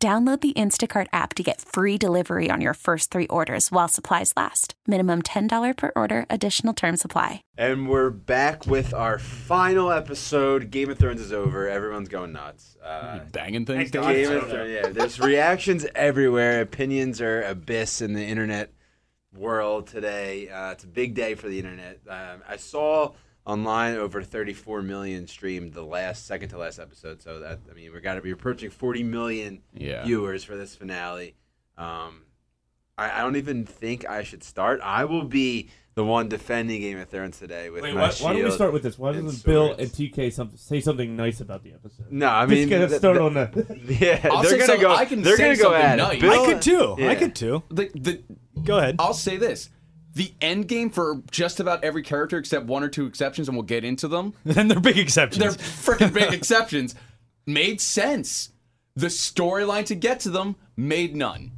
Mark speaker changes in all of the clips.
Speaker 1: Download the Instacart app to get free delivery on your first three orders while supplies last. Minimum $10 per order, additional term supply.
Speaker 2: And we're back with our final episode. Game of Thrones is over. Everyone's going nuts. Uh,
Speaker 3: Banging things
Speaker 4: Hey,
Speaker 3: down.
Speaker 2: Game of Thrones. Yeah, there's reactions everywhere. Opinions are abyss in the internet world today. Uh, it's a big day for the internet. Um, I saw online over 34 million streamed the last second to last episode. So that I mean, we're got to be approaching 40 million
Speaker 3: Yeah.
Speaker 2: viewers for this finale. Um, I, I don't even think I should start. I will be the one defending Game of Thrones today with
Speaker 4: Wait,
Speaker 2: my
Speaker 4: why, why don't we
Speaker 2: shield.
Speaker 4: start with this? Why
Speaker 2: and
Speaker 4: doesn't Bill
Speaker 2: swords.
Speaker 4: and TK some, say something nice about the episode?
Speaker 2: No, I
Speaker 4: Just
Speaker 2: mean
Speaker 4: get us
Speaker 2: th-
Speaker 4: started
Speaker 2: th-
Speaker 4: on that.
Speaker 2: Yeah,
Speaker 3: I'll
Speaker 2: they're
Speaker 3: say
Speaker 2: gonna
Speaker 3: something-
Speaker 2: go.
Speaker 3: I can
Speaker 2: they're
Speaker 3: say
Speaker 2: gonna go
Speaker 3: something
Speaker 2: at
Speaker 3: nice.
Speaker 2: it. Bill,
Speaker 5: I could too.
Speaker 2: Yeah.
Speaker 5: I could too.
Speaker 3: The, the,
Speaker 5: Go ahead.
Speaker 3: I'll say this. The end game for just about every character, except one or two exceptions, and we'll get into them.
Speaker 5: and they're big
Speaker 3: They're
Speaker 5: exceptions.
Speaker 3: freaking big exceptions. Made sense. The storyline to get to them made none.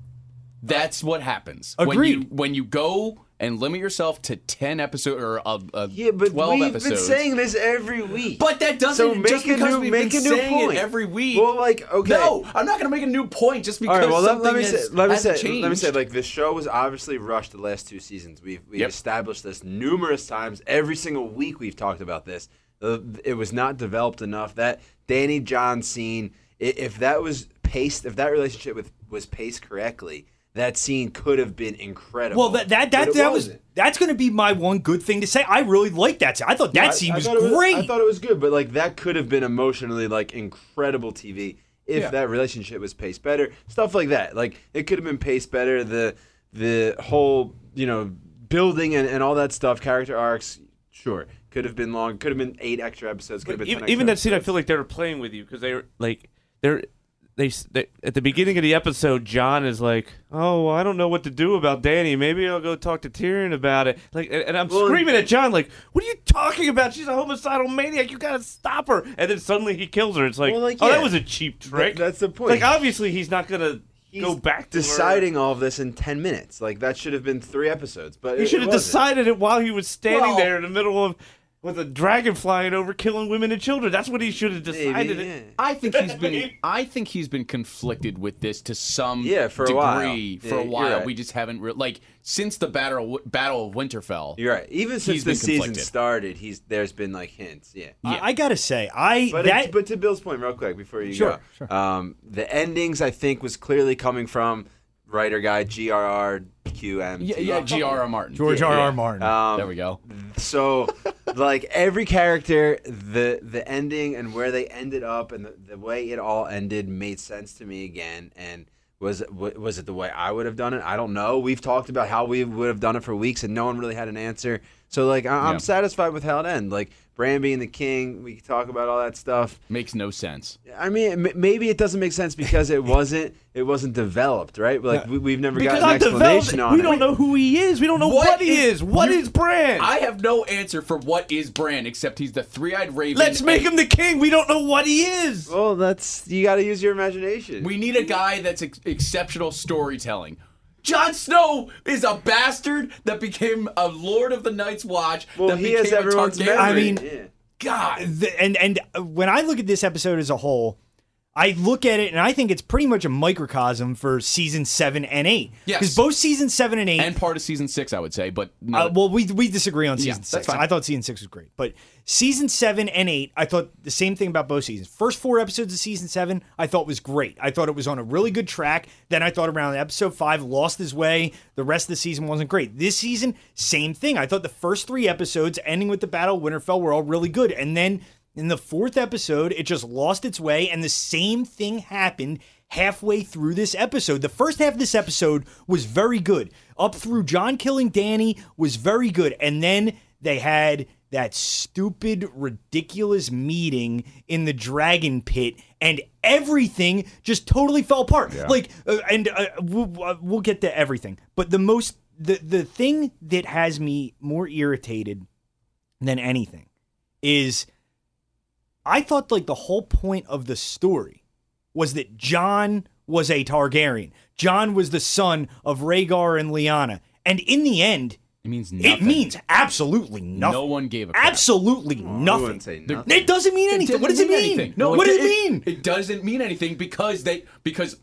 Speaker 3: That's what happens. When you,
Speaker 5: Agreed.
Speaker 3: when you go and limit yourself to 10 episodes or uh, uh,
Speaker 2: Yeah, but
Speaker 3: 12
Speaker 2: we've
Speaker 3: episodes.
Speaker 2: been saying this every week.
Speaker 3: But that doesn't
Speaker 2: so make
Speaker 3: just
Speaker 2: a
Speaker 3: because
Speaker 2: new
Speaker 3: we've
Speaker 2: make
Speaker 3: been
Speaker 2: a new
Speaker 3: saying it
Speaker 2: point
Speaker 3: every week.
Speaker 2: Well, like okay.
Speaker 3: No, I'm not going to make a new point just
Speaker 2: All
Speaker 3: because
Speaker 2: right. Well, let,
Speaker 3: something
Speaker 2: let me
Speaker 3: has,
Speaker 2: say. Let me
Speaker 3: has
Speaker 2: say.
Speaker 3: changed.
Speaker 2: Let me say. Like the show was obviously rushed the last two seasons. We've we've
Speaker 3: Yep.
Speaker 2: established this numerous times. Every single week we've talked about this. Uh, It was not developed enough. That Danny John scene. i- If that was paced, if that relationship with was paced correctly, that scene could have been incredible.
Speaker 5: well, that
Speaker 2: But
Speaker 5: that that,
Speaker 2: it
Speaker 5: that was
Speaker 2: wasn't.
Speaker 5: that's going to be my one good thing to say. I really like that scene. I thought that
Speaker 2: I-
Speaker 5: scene
Speaker 2: I
Speaker 5: was
Speaker 2: thought it
Speaker 5: great.
Speaker 2: I thought it was good, but like that could have been emotionally like incredible TV if that relationship was paced better. Stuff like that. Like it could have been paced better. The the whole you know building and, and all that stuff, character arcs, sure, could have been long. Could have been eight extra episodes. Could have been
Speaker 4: even,
Speaker 2: 10
Speaker 4: even that
Speaker 2: extra
Speaker 4: scene, I
Speaker 2: episodes.
Speaker 4: feel like they were playing with you because they were like they're they, s- they at the beginning of the episode, John is like, "Oh, well, I don't know what to do about Danny. Maybe I'll go talk to Tyrion about it." Like, and, and I'm
Speaker 2: Well,
Speaker 4: screaming at John, like, "What are you talking about? She's a homicidal maniac. You gotta stop her!" And then suddenly he kills her. It's like,
Speaker 2: Well, like,
Speaker 4: "Oh,
Speaker 2: yeah.
Speaker 4: that was a cheap trick."
Speaker 2: that's the point.
Speaker 4: Like, obviously, he's not gonna go back to her.
Speaker 2: deciding all of this in ten minutes. Like that should have been three episodes. But
Speaker 4: He
Speaker 2: it-
Speaker 4: should
Speaker 2: it
Speaker 4: have
Speaker 2: wasn't.
Speaker 4: decided it while he was standing
Speaker 3: Well-
Speaker 4: there in the middle of with a dragon flying over, killing women and children. That's what he should have
Speaker 2: Maybe,
Speaker 4: decided. it-
Speaker 2: yeah.
Speaker 3: I think he's been. I think he's been conflicted with this to some
Speaker 2: Yeah, for a
Speaker 3: degree
Speaker 2: while.
Speaker 3: for
Speaker 2: Yeah,
Speaker 3: a
Speaker 2: you're
Speaker 3: while.
Speaker 2: right.
Speaker 3: We just haven't re- like since the battle battle of Winterfell.
Speaker 2: You're right. Even since
Speaker 3: He's
Speaker 2: the
Speaker 3: been
Speaker 2: season
Speaker 3: conflicted.
Speaker 2: started, he's there's been like hints. Yeah.
Speaker 5: I, I gotta say, I
Speaker 2: But,
Speaker 5: that
Speaker 2: it, but to Bill's point, real quick, before you
Speaker 5: Sure,
Speaker 2: go, Um, the endings I think was clearly coming from writer guy G R R Q M.
Speaker 3: yeah, yeah. G.R.R. Martin.
Speaker 5: George
Speaker 3: Yeah,
Speaker 5: R.
Speaker 3: yeah.
Speaker 5: R. Martin.
Speaker 2: Um,
Speaker 3: There we go.
Speaker 2: So, like every character, the the ending and where they ended up and the, the way it all ended made sense to me again. And was it- wa- was it the way I would have done it? I don't know. We've talked about how we would have done it for weeks, and no one really had an answer. So, like, I, I'm
Speaker 3: Yeah.
Speaker 2: satisfied with how it ended. Like Bran being the king, we could talk about all that stuff.
Speaker 3: Makes no sense.
Speaker 2: I mean, m- maybe it doesn't make sense because it wasn't it wasn't developed, right? Like we, we've never
Speaker 4: Because
Speaker 2: gotten an
Speaker 4: I'm
Speaker 2: explanation
Speaker 4: developed.
Speaker 2: on
Speaker 4: We
Speaker 2: it.
Speaker 4: don't know who he is. We don't know what,
Speaker 3: What
Speaker 4: he
Speaker 3: is-
Speaker 4: is. What
Speaker 3: you-
Speaker 4: is Bran?
Speaker 3: I have no answer for what is Bran except he's the three-eyed raven.
Speaker 4: Let's make
Speaker 3: and
Speaker 4: him the king. We don't know what he is.
Speaker 2: Well, that's you got to use your imagination.
Speaker 3: We need a guy that's ex- exceptional storytelling. Jon Snow is a bastard that became a Lord of the Night's Watch.
Speaker 2: well,
Speaker 3: that
Speaker 2: he
Speaker 3: became
Speaker 2: has
Speaker 3: a
Speaker 2: everyone's memory.
Speaker 3: Targaryen.
Speaker 5: I mean-
Speaker 2: yeah.
Speaker 3: God.
Speaker 5: the- and and when I look at this episode as a whole, I look at it and I think it's pretty much a microcosm for season seven and eight.
Speaker 3: Yes.
Speaker 5: because both season seven and eight.
Speaker 3: and part of season six, I would say. But no,
Speaker 5: uh, well, we we disagree on
Speaker 3: Yeah,
Speaker 5: season
Speaker 3: that's
Speaker 5: six.
Speaker 3: fine.
Speaker 5: I thought season six was great, but season seven and eight, I thought the same thing about both seasons. First four episodes of season seven, I thought was great. I thought it was on a really good track. Then I thought around episode five lost his way. The rest of the season wasn't great. This season, same thing. I thought the first three episodes, ending with the battle of Winterfell, were all really good, and then in the fourth episode, it just lost its way, and the same thing happened halfway through this episode. The first half of this episode was very good. Up through John killing Danny was very good. And then they had that stupid, ridiculous meeting in the dragon pit, and everything just totally fell apart. Like, uh, and uh, we'll, uh, we'll get to everything, but the most the the thing that has me more irritated than anything is I thought like the whole point of the story was that John was a Targaryen. John was the son of Rhaegar and Lyanna. And in the end,
Speaker 3: It means
Speaker 5: it
Speaker 3: nothing.
Speaker 5: means absolutely nothing.
Speaker 3: No one gave a crap.
Speaker 5: absolutely
Speaker 2: Oh, I
Speaker 5: nothing.
Speaker 2: wouldn't say
Speaker 3: The-
Speaker 2: nothing.
Speaker 5: It doesn't mean anything.
Speaker 3: didn't
Speaker 5: what does it mean?
Speaker 3: anything.
Speaker 5: No, what does it,
Speaker 3: didn't-
Speaker 5: mean?
Speaker 3: It doesn't mean anything because they because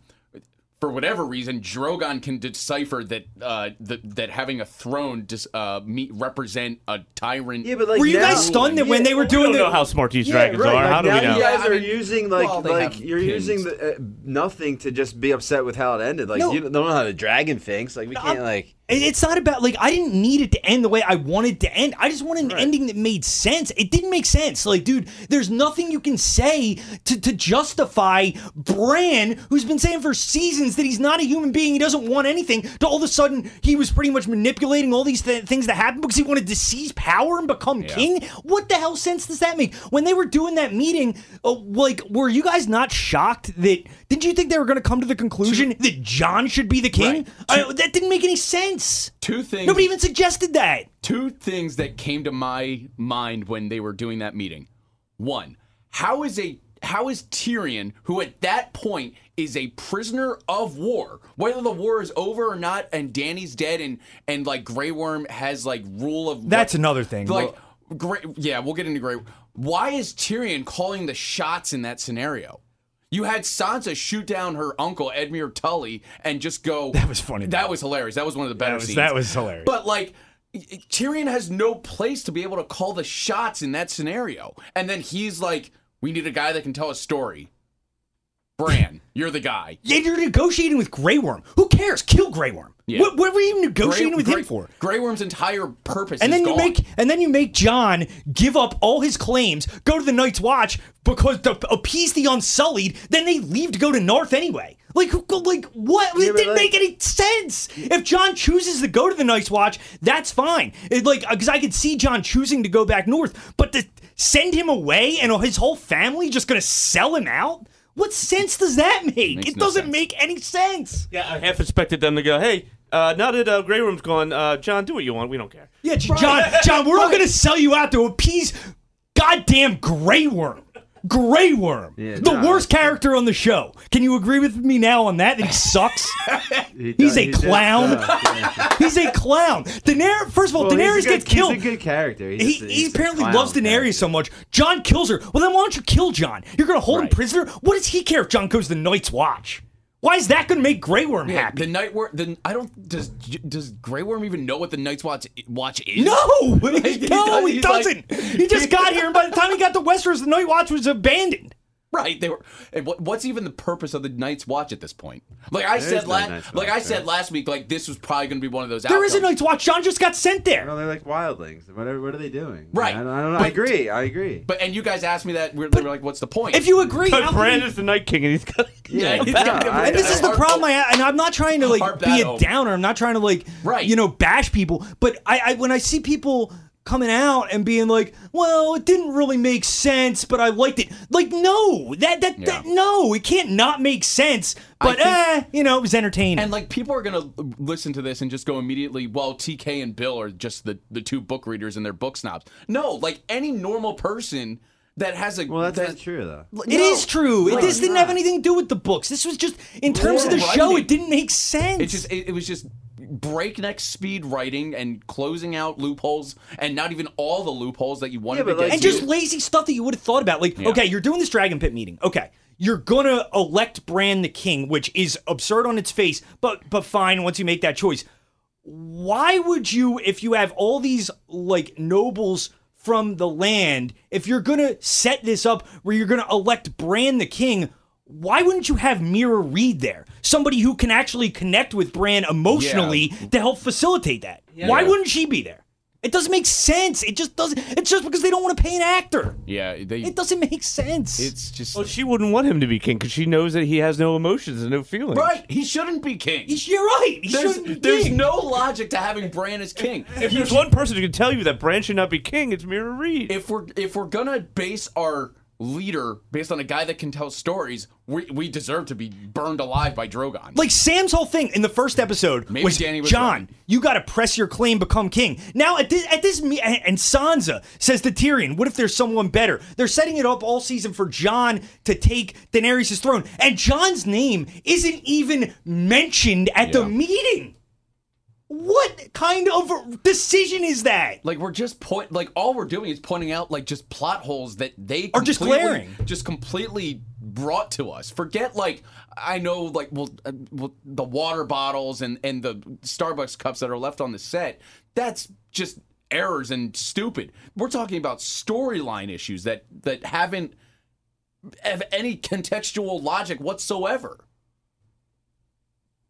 Speaker 3: for whatever reason Drogon can decipher that uh that, that having a throne dis, uh me, represent a tyrant.
Speaker 2: Yeah, but like
Speaker 5: were you
Speaker 2: now-
Speaker 5: guys stunned that when
Speaker 2: Yeah.
Speaker 5: they were
Speaker 4: We
Speaker 5: doing
Speaker 4: don't
Speaker 5: the
Speaker 4: know how smart these
Speaker 2: Yeah,
Speaker 4: dragons
Speaker 2: right,
Speaker 4: are.
Speaker 2: like,
Speaker 4: how do
Speaker 2: now
Speaker 4: we know?
Speaker 2: You guys
Speaker 3: Yeah, I
Speaker 2: are
Speaker 3: mean,
Speaker 2: using like
Speaker 3: well, they
Speaker 2: like
Speaker 3: have
Speaker 2: you're
Speaker 3: pins.
Speaker 2: using the, uh, nothing to just be upset with how it ended. Like
Speaker 5: No.
Speaker 2: you don't know how the dragon thinks. Like we can't like
Speaker 5: It- It's not about like I didn't need it to end the way I wanted to end. I just wanted an ending that made sense. It didn't make sense. Like, dude, there's nothing you can say to, to justify Bran, who's been saying for seasons that he's not a human being, he doesn't want anything. To all of a sudden, he was pretty much manipulating all these th- things that happened because he wanted to seize power and become king. What the hell sense does that make? When they were doing that meeting, uh, like, were you guys not shocked that? Didn't you think they were going to come to the conclusion that John should be the king?
Speaker 3: Right.
Speaker 5: I, that didn't make any sense.
Speaker 3: Two things.
Speaker 5: Nobody even suggested that.
Speaker 3: two things that came to my mind when they were doing that meeting. One, how is a how is Tyrion, who at that point is a prisoner of war, whether the war is over or not, and Danny's dead, and and like Grey Worm has like rule of
Speaker 5: That's another thing.
Speaker 3: Like, Grey, yeah, we'll get into Grey. Why is Tyrion calling the shots in that scenario? You had Sansa shoot down her uncle Edmure Tully and just go. That
Speaker 5: was funny,
Speaker 3: That
Speaker 5: though.
Speaker 3: was hilarious. That was one of the better
Speaker 5: was-
Speaker 3: scenes.
Speaker 5: that was hilarious.
Speaker 3: But like Tyrion has no place to be able to call the shots in that scenario. And then he's like, "We need a guy that can tell a story." Bran, you're the guy.
Speaker 5: Yeah, you're negotiating with Grey Worm. Who cares? Kill Grey Worm.
Speaker 3: Yeah.
Speaker 5: What, what were you negotiating with
Speaker 3: Grey-
Speaker 5: him for?
Speaker 3: Grey Worm's entire purpose
Speaker 5: And
Speaker 3: is
Speaker 5: then you
Speaker 3: gone.
Speaker 5: make and then you make John give up all his claims, go to the Night's Watch because to appease the Unsullied. Then they leave to go to North anyway. Like, who- like what?
Speaker 2: Yeah,
Speaker 5: it
Speaker 2: but
Speaker 5: didn't
Speaker 2: like-
Speaker 5: make any sense. If John chooses to go to the Night's Watch, that's fine. It, like, because I could see John choosing to go back north, but to send him away and his whole family just gonna sell him out. What sense does that make?
Speaker 3: Makes
Speaker 5: It
Speaker 3: no
Speaker 5: doesn't
Speaker 3: sense.
Speaker 5: make any sense.
Speaker 4: Yeah, I half expected them to go, hey, uh, now that uh, Grey Room's gone, uh, John, do what you want. We don't care.
Speaker 5: Yeah, J- John, John, we're all gonna sell you out to appease goddamn Grey Worm. Grey Worm, the
Speaker 2: nah,
Speaker 5: worst character on the show. Can you agree with me now on that? That he sucks. he's
Speaker 2: does-
Speaker 5: a
Speaker 2: he does
Speaker 5: clown.
Speaker 2: suck,
Speaker 5: he's a clown. Daenerys. First of all,
Speaker 2: Well,
Speaker 5: Daenerys
Speaker 2: he's a good-
Speaker 5: gets killed.
Speaker 2: He's a good character. He's
Speaker 5: he,
Speaker 2: just a-
Speaker 5: he
Speaker 2: he's a
Speaker 5: apparently
Speaker 2: clown
Speaker 5: loves Daenerys
Speaker 2: character.
Speaker 5: so much. John kills her. Well, then why don't you kill John? You're gonna hold him prisoner. What does he care if John goes to the Night's Watch? Why is that gonna make Grey Worm
Speaker 3: Yeah,
Speaker 5: happy?
Speaker 3: The night worm. The I don't does does Grey Worm even know what the Night's Watch watch is?
Speaker 5: No, no, he
Speaker 3: he's like-
Speaker 5: doesn't. he just got here, and by the time he got to Westeros, the Night Watch was abandoned.
Speaker 3: right. They were. And what, what's even the purpose of the Night's Watch at this point? Like
Speaker 2: There
Speaker 3: I
Speaker 2: is
Speaker 3: said
Speaker 2: no
Speaker 3: last,
Speaker 2: Night's
Speaker 3: like
Speaker 2: Watch,
Speaker 3: I said last week, like this was probably going to be one of those.
Speaker 5: There is a
Speaker 3: outcomes.
Speaker 5: Night's Watch. John just got sent
Speaker 2: No,
Speaker 5: there.
Speaker 2: they're like wildlings. Whatever. What are they doing?
Speaker 3: Right.
Speaker 2: I, don't, I, don't, I
Speaker 3: But-
Speaker 2: agree. I agree.
Speaker 3: But and you guys asked me that. We're, they were like, "What's the point?"
Speaker 5: If you agree, how
Speaker 4: But
Speaker 5: can
Speaker 4: Bran
Speaker 5: you-
Speaker 4: is the Night King, and he's got.
Speaker 2: yeah,
Speaker 3: he's
Speaker 2: no,
Speaker 3: got-
Speaker 2: I-
Speaker 5: and this is the
Speaker 3: Harp-
Speaker 5: problem. I and I'm not trying to like
Speaker 3: Harp
Speaker 5: be
Speaker 3: that
Speaker 5: a
Speaker 3: home.
Speaker 5: downer. I'm not trying to like
Speaker 3: Right.
Speaker 5: you know bash people. But I, I when I see people coming out and being like, well, it didn't really make sense, but I liked it. Like no, that that, that no, it can't not make sense. But
Speaker 3: think-
Speaker 5: eh, you know, it was entertaining.
Speaker 3: And like people are gonna listen to this and just go immediately, well, TK and Bill are just the, the two book readers and they're book snobs. No, like any normal person that has a
Speaker 2: Well, that's
Speaker 3: that-
Speaker 2: not true though.
Speaker 5: It is
Speaker 3: No.
Speaker 5: true.
Speaker 2: No,
Speaker 5: it, this
Speaker 2: it's
Speaker 5: didn't
Speaker 2: not.
Speaker 5: have anything to do with the books. This was just in terms of the
Speaker 3: Poor
Speaker 5: show.
Speaker 3: writing.
Speaker 5: It didn't make sense.
Speaker 3: It's just it, it was just breakneck speed writing and closing out loopholes and not even all the loopholes that you wanted
Speaker 2: Yeah, but
Speaker 3: to get
Speaker 2: like-
Speaker 5: and
Speaker 3: to.
Speaker 5: just lazy stuff that you would have thought about. Like, okay, you're doing this dragon pit meeting. Okay, you're gonna elect Bran the king, which is absurd on its face, but but fine once you make that choice. Why would you, if you have all these like nobles from the land, if you're gonna set this up where you're gonna elect Bran the king? Why wouldn't you have Mira Reed there? Somebody who can actually connect with Bran emotionally to help facilitate that. Why wouldn't she be there? It It doesn't make sense. It just doesn't. It's just because they don't want to pay an actor.
Speaker 3: Yeah, they.
Speaker 5: It doesn't make sense.
Speaker 3: It's just
Speaker 4: Well, she wouldn't want him to be king because she knows that he has no emotions and no feelings.
Speaker 3: right. He shouldn't be king.
Speaker 5: You're right. He
Speaker 3: there's
Speaker 5: shouldn't be
Speaker 3: there's
Speaker 5: king.
Speaker 3: no logic to having Bran as king.
Speaker 4: If there's one person who can tell you that Bran should not be king, it's Mira Reed.
Speaker 3: if we're if we're gonna base our leader based on a guy that can tell stories, we, we deserve to be burned alive by Drogon.
Speaker 5: Like Sam's whole thing in the first episode
Speaker 3: Maybe
Speaker 5: was,
Speaker 3: Danny was
Speaker 5: John,
Speaker 3: right.
Speaker 5: you got to press your claim, become king. Now at this, at this, me- and and Sansa says to Tyrion, "What if there's someone better?" They're setting it up all season for John to take Daenerys' throne, and John's name isn't even mentioned at the
Speaker 3: Yeah.
Speaker 5: meeting. What kind of decision is that?
Speaker 3: Like we're just point like all we're doing is pointing out like just plot holes that they
Speaker 5: Are just
Speaker 3: completely-
Speaker 5: glaring.
Speaker 3: just completely brought to us. Forget like I know like well, uh, well the water bottles and and the Starbucks cups that are left on the set. That's just errors and stupid. We're talking about storyline issues that that haven't have any contextual logic whatsoever.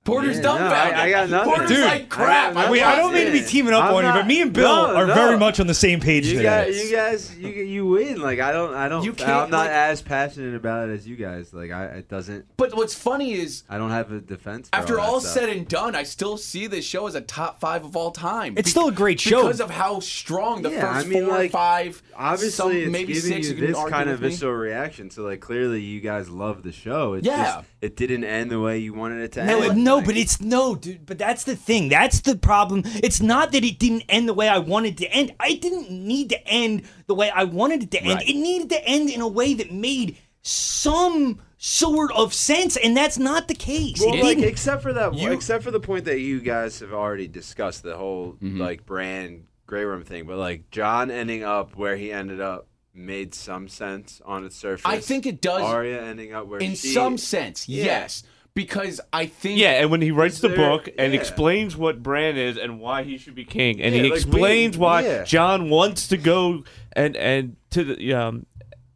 Speaker 3: Porter's
Speaker 2: Yeah, no,
Speaker 3: dumbfounded.
Speaker 2: I- I got nothing.
Speaker 3: Porter's
Speaker 2: Dude,
Speaker 3: like crap.
Speaker 2: I-
Speaker 3: I,
Speaker 2: I-
Speaker 5: Wait, I don't mean to be
Speaker 2: Yeah.
Speaker 5: teaming up
Speaker 2: I'm
Speaker 5: on you,
Speaker 2: not-
Speaker 5: but me and Bill
Speaker 2: No,
Speaker 5: are
Speaker 2: no.
Speaker 5: very much on the same page
Speaker 2: You
Speaker 5: today.
Speaker 2: guys, you guys, you you win. Like I don't, I don't.
Speaker 3: You can't,
Speaker 2: I'm not
Speaker 3: like-
Speaker 2: as passionate about it as you guys. Like I, it doesn't.
Speaker 3: but what's funny is
Speaker 2: I don't have a defense. For
Speaker 3: After
Speaker 2: all, that
Speaker 3: all,
Speaker 2: stuff.
Speaker 3: said and done, I still see this show as a top five of all time.
Speaker 5: It's still a great show.
Speaker 3: because of how strong the
Speaker 2: Yeah,
Speaker 3: first
Speaker 2: I mean,
Speaker 3: four,
Speaker 2: like,
Speaker 3: five,
Speaker 2: obviously
Speaker 3: some-
Speaker 2: it's
Speaker 3: maybe
Speaker 2: giving
Speaker 3: six.
Speaker 2: you
Speaker 3: can
Speaker 2: this
Speaker 3: argue
Speaker 2: kind of
Speaker 3: with me.
Speaker 2: visceral reaction. So like clearly you guys love the show. It's
Speaker 3: Yeah.
Speaker 2: just, it didn't end the way you wanted it to
Speaker 5: No,
Speaker 2: end.
Speaker 5: no,
Speaker 2: Like,
Speaker 5: but it's no, dude. But that's the thing. That's the problem. It's not that it didn't end the way I wanted to end. I didn't need to end the way I wanted it to end.
Speaker 3: Right.
Speaker 5: It needed to end in a way that made some sort of sense, and that's not the case.
Speaker 2: Well,
Speaker 5: it
Speaker 2: like,
Speaker 5: didn't.
Speaker 2: except for that,
Speaker 3: You-
Speaker 2: except for the point that you guys have already discussed, the whole like brand Grey Worm thing. But like John ending up where he ended up made some sense on its surface.
Speaker 3: I think it does
Speaker 2: Arya ending up where
Speaker 3: in
Speaker 2: she-
Speaker 3: some sense,
Speaker 2: Yeah.
Speaker 3: yes, because I think
Speaker 4: Yeah, and when he writes the
Speaker 2: there-
Speaker 4: book and
Speaker 2: yeah.
Speaker 4: explains what Bran is and why he should be king, and
Speaker 2: Yeah,
Speaker 4: he
Speaker 2: like, we-
Speaker 4: explains why
Speaker 2: yeah.
Speaker 4: John wants to go and and to the um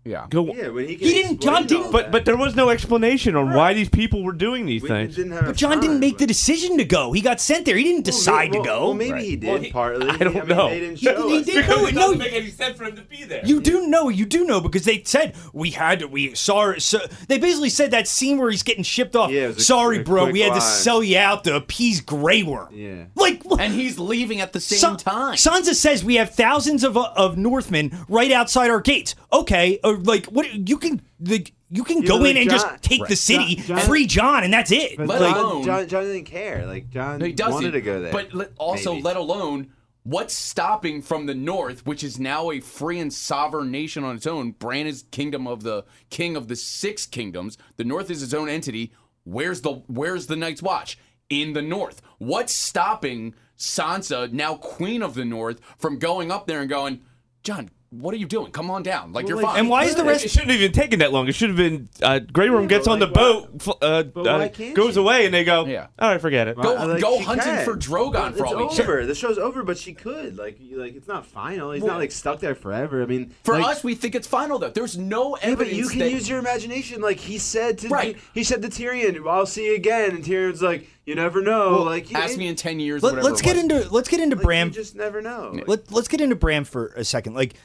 Speaker 3: yeah.
Speaker 4: go.
Speaker 2: Yeah, when he,
Speaker 5: He didn't- John didn't-
Speaker 4: But but there was no explanation on why these people were doing these things.
Speaker 2: didn't have
Speaker 5: But John didn't make the
Speaker 2: decision.
Speaker 5: decision to go. He got sent there. He didn't decide
Speaker 2: well,
Speaker 5: to go.
Speaker 2: Well, maybe he did
Speaker 4: he-
Speaker 2: partly.
Speaker 4: I don't
Speaker 2: mean,
Speaker 4: know.
Speaker 2: They didn't
Speaker 5: He-
Speaker 2: show
Speaker 5: he
Speaker 2: us.
Speaker 5: didn't do it. No,
Speaker 4: any sense for him to be there.
Speaker 5: You do know, you do know, because they said we had to. We sorry, so they basically said that scene where he's getting shipped off.
Speaker 2: Yeah, it was a-
Speaker 5: sorry,
Speaker 2: a
Speaker 5: bro,
Speaker 2: quick
Speaker 5: we had to
Speaker 2: line."
Speaker 5: sell you out to appease Grey Worm.
Speaker 2: Yeah.
Speaker 5: like what?
Speaker 3: and he's leaving at the same
Speaker 5: Sa-
Speaker 3: time.
Speaker 5: Sansa says we have thousands of uh, of Northmen right outside our gates. Okay, or like what you can like you can go
Speaker 2: but
Speaker 5: in and
Speaker 2: Jon-
Speaker 5: just take the
Speaker 2: Right.
Speaker 5: city,
Speaker 2: Jon- Jon-
Speaker 5: free John, and that's it.
Speaker 3: Let
Speaker 2: John,
Speaker 3: alone-
Speaker 2: John, John didn't care. Like John
Speaker 3: No, he doesn't.
Speaker 2: wanted to go there.
Speaker 3: But let, also,
Speaker 2: maybe.
Speaker 3: let alone what's stopping from the North, which is now a free and sovereign nation on its own. Bran is kingdom of the king of the six kingdoms. The North is its own entity. Where's the Where's the Night's Watch in the North? What's stopping Sansa, now Queen of the North, from going up there and going, John? What are you doing? Come on down. Like you're
Speaker 2: like-
Speaker 3: fine.
Speaker 5: And why is the
Speaker 4: It
Speaker 5: rest?
Speaker 4: shouldn't have even taken that long. It should have been uh, Grey Worm gets on the
Speaker 2: like, why-
Speaker 4: boat, fl- uh,
Speaker 2: why
Speaker 4: uh,
Speaker 2: can't
Speaker 4: goes
Speaker 2: you?
Speaker 4: away, and they go,
Speaker 3: Yeah.
Speaker 4: "All right, forget it."
Speaker 3: Go-
Speaker 2: Uh, like,
Speaker 3: go
Speaker 2: she
Speaker 3: hunting for Drogon
Speaker 2: It's
Speaker 3: for all we care.
Speaker 2: over. The show's over, but she could. Like, you- like it's not final. He's not like stuck there forever. I mean,
Speaker 3: For
Speaker 2: like,
Speaker 3: us, we think it's final though. There's no
Speaker 2: Yeah,
Speaker 3: evidence
Speaker 2: but you can
Speaker 3: that
Speaker 2: use your imagination. Like he said to
Speaker 3: Right.
Speaker 2: he said to Tyrion, "I'll see you again." And Tyrion's like, "You never know." like,
Speaker 3: ask me in ten years.
Speaker 5: Let,
Speaker 3: whatever
Speaker 5: us
Speaker 3: it
Speaker 5: get
Speaker 3: was.
Speaker 5: into let's get into
Speaker 2: like,
Speaker 5: Bram.
Speaker 2: You just never know. Like,
Speaker 5: Let, let's get into Bram for a second. Like,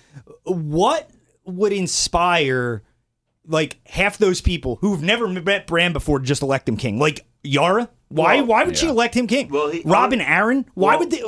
Speaker 5: what would inspire like half those people who've never met Bram before to just elect him king? Like Yara, why
Speaker 2: Well,
Speaker 5: why would she
Speaker 3: yeah.
Speaker 5: elect him king?
Speaker 2: Well, he-
Speaker 5: Robin Aaron, why
Speaker 2: well,
Speaker 5: would they?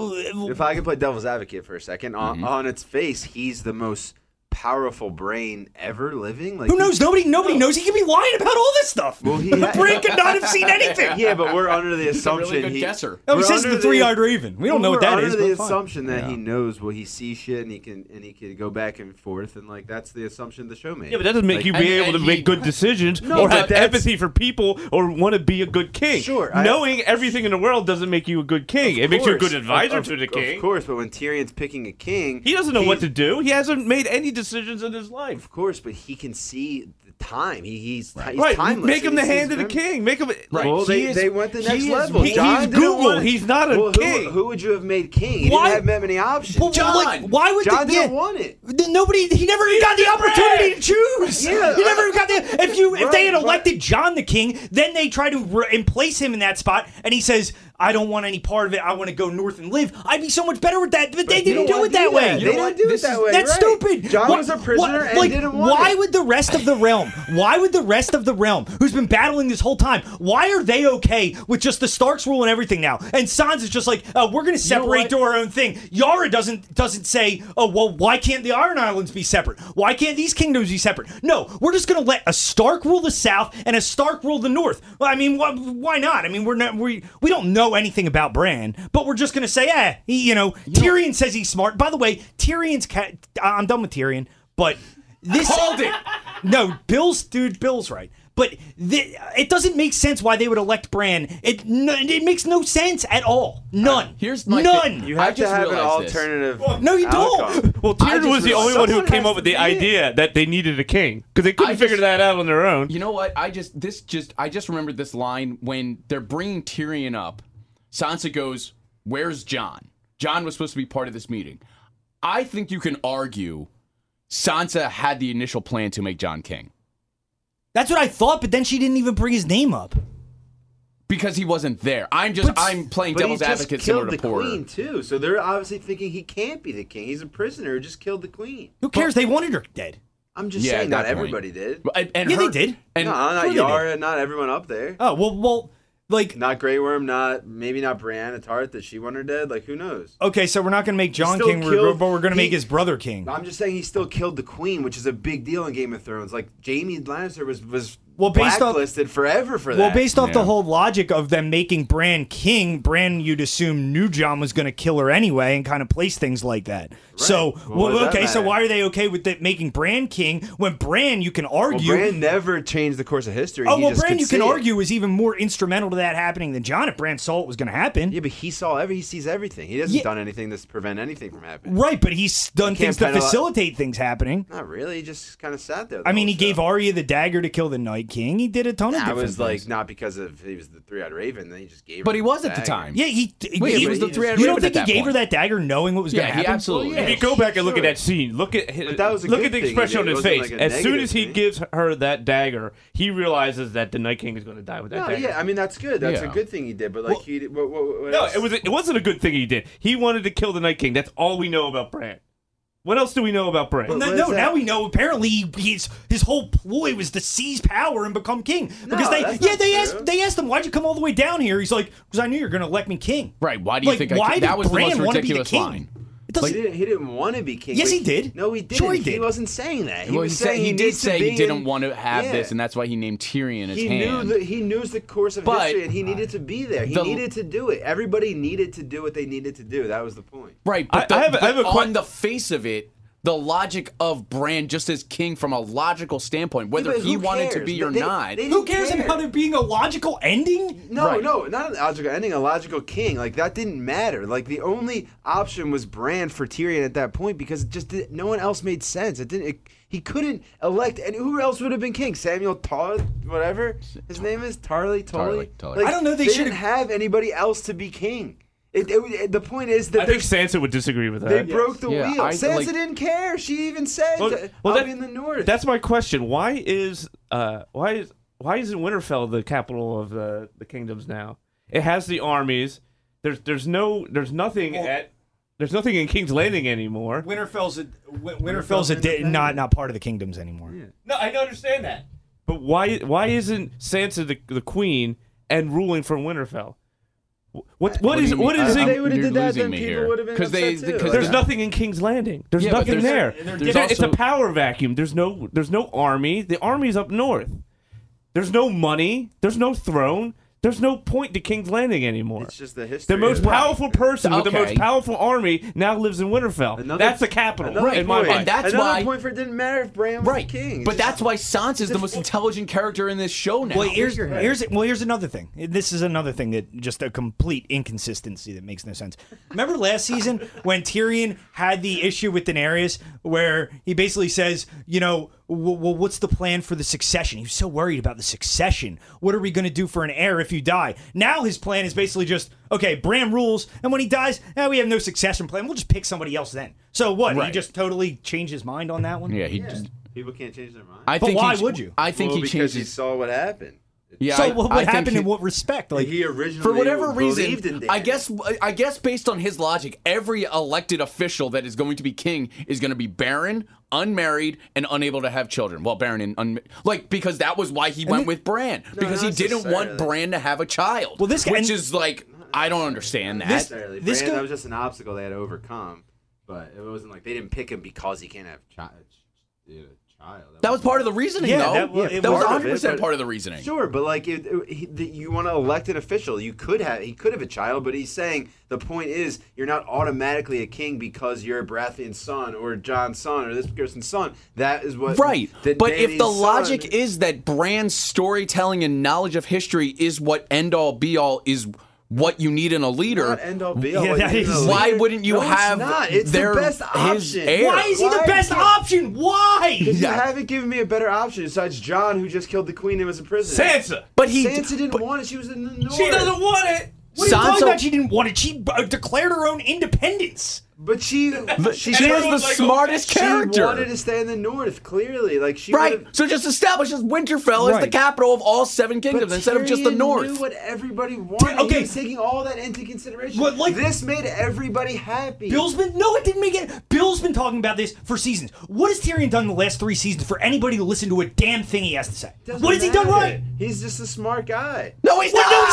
Speaker 2: if I could play devil's advocate for a 2nd
Speaker 3: Mm-hmm.
Speaker 2: on, on its face, he's the most powerful brain ever living. Like
Speaker 5: who
Speaker 2: he-
Speaker 5: knows? Nobody nobody knows. He could be lying about all this stuff.
Speaker 2: Well, he-
Speaker 5: Bram could not have seen anything.
Speaker 2: Yeah, but we're under the
Speaker 3: a really
Speaker 2: assumption
Speaker 3: good
Speaker 2: he-
Speaker 3: guesser.
Speaker 5: Oh, he
Speaker 2: we're
Speaker 5: says the
Speaker 2: under
Speaker 5: three-eyed raven. We don't know
Speaker 2: we're
Speaker 5: what that
Speaker 2: under
Speaker 5: is,
Speaker 2: the
Speaker 5: but fine.
Speaker 2: assumption that he knows what he sees shit and he can and he can go back and forth and like that's the assumption the show made.
Speaker 4: Yeah, but that doesn't make
Speaker 2: Like,
Speaker 4: you be
Speaker 3: And-
Speaker 4: able
Speaker 3: and
Speaker 4: to make
Speaker 3: he-
Speaker 4: good decisions or
Speaker 2: but
Speaker 4: have
Speaker 2: that's-
Speaker 4: empathy for people or want to be a good king.
Speaker 2: Sure, I-
Speaker 4: Knowing everything in the world doesn't make you a good king. It makes you a
Speaker 2: course.
Speaker 4: good advisor
Speaker 2: Of-
Speaker 4: to the
Speaker 2: of-
Speaker 4: king.
Speaker 2: Of course, but when Tyrion's picking a king,
Speaker 4: He doesn't know what
Speaker 2: he's-
Speaker 4: to do. He hasn't made any decisions in his life.
Speaker 2: Of course, but he can see the time. He, he's, he's
Speaker 4: right.
Speaker 2: timeless.
Speaker 4: Make him the
Speaker 2: He's-
Speaker 4: hand of the
Speaker 2: he's-
Speaker 4: king. Make him
Speaker 3: Right.
Speaker 2: Well,
Speaker 3: He
Speaker 2: they,
Speaker 3: is-
Speaker 2: they went the
Speaker 3: he
Speaker 2: next
Speaker 3: is-
Speaker 2: level.
Speaker 4: he-
Speaker 2: John
Speaker 4: he's
Speaker 2: didn't
Speaker 4: Google.
Speaker 2: want-
Speaker 4: He's not a
Speaker 2: well, who-
Speaker 4: king.
Speaker 2: Who, would you have made king? He
Speaker 5: Why-
Speaker 2: didn't have that many options.
Speaker 5: Well,
Speaker 3: John-
Speaker 5: like, why would
Speaker 2: John
Speaker 5: they,
Speaker 2: didn't
Speaker 5: yeah.
Speaker 2: want it.
Speaker 5: Th- Nobody, he never even got the opportunity to choose.
Speaker 2: Yeah.
Speaker 5: he never got the. If you, if they
Speaker 2: Right,
Speaker 5: had
Speaker 2: right.
Speaker 5: elected John the king, then they try to re- replace him in that spot, and he says, I don't want any part of it. I want to go north and live. I'd be so much better with that, but, they
Speaker 2: didn't
Speaker 5: didn't do
Speaker 2: wanna
Speaker 5: it that
Speaker 2: do
Speaker 5: way.
Speaker 2: that. They didn't
Speaker 5: What?
Speaker 2: do it
Speaker 5: This
Speaker 2: that
Speaker 5: is-
Speaker 2: way,
Speaker 5: That's
Speaker 2: right.
Speaker 5: stupid.
Speaker 2: John
Speaker 5: What-
Speaker 2: was a prisoner
Speaker 5: what-
Speaker 2: and
Speaker 5: like,
Speaker 2: didn't want
Speaker 5: Why
Speaker 2: it.
Speaker 5: would the rest of the realm? Why would the rest of the realm, who's been battling this whole time, why are they okay with just the Starks rule and everything now? And Sans is just like, uh, we're gonna separate,
Speaker 3: what?
Speaker 5: do our own thing. Yara doesn't doesn't say, oh well, why can't the Iron Islands be separate? Why can't these kingdoms be separate? No, we're just gonna let a Stark rule the South and a Stark rule the North. Well, I mean, wh- why not? I mean, we're not we we don't know anything about Bran, but we're just gonna say, eh, he, you know, Tyrion says he's smart. By the way, Tyrion's cat. I'm done with Tyrion, but this
Speaker 3: Called it.
Speaker 5: no, Bill's dude, Bill's right. But th- it doesn't make sense why they would elect Bran. It no, it makes no sense at all. None.
Speaker 3: Uh, here's my
Speaker 5: none.
Speaker 3: thing.
Speaker 2: You
Speaker 3: I
Speaker 2: have to
Speaker 3: just
Speaker 2: have an
Speaker 3: realized this.
Speaker 2: alternative.
Speaker 5: no, you
Speaker 2: outcome.
Speaker 5: don't.
Speaker 4: Well,
Speaker 3: I
Speaker 4: Tyrion
Speaker 3: just
Speaker 4: was the
Speaker 3: realized-
Speaker 4: only one who
Speaker 2: Someone
Speaker 4: came
Speaker 2: has
Speaker 4: up with
Speaker 2: to be
Speaker 4: the
Speaker 2: it.
Speaker 4: idea that they needed a king because they couldn't
Speaker 3: I
Speaker 4: figure
Speaker 3: just-
Speaker 4: that out on their own.
Speaker 3: You know what? I just this just I just remembered this line when they're bringing Tyrion up. Sansa goes, "Where's John? John was supposed to be part of this meeting." I think you can argue Sansa had the initial plan to make John king
Speaker 5: That's what I thought, but then she didn't even bring his name up.
Speaker 3: because he wasn't there. I'm just I'm playing
Speaker 2: But he
Speaker 3: devil's
Speaker 2: just
Speaker 3: advocate similar
Speaker 2: killed
Speaker 3: to
Speaker 2: the
Speaker 3: Porter.
Speaker 2: queen too, so they're obviously thinking he can't be the king. He's a prisoner who just killed the queen.
Speaker 5: Who cares? they wanted her dead.
Speaker 2: I'm just
Speaker 3: Yeah,
Speaker 2: saying,
Speaker 3: at
Speaker 2: not
Speaker 3: that point.
Speaker 2: everybody did.
Speaker 3: And, and
Speaker 5: Yeah, they
Speaker 3: her-
Speaker 5: did.
Speaker 3: And
Speaker 2: no, not
Speaker 5: sure they did.
Speaker 2: Yara, not everyone up there.
Speaker 5: Oh well, well, like
Speaker 2: Not Grey Worm, not maybe not Brianna Tart that she won her dead. Like who knows?
Speaker 5: okay, so we're not gonna make John
Speaker 2: still
Speaker 5: king, we're-
Speaker 2: killed-
Speaker 5: but we're gonna make
Speaker 2: he-
Speaker 5: his brother king.
Speaker 2: I'm just saying he still killed the queen, which is a big deal in Game of Thrones. Like Jamie Lannister was was
Speaker 5: Well, based off-
Speaker 2: blacklisted forever for that.
Speaker 5: Well, based off
Speaker 3: Yeah.
Speaker 5: the whole logic of them making Bran king, Bran, you'd assume knew John was going to kill her anyway, and kind of place things like that. So,
Speaker 2: Well,
Speaker 5: well,
Speaker 2: what does that
Speaker 5: okay, so
Speaker 2: matter?
Speaker 5: why are they okay with that making Bran king when Bran, you can
Speaker 2: well,
Speaker 5: argue.
Speaker 2: Bran never changed the course of history.
Speaker 5: Oh
Speaker 2: He
Speaker 5: well,
Speaker 2: just
Speaker 5: Bran,
Speaker 2: could
Speaker 5: you can
Speaker 2: see it.
Speaker 5: argue is even more instrumental to that happening than John. If Bran saw it was going to happen,
Speaker 2: Yeah, but he saw every. He sees everything. He hasn't
Speaker 5: Yeah.
Speaker 2: done anything to prevent anything from happening.
Speaker 5: right? But he's done
Speaker 2: can't
Speaker 5: things to
Speaker 2: penalize-
Speaker 5: facilitate things happening.
Speaker 2: Not really. He just kind of sat there. the
Speaker 5: I mean,
Speaker 2: whole
Speaker 5: he gave
Speaker 2: show.
Speaker 5: Arya the dagger to kill the Night King. He did a ton of
Speaker 2: Oh, That
Speaker 5: different
Speaker 2: was
Speaker 5: things.
Speaker 2: like not because of he was the three eyed raven. Then he just gave. her
Speaker 3: But he
Speaker 2: the
Speaker 3: was at the
Speaker 2: dagger.
Speaker 3: time.
Speaker 5: yeah, he.
Speaker 3: Wait,
Speaker 5: he
Speaker 3: it was the three-eyed raven
Speaker 5: You don't
Speaker 3: at
Speaker 5: think he
Speaker 3: that
Speaker 5: gave her
Speaker 3: point.
Speaker 5: that dagger knowing what was
Speaker 3: Yeah,
Speaker 5: going to
Speaker 3: he
Speaker 5: happen?
Speaker 3: absolutely.
Speaker 2: Well,
Speaker 4: If
Speaker 2: yeah.
Speaker 4: you go back and look
Speaker 2: Sure.
Speaker 4: at that scene, look at his,
Speaker 2: that was a
Speaker 4: look
Speaker 2: good
Speaker 4: at the
Speaker 2: thing he
Speaker 4: expression
Speaker 2: did.
Speaker 4: on
Speaker 2: It
Speaker 4: his
Speaker 2: wasn't
Speaker 4: face.
Speaker 2: like a
Speaker 4: as soon
Speaker 2: negative
Speaker 4: as he
Speaker 2: thing.
Speaker 4: gives her that dagger, he realizes that the Night King is going to die with that
Speaker 2: No,
Speaker 4: dagger.
Speaker 2: yeah. I mean, that's good. That's
Speaker 3: Yeah.
Speaker 2: a good thing he did. But like
Speaker 4: Well-
Speaker 2: he. did- What, what, what
Speaker 4: No,
Speaker 2: else?
Speaker 4: it was it wasn't a good thing he did. He wanted to kill the Night King. That's all we know about Bran. What else do we know about Bran?
Speaker 2: But-
Speaker 5: No,
Speaker 2: What is
Speaker 5: no
Speaker 2: that?
Speaker 5: now we know. Apparently, he- his his whole ploy was to seize power and become king. Because they,
Speaker 2: that's
Speaker 5: yeah,
Speaker 2: not
Speaker 5: they
Speaker 2: true.
Speaker 5: asked they asked him, "Why'd you come all the way down here?" He's like, "Because I knew you were going to elect me king."
Speaker 3: Right, why do you
Speaker 5: Like,
Speaker 3: think I
Speaker 5: why
Speaker 3: ca-
Speaker 5: did
Speaker 3: that was the
Speaker 5: Bran
Speaker 3: most
Speaker 5: wanna be the
Speaker 3: ridiculous
Speaker 5: king?
Speaker 3: line.
Speaker 5: It
Speaker 2: he
Speaker 5: doesn't.
Speaker 2: didn't. He didn't want to be king.
Speaker 5: Yes,
Speaker 2: Like,
Speaker 5: he did.
Speaker 2: No, he didn't.
Speaker 5: Sure he did.
Speaker 2: wasn't saying that. He
Speaker 3: Well,
Speaker 2: was
Speaker 3: he
Speaker 2: saying
Speaker 3: said he did
Speaker 2: needs
Speaker 3: say
Speaker 2: to be
Speaker 3: he didn't
Speaker 2: in-
Speaker 3: want to have
Speaker 2: Yeah.
Speaker 3: this, and that's why he named Tyrion as
Speaker 2: He knew
Speaker 3: hand.
Speaker 2: that he knew the course of
Speaker 3: But-
Speaker 2: history, and he needed to be there. He
Speaker 3: The-
Speaker 2: needed to do it. Everybody needed to do what they needed to do. That was the point.
Speaker 3: Right,
Speaker 4: I-
Speaker 3: but, the,
Speaker 4: I have a- I
Speaker 3: but
Speaker 4: have a que-
Speaker 3: on the face of it, the logic of Bran just as king from a logical standpoint, whether
Speaker 2: but
Speaker 3: he
Speaker 2: who
Speaker 3: wanted to
Speaker 2: cares?
Speaker 3: be
Speaker 2: They-
Speaker 3: or
Speaker 2: they-
Speaker 3: not.
Speaker 2: they
Speaker 5: Who
Speaker 2: didn't
Speaker 5: cares
Speaker 2: care.
Speaker 5: about it being a logical ending?
Speaker 2: No,
Speaker 3: Right.
Speaker 2: no, not an logical ending, a logical king. Like that didn't matter. Like the only option was Bran for Tyrion at that point because it just did, no one else made sense. It didn't. It, he couldn't elect, and who else would have been king? Samuel Tar, whatever his name is, Tarly, Tolly.
Speaker 3: Tarly, Tolly.
Speaker 5: I don't know, they
Speaker 2: didn't
Speaker 5: should've-
Speaker 2: have anybody else to be king. It, it, it- the point is that
Speaker 4: I think
Speaker 2: they,
Speaker 4: Sansa would disagree with that.
Speaker 2: they broke the
Speaker 3: Yeah,
Speaker 2: wheel.
Speaker 3: I-
Speaker 2: Sansa
Speaker 3: like-
Speaker 2: didn't care. She even said,
Speaker 4: Well,
Speaker 2: "I'll
Speaker 4: well, that-
Speaker 2: be in the north."
Speaker 4: That's my question. Why is uh why is why isn't Winterfell the capital of the the kingdoms now? It has the armies. There's there's no there's nothing at there's nothing in King's Landing anymore.
Speaker 5: Winterfell's a, Winterfell's, Winterfell's a di- not not part of the kingdoms anymore.
Speaker 4: No, I don't understand that. But why why isn't Sansa the, the queen and ruling from Winterfell? What what,
Speaker 3: What
Speaker 4: what
Speaker 3: do
Speaker 4: is
Speaker 3: you mean?
Speaker 4: what is
Speaker 2: If
Speaker 3: I-
Speaker 4: in
Speaker 2: they would have
Speaker 3: you're
Speaker 2: did that,
Speaker 3: losing
Speaker 2: then
Speaker 3: me
Speaker 2: people
Speaker 3: here.
Speaker 2: would have been
Speaker 3: 'Cause they-
Speaker 2: upset too.
Speaker 3: 'cause
Speaker 2: Like,
Speaker 4: There's
Speaker 3: Yeah.
Speaker 4: nothing in King's Landing. There's
Speaker 3: Yeah, but
Speaker 4: nothing there.
Speaker 3: there's- there's
Speaker 4: There- it's a
Speaker 3: also-
Speaker 4: power vacuum. There's no there's no army. The army's up north. There's no money. There's no throne. There's no point to King's Landing anymore.
Speaker 2: It's just the history.
Speaker 4: the most
Speaker 2: of it.
Speaker 4: powerful person with the most
Speaker 3: Okay.
Speaker 4: powerful army now lives in Winterfell.
Speaker 2: Another-
Speaker 4: That's the capital
Speaker 2: another
Speaker 4: in my
Speaker 2: point.
Speaker 4: mind.
Speaker 3: And that's
Speaker 2: another
Speaker 3: why-
Speaker 2: point for it didn't matter if Bran was
Speaker 3: Right,
Speaker 2: the king.
Speaker 3: but that's why Sansa is the most intelligent character in this show now.
Speaker 5: Well, here's
Speaker 2: figurehead.
Speaker 5: here's well here's another thing. This is another thing that just a complete inconsistency that makes no sense. Remember last season when Tyrion had the issue with Daenerys, where he basically says, you know, well, well what's the plan for the succession? He was so worried about the succession. What are we going to do for an heir if you die? Now his plan is basically just okay. Bram rules, and when he dies, eh, we have no succession plan. We'll just pick somebody else then. So what? He
Speaker 3: Right.
Speaker 5: just totally changed his mind on that one.
Speaker 3: yeah, he just.
Speaker 2: people can't change their mind.
Speaker 3: I
Speaker 5: But
Speaker 3: think he
Speaker 5: why
Speaker 3: ch-
Speaker 5: would you?
Speaker 3: I think
Speaker 2: well,
Speaker 3: he
Speaker 2: because he
Speaker 3: changes.
Speaker 2: saw what happened.
Speaker 3: Yeah,
Speaker 5: so
Speaker 3: I-
Speaker 5: what,
Speaker 3: I
Speaker 5: what
Speaker 3: think
Speaker 5: happened
Speaker 3: he-
Speaker 5: in what respect? Like
Speaker 2: he originally
Speaker 3: for whatever
Speaker 2: believed in
Speaker 3: reason,
Speaker 2: Dan.
Speaker 3: I guess I guess based on his logic, every elected official that is going to be king is going to be barren, unmarried, and unable to have children. Well, barren and un- like because that was why he went with Bran because he
Speaker 2: not
Speaker 3: didn't want
Speaker 2: necessarily.
Speaker 3: Bran to have a child.
Speaker 5: Well, this guy-
Speaker 3: which
Speaker 5: and-
Speaker 3: is like I don't understand that.
Speaker 5: This-
Speaker 2: necessarily.
Speaker 5: This
Speaker 2: Brand,
Speaker 5: guy-
Speaker 2: that was just an obstacle they had to overcome. But it wasn't like they didn't pick him because he can't have uh, child. child.
Speaker 3: that was part of the reasoning,
Speaker 5: Yeah,
Speaker 3: though.
Speaker 5: that was- it
Speaker 3: that was
Speaker 5: was-
Speaker 3: 100 percent
Speaker 2: but-
Speaker 3: part of the reasoning.
Speaker 2: Sure, but like it, it- he, the, you want to elect an official, you could have he could have a child, but he's saying the point is you're not automatically a king because you're a Baratheon's son or John's son or this person's son. That is what
Speaker 3: Right.
Speaker 2: that
Speaker 3: But if
Speaker 2: Dany's
Speaker 3: the
Speaker 2: son-
Speaker 3: logic is that brand storytelling and knowledge of history is what end all be all is what you need in a leader,
Speaker 2: not end all be all,
Speaker 5: Yeah,
Speaker 2: like,
Speaker 5: that
Speaker 2: you know,
Speaker 5: is-
Speaker 3: why
Speaker 2: leader-
Speaker 3: wouldn't you
Speaker 2: No,
Speaker 3: have
Speaker 2: It's, not. it's
Speaker 3: their-
Speaker 2: the best
Speaker 3: his
Speaker 2: option.
Speaker 3: heir?
Speaker 5: why is he the
Speaker 2: Why
Speaker 5: best
Speaker 2: is he-
Speaker 5: option? Why?
Speaker 2: You haven't given me a better option besides John, who just killed the queen and was a prisoner.
Speaker 4: Sansa.
Speaker 3: but he
Speaker 2: Sansa didn't want it. She was in the north.
Speaker 4: She doesn't want it.
Speaker 5: What are you talking
Speaker 3: Sansa-
Speaker 5: about? She didn't want it. She uh, declared her own independence.
Speaker 2: But she, she,
Speaker 3: she was the
Speaker 4: like,
Speaker 3: smartest
Speaker 2: she
Speaker 3: character.
Speaker 2: wanted to stay in the north. Clearly, like she
Speaker 3: right.
Speaker 2: would've-
Speaker 3: So just establish as Winterfell as the
Speaker 5: Right.
Speaker 3: capital of all seven
Speaker 2: But
Speaker 3: kingdoms instead of just the
Speaker 2: Tyrion
Speaker 3: north.
Speaker 2: Knew what everybody wanted.
Speaker 5: okay.
Speaker 2: he was taking all that into consideration.
Speaker 5: But, like-
Speaker 2: this made everybody happy.
Speaker 5: Bill's been no, it didn't make it. Bill's been talking about this for seasons. What has Tyrion done in the last three seasons for anybody to listen to a damn thing he has to say?
Speaker 2: Doesn't
Speaker 5: what has he done
Speaker 2: matter. Ah!
Speaker 5: right?
Speaker 2: He's just a smart guy.
Speaker 3: no, he's
Speaker 5: Well,
Speaker 3: not.
Speaker 5: no,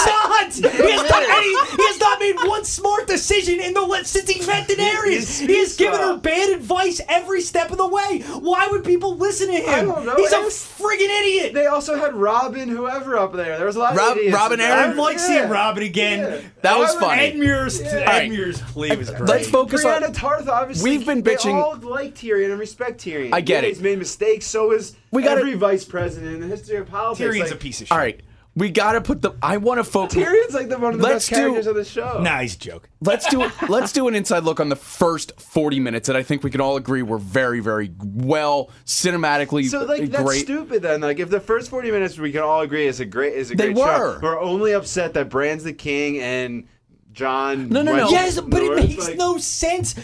Speaker 5: he's not. He has not, any, he has not made one smart decision in the le- since he met Daenerys.
Speaker 2: He's-
Speaker 5: He has
Speaker 2: he's
Speaker 5: given her
Speaker 2: not.
Speaker 5: bad advice every step of the way. Why would people listen to him?
Speaker 2: I don't know.
Speaker 5: He's a
Speaker 2: It was-
Speaker 5: friggin' idiot.
Speaker 2: They also had Robin, whoever up there. There was a lot
Speaker 3: Rob-
Speaker 2: of idiots.
Speaker 3: Robin
Speaker 2: in
Speaker 3: Aaron?
Speaker 5: I
Speaker 2: there.
Speaker 5: would like
Speaker 2: Yeah.
Speaker 5: seeing Robin again.
Speaker 2: Yeah.
Speaker 3: That was
Speaker 2: Why would
Speaker 3: funny.
Speaker 5: Ed Muir's,
Speaker 3: right.
Speaker 5: Ed Muir's plea was great.
Speaker 3: Let's focus on.
Speaker 2: Brianna Tarth, obviously.
Speaker 3: We've been bitching-
Speaker 2: They all like Tyrion and respect Tyrion.
Speaker 3: I get
Speaker 2: yeah,
Speaker 3: it.
Speaker 2: He's made mistakes. So is
Speaker 3: We gotta-
Speaker 2: every vice president in the history of politics.
Speaker 5: Tyrion's
Speaker 2: like,
Speaker 5: a piece of shit.
Speaker 3: all right, we gotta put the. I want to focus.
Speaker 2: Tyrion's like the one of the
Speaker 3: Let's
Speaker 2: best characters
Speaker 3: do-
Speaker 2: of the show.
Speaker 5: Nah, he's a joke.
Speaker 3: Let's do let's do an inside look on the first 40 minutes that I think we can all agree were very very well cinematically
Speaker 2: So like that's
Speaker 3: great.
Speaker 2: stupid then. Like if the first forty minutes we can all agree is a great is a
Speaker 3: They
Speaker 2: great show,
Speaker 3: were.
Speaker 2: We're only upset that Bran's the king and John.
Speaker 3: No, no, no.
Speaker 2: went
Speaker 5: Yes, but it
Speaker 2: north,
Speaker 5: makes
Speaker 2: like-
Speaker 5: no sense.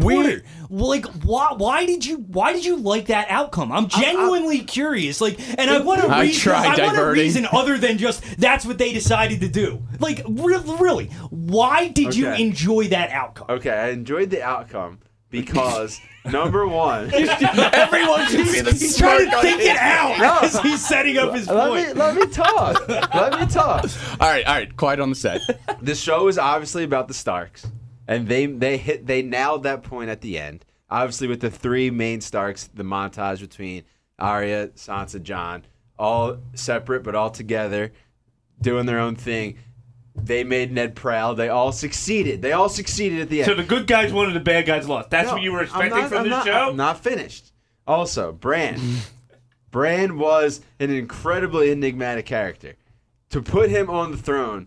Speaker 5: Porter, like why why did you why did you like that outcome? I'm genuinely curious. Like and I want to
Speaker 3: I
Speaker 5: reason,
Speaker 3: tried
Speaker 5: I want a
Speaker 3: diverting.
Speaker 5: reason other than just that's what they decided to do. Like re- really, why did you
Speaker 2: Okay.
Speaker 5: enjoy that outcome?
Speaker 2: Okay, I enjoyed the outcome because number one.
Speaker 3: Everyone should see the
Speaker 5: He's trying to
Speaker 3: smirk on
Speaker 5: think
Speaker 3: his-
Speaker 5: it out as he's setting up his
Speaker 2: Let
Speaker 5: point.
Speaker 2: me let me talk. let me talk.
Speaker 3: All right, all right, quiet on the set.
Speaker 2: The show is obviously about the Starks, and they they hit they nailed that point at the end. Obviously, with the three main Starks, the montage between Arya, Sansa, John, all separate but all together, doing their own thing. They made Ned proud. They all succeeded. They all succeeded at the end.
Speaker 4: So the good guys won and the bad guys lost. That's
Speaker 2: No,
Speaker 4: what you were
Speaker 2: I'm
Speaker 4: expecting
Speaker 2: not-
Speaker 4: from
Speaker 2: I'm
Speaker 4: this
Speaker 2: not-
Speaker 4: show?
Speaker 2: I'm not finished. Also, Bran. Bran was an incredibly enigmatic character. To put him on the throne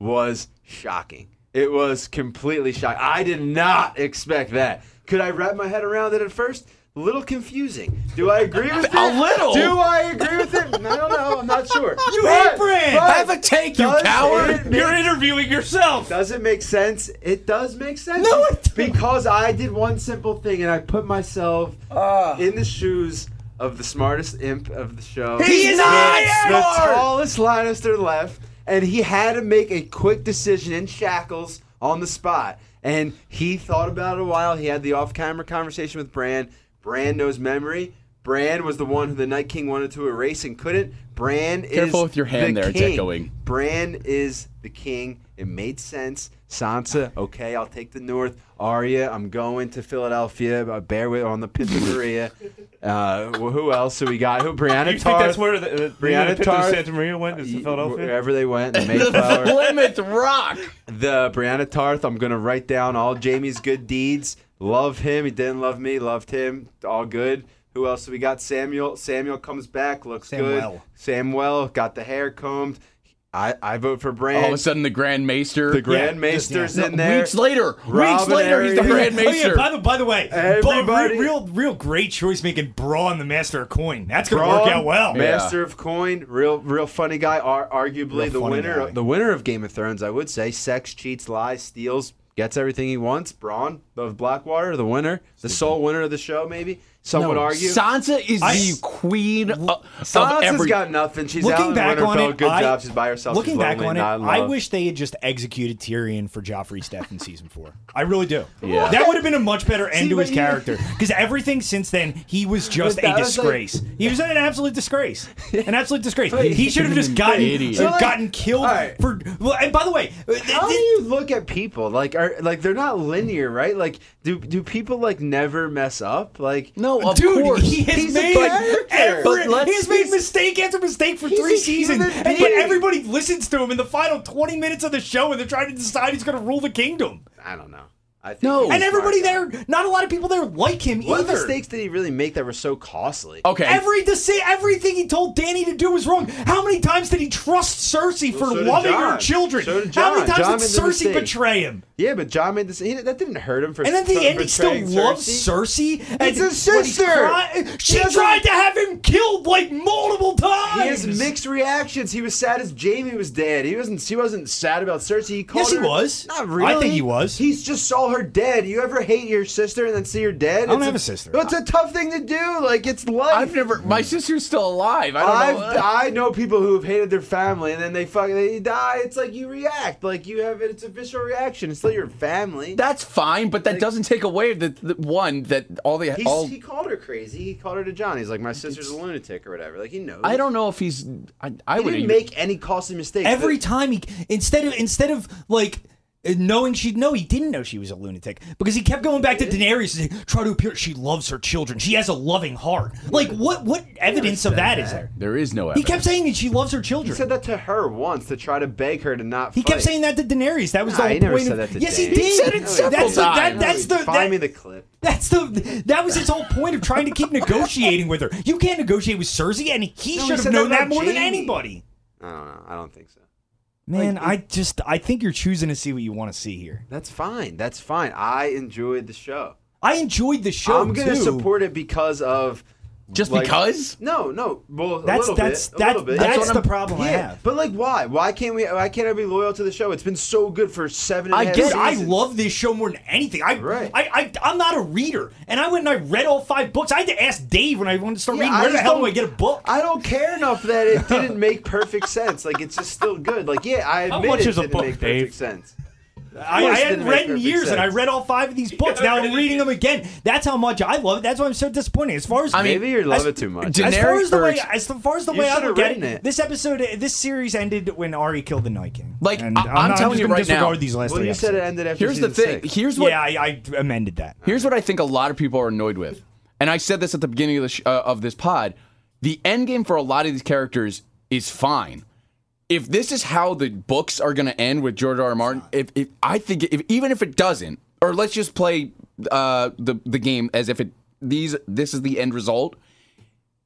Speaker 2: was shocking. It was completely shocking. I did not expect that. Could I wrap my head around it at first? A little confusing. Do I agree with it?
Speaker 3: A little?
Speaker 2: Do I agree with it? I don't know. I'm not sure. You
Speaker 5: hate Bran.
Speaker 3: Have a take, you coward.
Speaker 4: You're interviewing yourself.
Speaker 2: Does it make sense? It does make sense.
Speaker 5: No, it
Speaker 2: because I did one simple thing, and I put myself
Speaker 5: Ah.
Speaker 2: in the shoes of the smartest imp of the show.
Speaker 5: He is
Speaker 2: the,
Speaker 5: not
Speaker 2: the
Speaker 5: smart!
Speaker 2: tallest Lannister left, and he had to make a quick decision in shackles on the spot. And he thought about it a while. He had the off-camera conversation with Bran. Bran knows memory. Bran was the one who the Night King wanted to erase and couldn't. Bran
Speaker 3: Careful
Speaker 2: is
Speaker 3: with your hand
Speaker 2: the
Speaker 3: there, it's
Speaker 2: king.
Speaker 3: echoing.
Speaker 2: Bran is the king. It made sense. Sansa, okay, I'll take the North. Arya, I'm going to Philadelphia. Uh, bear with on the Pittsburgh. uh, wh- who else do we got? Who? Brianna
Speaker 4: You think
Speaker 2: Tarth.
Speaker 4: that's where the, the
Speaker 2: Brianna
Speaker 4: Brianna the
Speaker 2: Tarth.
Speaker 4: Santa Maria went? Is to
Speaker 2: Y-
Speaker 4: Philadelphia?
Speaker 2: Wherever they went, the
Speaker 3: the
Speaker 2: Mayflower.
Speaker 3: Plymouth Rock.
Speaker 2: the Brianna Tarth. I'm gonna write down all Jamie's good deeds. Love him. He didn't love me. Loved him. All good. Who else do we got? Samuel. Samuel comes back. Looks
Speaker 5: Samuel.
Speaker 2: good. Samuel got the hair combed. I, I vote for Bran.
Speaker 3: All of a sudden, the Grand Maester.
Speaker 2: The Grand
Speaker 5: Yeah, just-
Speaker 2: Maester's
Speaker 5: yeah.
Speaker 2: in there.
Speaker 3: Weeks later, weeks
Speaker 2: Robin
Speaker 3: later, he's the
Speaker 2: Arya.
Speaker 3: Grand
Speaker 5: Oh yeah,
Speaker 3: Maester.
Speaker 5: by the by the way, but
Speaker 2: Everybody-
Speaker 5: re- real real great choice making Braun the master of coin. That's gonna
Speaker 2: Braun,
Speaker 5: work out well.
Speaker 2: Master of Coin, real real funny guy, ar- arguably
Speaker 5: Real
Speaker 2: the
Speaker 5: funny
Speaker 2: winner
Speaker 5: guy.
Speaker 2: the winner of Game of Thrones, I would say. Sex, cheats, lies, steals, gets everything he wants. Braun of Blackwater, the winner, the sole winner of the show maybe. Some would argue.
Speaker 3: Sansa is
Speaker 5: I-
Speaker 3: the queen of, of
Speaker 2: Sansa's
Speaker 3: every.
Speaker 2: got nothing. She's out
Speaker 5: looking
Speaker 2: in
Speaker 5: back on
Speaker 2: Winterfell.
Speaker 5: it,
Speaker 2: Good
Speaker 5: I,
Speaker 2: job. She's by herself.
Speaker 5: Looking
Speaker 2: She's
Speaker 5: back
Speaker 2: lonely,
Speaker 5: on it,
Speaker 2: not in
Speaker 5: I
Speaker 2: love.
Speaker 5: wish they had just executed Tyrion for Joffrey's death in season four. I really do.
Speaker 2: Yeah.
Speaker 5: that would have been a much better end
Speaker 2: See,
Speaker 5: to
Speaker 2: but
Speaker 5: his
Speaker 2: you-
Speaker 5: character because everything since then he was just
Speaker 2: But
Speaker 5: a
Speaker 2: that was like-
Speaker 5: disgrace. he was an absolute disgrace, an absolute disgrace. he should have just gotten
Speaker 3: Idiot. So,
Speaker 2: like-
Speaker 5: gotten killed
Speaker 2: all right.
Speaker 5: for. Well, and by the way, th-
Speaker 2: How do
Speaker 5: th-
Speaker 2: you look at people? Like, are like they're not linear, right? Like, do do people like never mess up? Like,
Speaker 3: No, of
Speaker 5: Dude,
Speaker 3: course.
Speaker 5: he has
Speaker 2: He's a
Speaker 5: made
Speaker 2: character.
Speaker 5: every,
Speaker 2: But let's-
Speaker 5: he has made
Speaker 2: he's-
Speaker 5: mistake after mistake for
Speaker 2: He's
Speaker 5: three
Speaker 2: a human
Speaker 5: seasons, and yet
Speaker 2: being.
Speaker 5: everybody listens to him in the final twenty minutes of the show, and they're trying to decide who's going to rule the kingdom.
Speaker 2: I don't know. I think
Speaker 3: No.
Speaker 2: he's
Speaker 5: And everybody
Speaker 2: smart,
Speaker 5: there, not a lot of people there like him
Speaker 2: though. What
Speaker 5: either.
Speaker 2: mistakes did he really make that were so costly?
Speaker 5: Oh.
Speaker 3: Okay.
Speaker 5: Every deci- everything he told Danny to do was wrong. How many times did he trust Cersei
Speaker 2: Well,
Speaker 5: for
Speaker 2: so did
Speaker 5: loving her
Speaker 2: Jon.
Speaker 5: children?
Speaker 2: So did
Speaker 5: How many
Speaker 2: Jon.
Speaker 5: times
Speaker 2: Jon
Speaker 5: did
Speaker 2: made the
Speaker 5: Cersei
Speaker 2: mistake.
Speaker 5: between him?
Speaker 2: Yeah, but John made this. He, that didn't hurt him for.
Speaker 5: And then at
Speaker 2: for
Speaker 5: the end, he still
Speaker 2: betraying
Speaker 5: loves
Speaker 2: Cersei.
Speaker 5: Cersei. And
Speaker 2: It's his
Speaker 5: when he's
Speaker 2: sister.
Speaker 5: cry- she
Speaker 2: He doesn't-
Speaker 5: tried to have him killed like multiple times.
Speaker 2: He has mixed reactions. He was sad as Jamie was dead. He wasn't. He wasn't sad about Cersei. He called
Speaker 5: Yes, he
Speaker 2: her-
Speaker 5: was. I
Speaker 2: Not
Speaker 5: think
Speaker 2: really.
Speaker 5: he was.
Speaker 2: He just saw her dead. You ever hate your sister and then see her dead? I
Speaker 5: don't have a sister.
Speaker 2: It's a tough thing to do. Like it's life.
Speaker 3: I've never. My
Speaker 5: Hmm.
Speaker 3: sister's still alive. I don't know.
Speaker 2: I've, I know people who've hated their family and then they fuck they die. It's like you react, like you have it's a visceral reaction. It's still your family.
Speaker 3: That's fine, but that doesn't take away the, the one that all the
Speaker 2: He's,
Speaker 3: all.
Speaker 2: he called her crazy. He called her to John. He's like, my sister's a lunatic or whatever. Like he knows.
Speaker 3: I don't know if he's. I, I
Speaker 2: He
Speaker 3: would
Speaker 2: didn't make any costly mistakes.
Speaker 5: every
Speaker 2: The-
Speaker 5: time he instead of instead of like knowing she'd know he didn't know she was a lunatic because he kept going back to Daenerys and saying, try to appear she loves her children she has a loving heart like what what evidence of that is there
Speaker 3: There is no
Speaker 5: he
Speaker 3: evidence.
Speaker 5: kept saying that she loves her
Speaker 2: He
Speaker 5: children
Speaker 2: said that to her once to try to beg her to not.
Speaker 5: he kept
Speaker 2: fight.
Speaker 5: saying that to Daenerys. That was
Speaker 2: Nah,
Speaker 5: the whole
Speaker 2: he never
Speaker 5: point.
Speaker 2: said
Speaker 5: of,
Speaker 2: that to
Speaker 5: yes, he
Speaker 2: Daenerys.
Speaker 5: did.
Speaker 2: He
Speaker 3: said it
Speaker 5: that's
Speaker 3: several
Speaker 5: the, that,
Speaker 3: times.
Speaker 5: that's the
Speaker 2: Find
Speaker 5: that-
Speaker 2: me the clip.
Speaker 5: That's the that was its whole point of trying to keep negotiating with her. You can't negotiate with Cersei, and he
Speaker 2: No, he
Speaker 5: should have
Speaker 2: said
Speaker 5: known
Speaker 2: that
Speaker 5: that
Speaker 2: about
Speaker 5: more than
Speaker 2: Jaime.
Speaker 5: anybody.
Speaker 2: I don't know. I don't think so.
Speaker 5: Man, I just I think you're choosing to see what you want to see here.
Speaker 2: That's fine. That's fine. I enjoyed the show.
Speaker 5: I enjoyed the show.
Speaker 2: I'm gonna
Speaker 5: too.
Speaker 2: support it because of
Speaker 3: Just
Speaker 2: like-
Speaker 3: because?
Speaker 2: No, no. Well,
Speaker 5: That's
Speaker 2: a little
Speaker 5: that's
Speaker 2: bit, a
Speaker 5: that's
Speaker 2: little bit.
Speaker 5: that's,
Speaker 3: That's what
Speaker 5: the
Speaker 3: I'm-
Speaker 5: problem I
Speaker 2: Yeah,
Speaker 5: have.
Speaker 2: but like, why? Why can't we? Why can't I be loyal to the show? It's been so good for seven. And
Speaker 3: I
Speaker 2: a half
Speaker 3: get-
Speaker 5: Dude, I
Speaker 2: seasons.
Speaker 5: love this show more than anything. I,
Speaker 2: Right.
Speaker 5: I, I, I'm not a reader, and I went and I read all five books. I had to ask Dave when I wanted to start
Speaker 2: Yeah,
Speaker 5: reading. Where the
Speaker 2: just
Speaker 5: hell do
Speaker 2: don't-
Speaker 5: I get a book?
Speaker 2: I don't care enough that it didn't make perfect sense. Like, it's just still good. Like, yeah, I admit
Speaker 4: much
Speaker 2: it
Speaker 4: is a
Speaker 2: didn't
Speaker 4: book,
Speaker 2: make
Speaker 4: Dave?
Speaker 2: perfect sense.
Speaker 5: I, I
Speaker 2: course
Speaker 5: hadn't
Speaker 2: didn't make
Speaker 5: read in
Speaker 2: perfect
Speaker 5: years, and I
Speaker 2: sense.
Speaker 5: read all five of these books. now I'm reading them again. That's how much I love it. That's why I'm so disappointed. As far as
Speaker 3: I mean,
Speaker 2: Maybe you love
Speaker 3: as-
Speaker 2: it too much.
Speaker 3: Daenerys-
Speaker 5: as far as the way,
Speaker 3: Generic
Speaker 5: as far as the way I
Speaker 2: should've
Speaker 5: look at it,
Speaker 2: written it.
Speaker 5: this episode, this series ended when Ari killed the Night King.
Speaker 3: Like,
Speaker 5: and
Speaker 3: I- I'm
Speaker 5: not-
Speaker 3: telling
Speaker 5: just
Speaker 3: you
Speaker 5: gonna
Speaker 3: right now-
Speaker 5: disregard These last
Speaker 2: well,
Speaker 5: three
Speaker 2: you said it
Speaker 5: episodes.
Speaker 2: ended after
Speaker 3: Here's the
Speaker 2: season
Speaker 3: thing.
Speaker 2: six.
Speaker 3: Here's what.
Speaker 5: yeah, I, I amended that.
Speaker 3: Here's what I think a lot of people are annoyed with, and I said this at the beginning of the sh- uh, of this pod. The end game for a lot of these characters is fine. If this is how the books are going to end with George R. R. Martin, if, if I think if, even if it doesn't, or let's just play uh, the the game as if it these this is the end result.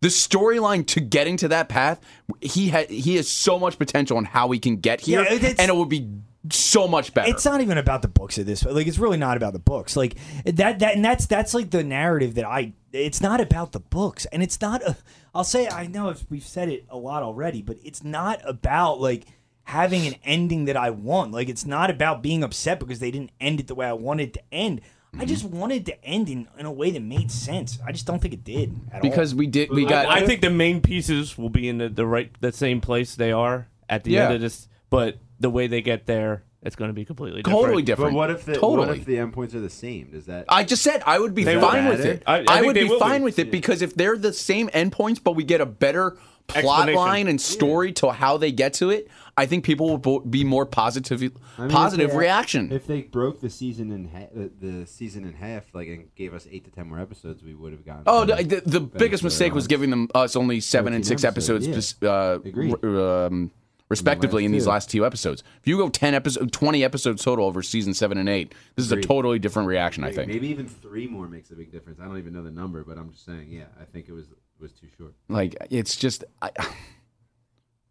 Speaker 3: The storyline to getting to that path, he had he has so much potential on how he can get here,
Speaker 5: Yeah, it's-
Speaker 3: and it would be so much better.
Speaker 5: It's not even about the books at this. Like, it's really not about the books. Like that, that, and that's that's like the narrative that I. It's not about the books, and it's not. A, I'll say I know if we've said it a lot already, but it's not about like having an ending that I want. Like, it's not about being upset because they didn't end it the way I wanted it to end.
Speaker 3: Mm-hmm.
Speaker 5: I just wanted to end in, in a way that made sense. I just don't think it did at all.
Speaker 3: because we did we got
Speaker 4: I think the main pieces will be in the, the right the same place they are at the end
Speaker 3: Yeah.
Speaker 4: of this, but the way they get there, it's going to be completely different.
Speaker 3: totally
Speaker 2: But
Speaker 3: different.
Speaker 2: what if the
Speaker 3: totally?
Speaker 2: what if the endpoints are the same? Does that?
Speaker 3: I just said I would be
Speaker 4: They
Speaker 3: fine
Speaker 4: will.
Speaker 3: with it.
Speaker 4: I- I
Speaker 3: I,
Speaker 4: think
Speaker 3: would
Speaker 4: they
Speaker 3: be
Speaker 4: will
Speaker 3: fine
Speaker 4: be.
Speaker 3: with it because if they're the same endpoints, but we get a better plot
Speaker 4: Explanation.
Speaker 3: line and story to how they get to it, I think people will bo- be more positive, positive reaction.
Speaker 2: If they broke the season in ha- the, the season in half, like and gave us eight to ten more episodes, we would have gotten.
Speaker 3: Oh,
Speaker 2: better-
Speaker 3: the, the, the
Speaker 2: better
Speaker 3: biggest
Speaker 2: story
Speaker 3: mistake was
Speaker 2: arcs.
Speaker 3: giving them us only seven and
Speaker 2: 13
Speaker 3: six episodes,
Speaker 2: episodes,
Speaker 3: uh,
Speaker 2: Agreed.
Speaker 3: r- um, respectively, in, these
Speaker 2: two.
Speaker 3: last two episodes. If you go ten episodes, twenty episodes total over season seven and eight, this is a
Speaker 2: Agreed.
Speaker 3: totally different reaction. I think.
Speaker 2: Maybe even three more makes a big difference. I don't even know the number, but I'm just saying. Yeah, I think it was was too short.
Speaker 3: Like it's just, I,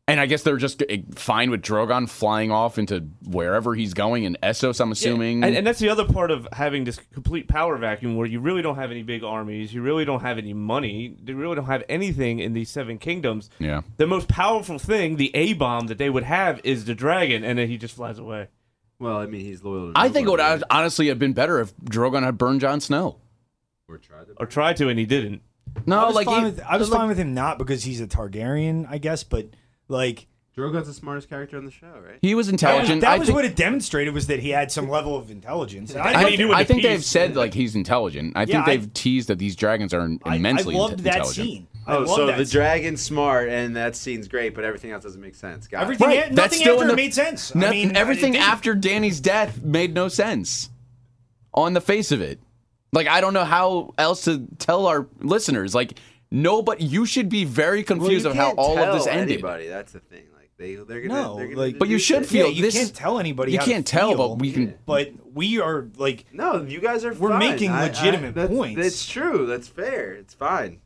Speaker 3: and I guess they're just eh, fine with Drogon flying off into wherever he's going and Essos. I'm assuming.
Speaker 4: And, and that's the other part of having this complete power vacuum where you really don't have any big armies, you really don't have any money, you really don't have anything in these seven kingdoms.
Speaker 3: Yeah.
Speaker 4: The most powerful thing, the A bomb that they would have is the dragon, and then he just flies away.
Speaker 2: Well, I mean, he's loyal. To
Speaker 3: I think it would
Speaker 2: nobody,
Speaker 3: hon- honestly have been better if Drogon had burned Jon Snow.
Speaker 2: Or tried to.
Speaker 4: or tried to, and he didn't.
Speaker 3: No,
Speaker 5: I was
Speaker 3: like
Speaker 5: fine
Speaker 3: he-
Speaker 5: with, I was
Speaker 3: like-
Speaker 5: fine with him not because he's a Targaryen, I guess, but like
Speaker 2: Drogo's the smartest character on the show, right?
Speaker 3: He was intelligent.
Speaker 5: that
Speaker 3: I
Speaker 5: was
Speaker 3: think,
Speaker 5: what it demonstrated was that he had some level of intelligence. And I,
Speaker 3: I,
Speaker 5: loved-
Speaker 4: he knew what
Speaker 3: I
Speaker 4: the
Speaker 3: think they've
Speaker 4: piece-
Speaker 3: said like he's intelligent. I think
Speaker 5: Yeah, I-
Speaker 3: they've teased that these dragons are
Speaker 5: I-
Speaker 3: immensely
Speaker 5: I loved
Speaker 3: inte-
Speaker 5: that
Speaker 3: intelligent.
Speaker 5: scene. I
Speaker 2: Oh,
Speaker 5: loved
Speaker 2: so
Speaker 5: that
Speaker 2: the
Speaker 5: scene.
Speaker 2: dragon's smart, and that scene's great, but everything else doesn't make sense. Got it.
Speaker 5: Everything,
Speaker 3: Right,
Speaker 5: nothing
Speaker 3: that's still
Speaker 5: after
Speaker 3: in the-
Speaker 5: it made sense. I
Speaker 3: Nothing-
Speaker 5: mean,
Speaker 3: everything
Speaker 5: it didn't.
Speaker 3: after Danny's death made no sense on the face of it. Like I don't know how else to tell our listeners. Like nobody, you should be very
Speaker 2: Well,
Speaker 3: confused
Speaker 2: you
Speaker 3: of how
Speaker 2: can't
Speaker 3: all of this
Speaker 2: tell
Speaker 3: ended.
Speaker 2: Anybody, that's the thing. Like they, they're gonna.
Speaker 5: No,
Speaker 2: they're gonna
Speaker 5: like-
Speaker 3: But you
Speaker 2: deduce
Speaker 3: should
Speaker 2: it.
Speaker 3: feel
Speaker 5: yeah, you
Speaker 3: this-
Speaker 5: can't tell anybody.
Speaker 3: you
Speaker 5: how to
Speaker 3: can't tell,
Speaker 5: feel,
Speaker 3: but we can-
Speaker 5: But we are like
Speaker 2: No, you guys are.
Speaker 5: We're
Speaker 2: fine.
Speaker 5: making
Speaker 2: I- I-
Speaker 5: legitimate
Speaker 2: that's-
Speaker 5: points.
Speaker 2: That's true. That's fair. It's fine.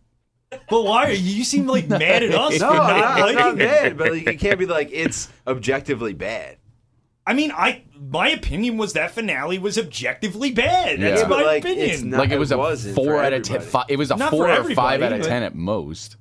Speaker 5: But why are you? You seem like mad at us
Speaker 2: No, I'm
Speaker 5: for not
Speaker 2: not, I'm
Speaker 5: liking
Speaker 2: not
Speaker 5: it.
Speaker 2: mad, but like, you can't be like it's objectively bad.
Speaker 5: I mean, I my opinion was that finale was objectively bad. That's
Speaker 3: Yeah,
Speaker 2: but,
Speaker 5: my
Speaker 2: like,
Speaker 5: opinion.
Speaker 2: it's not-
Speaker 3: Like it was a
Speaker 2: wasn't for
Speaker 3: four out of ten.
Speaker 2: everybody.
Speaker 3: fi- it was a
Speaker 5: Not
Speaker 3: four
Speaker 5: for
Speaker 3: or five
Speaker 5: everybody,
Speaker 3: out of
Speaker 5: but-
Speaker 3: ten at most.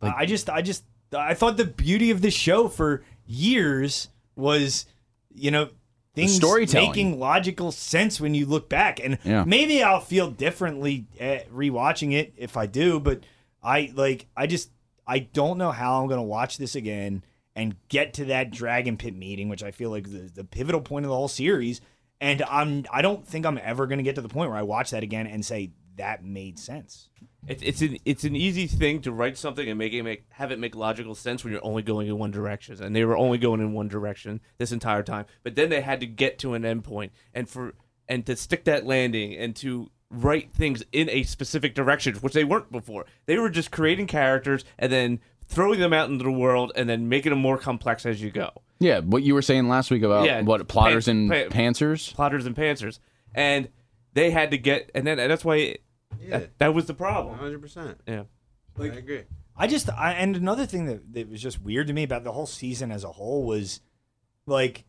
Speaker 3: like-
Speaker 5: I just, I just, I thought the beauty of the show for years was, you know, things
Speaker 3: storytelling.
Speaker 5: making logical sense when you look back, and
Speaker 3: Yeah.
Speaker 5: maybe I'll feel differently at rewatching it if I do. But I like, I just, I don't know how I'm gonna watch this again and get to that dragon pit meeting, which I feel like is the pivotal point of the whole series. And I'm, I don't think I'm ever gonna get to the point where I watch that again and say that made sense.
Speaker 4: It's it's an it's an easy thing to write something and make it make have it make logical sense when you're only going in one direction, and they were only going in one direction this entire time. But then they had to get to an endpoint, and for and to stick that landing and to write things in a specific direction, which they weren't before. They were just creating characters and then throwing them out into the world and then making them more complex as you go.
Speaker 3: Yeah, what you were saying last week about
Speaker 4: Yeah,
Speaker 3: what plotters
Speaker 4: pan-
Speaker 3: and
Speaker 4: pan-
Speaker 3: pantsers.
Speaker 4: Plotters and pantsers, and they had to get and then and that's why it,
Speaker 2: Yeah,
Speaker 4: that was the problem.
Speaker 2: hundred percent.
Speaker 4: Yeah.
Speaker 2: I agree.
Speaker 5: I just I, and another thing that, that was just weird to me about the whole season as a whole was like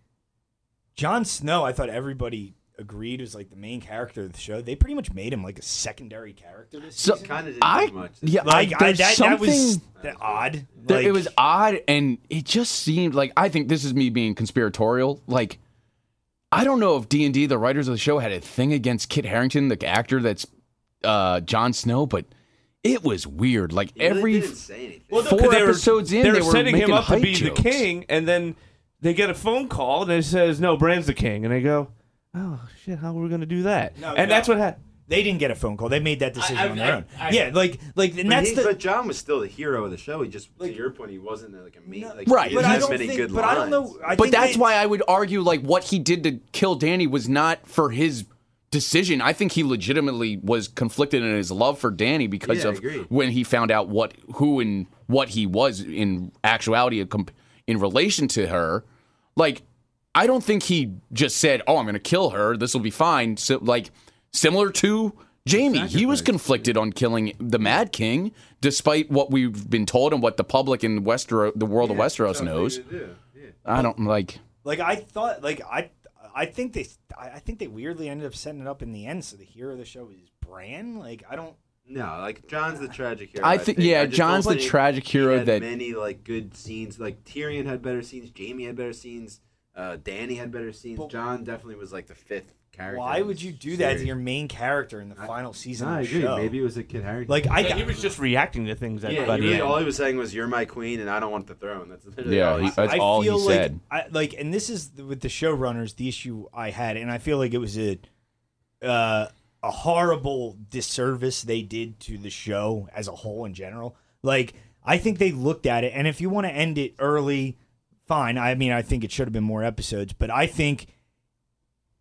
Speaker 5: Jon Snow, I thought everybody agreed was like the main character of the show. They pretty much made him like a secondary character this
Speaker 3: So
Speaker 5: season.
Speaker 2: Kind of didn't
Speaker 3: I
Speaker 2: do much.
Speaker 3: yeah,
Speaker 5: Like I,
Speaker 3: there's
Speaker 5: that, that was
Speaker 3: something-
Speaker 5: that odd.
Speaker 3: Th-
Speaker 5: Like,
Speaker 3: it was odd and it just seemed like I think this is me being conspiratorial. Like I don't know if D and D, the writers of the show, had a thing against Kit Harrington, the actor that's uh Jon Snow, but it was weird. Like
Speaker 2: He really
Speaker 3: every
Speaker 2: didn't say anything.
Speaker 4: Well, no, 'cause
Speaker 3: Four
Speaker 4: they were-
Speaker 3: episodes in,
Speaker 4: they were
Speaker 3: they were
Speaker 4: setting him
Speaker 3: making
Speaker 4: up to
Speaker 3: hype
Speaker 4: be
Speaker 3: jokes.
Speaker 4: the king, and then they get a phone call and it says, "No, Brand's the king," and they go, "Oh shit, how are we gonna do that?"
Speaker 5: No,
Speaker 4: and
Speaker 5: no.
Speaker 4: that's what happened.
Speaker 5: they didn't get a phone call. They made that decision
Speaker 4: I-
Speaker 5: on their
Speaker 4: I-
Speaker 5: own.
Speaker 4: I-
Speaker 5: yeah, like like and
Speaker 2: But
Speaker 5: that's
Speaker 2: he-
Speaker 5: the
Speaker 2: but John was still the hero of the show. He just,
Speaker 5: Like-
Speaker 2: to your point, he wasn't uh, like a main. Like,
Speaker 3: Right.
Speaker 2: he
Speaker 3: But
Speaker 2: didn't
Speaker 3: I
Speaker 2: have
Speaker 5: don't
Speaker 2: many
Speaker 5: think-
Speaker 2: good
Speaker 5: but I don't
Speaker 2: lines.
Speaker 5: know- I
Speaker 3: but
Speaker 5: think
Speaker 3: that's
Speaker 5: they-
Speaker 3: why I would argue like what he did to kill Danny was not for his decision. I think he legitimately was conflicted in his love for Danny because
Speaker 2: Yeah, I
Speaker 3: of
Speaker 2: agree.
Speaker 3: when he found out what who and what he was in actuality com- in relation to her. Like I don't think he just said, "Oh, I'm going to kill her. This will be fine." So like similar to Jamie, he was conflicted on killing the Mad King, despite what we've been told and what the public in Westeros, the world of Westeros knows. I don't like.
Speaker 5: Like I thought, like I, I think they, I I think they weirdly ended up setting it up in the end. So the hero of the show is Bran. Like I don't.
Speaker 2: No, like John's the tragic hero.
Speaker 3: I think- yeah,
Speaker 2: just
Speaker 3: Jon's
Speaker 2: don't
Speaker 3: the
Speaker 2: think
Speaker 3: tragic
Speaker 2: he
Speaker 3: hero
Speaker 2: had
Speaker 3: that-
Speaker 2: many like good scenes. Like Tyrion had better scenes. Jamie had better scenes. Uh, Danny had better scenes.
Speaker 5: But-
Speaker 2: John definitely was like the fifth character.
Speaker 5: Why
Speaker 2: in
Speaker 5: would
Speaker 2: this
Speaker 5: you do that to
Speaker 2: series.
Speaker 5: your main character in the final season?
Speaker 2: No, I
Speaker 5: of the
Speaker 2: agree.
Speaker 5: Show?
Speaker 2: Maybe it was a Kid Harington.
Speaker 5: Like I,
Speaker 4: he was just reacting to things. That,
Speaker 2: yeah,
Speaker 4: by
Speaker 2: he
Speaker 4: the
Speaker 2: really,
Speaker 4: end.
Speaker 2: all he was saying was, "You're my queen, and I don't want the throne." That's literally
Speaker 3: Yeah,
Speaker 2: all he
Speaker 3: he-
Speaker 2: said.
Speaker 3: That's
Speaker 5: I
Speaker 3: all he
Speaker 5: feel like,
Speaker 3: said.
Speaker 5: I, like, and this is the, with the showrunners the issue I had, and I feel like it was a uh, a horrible disservice they did to the show as a whole in general. Like, I think they looked at it, and if you want to end it early, fine. I mean, I think it should have been more episodes, but I think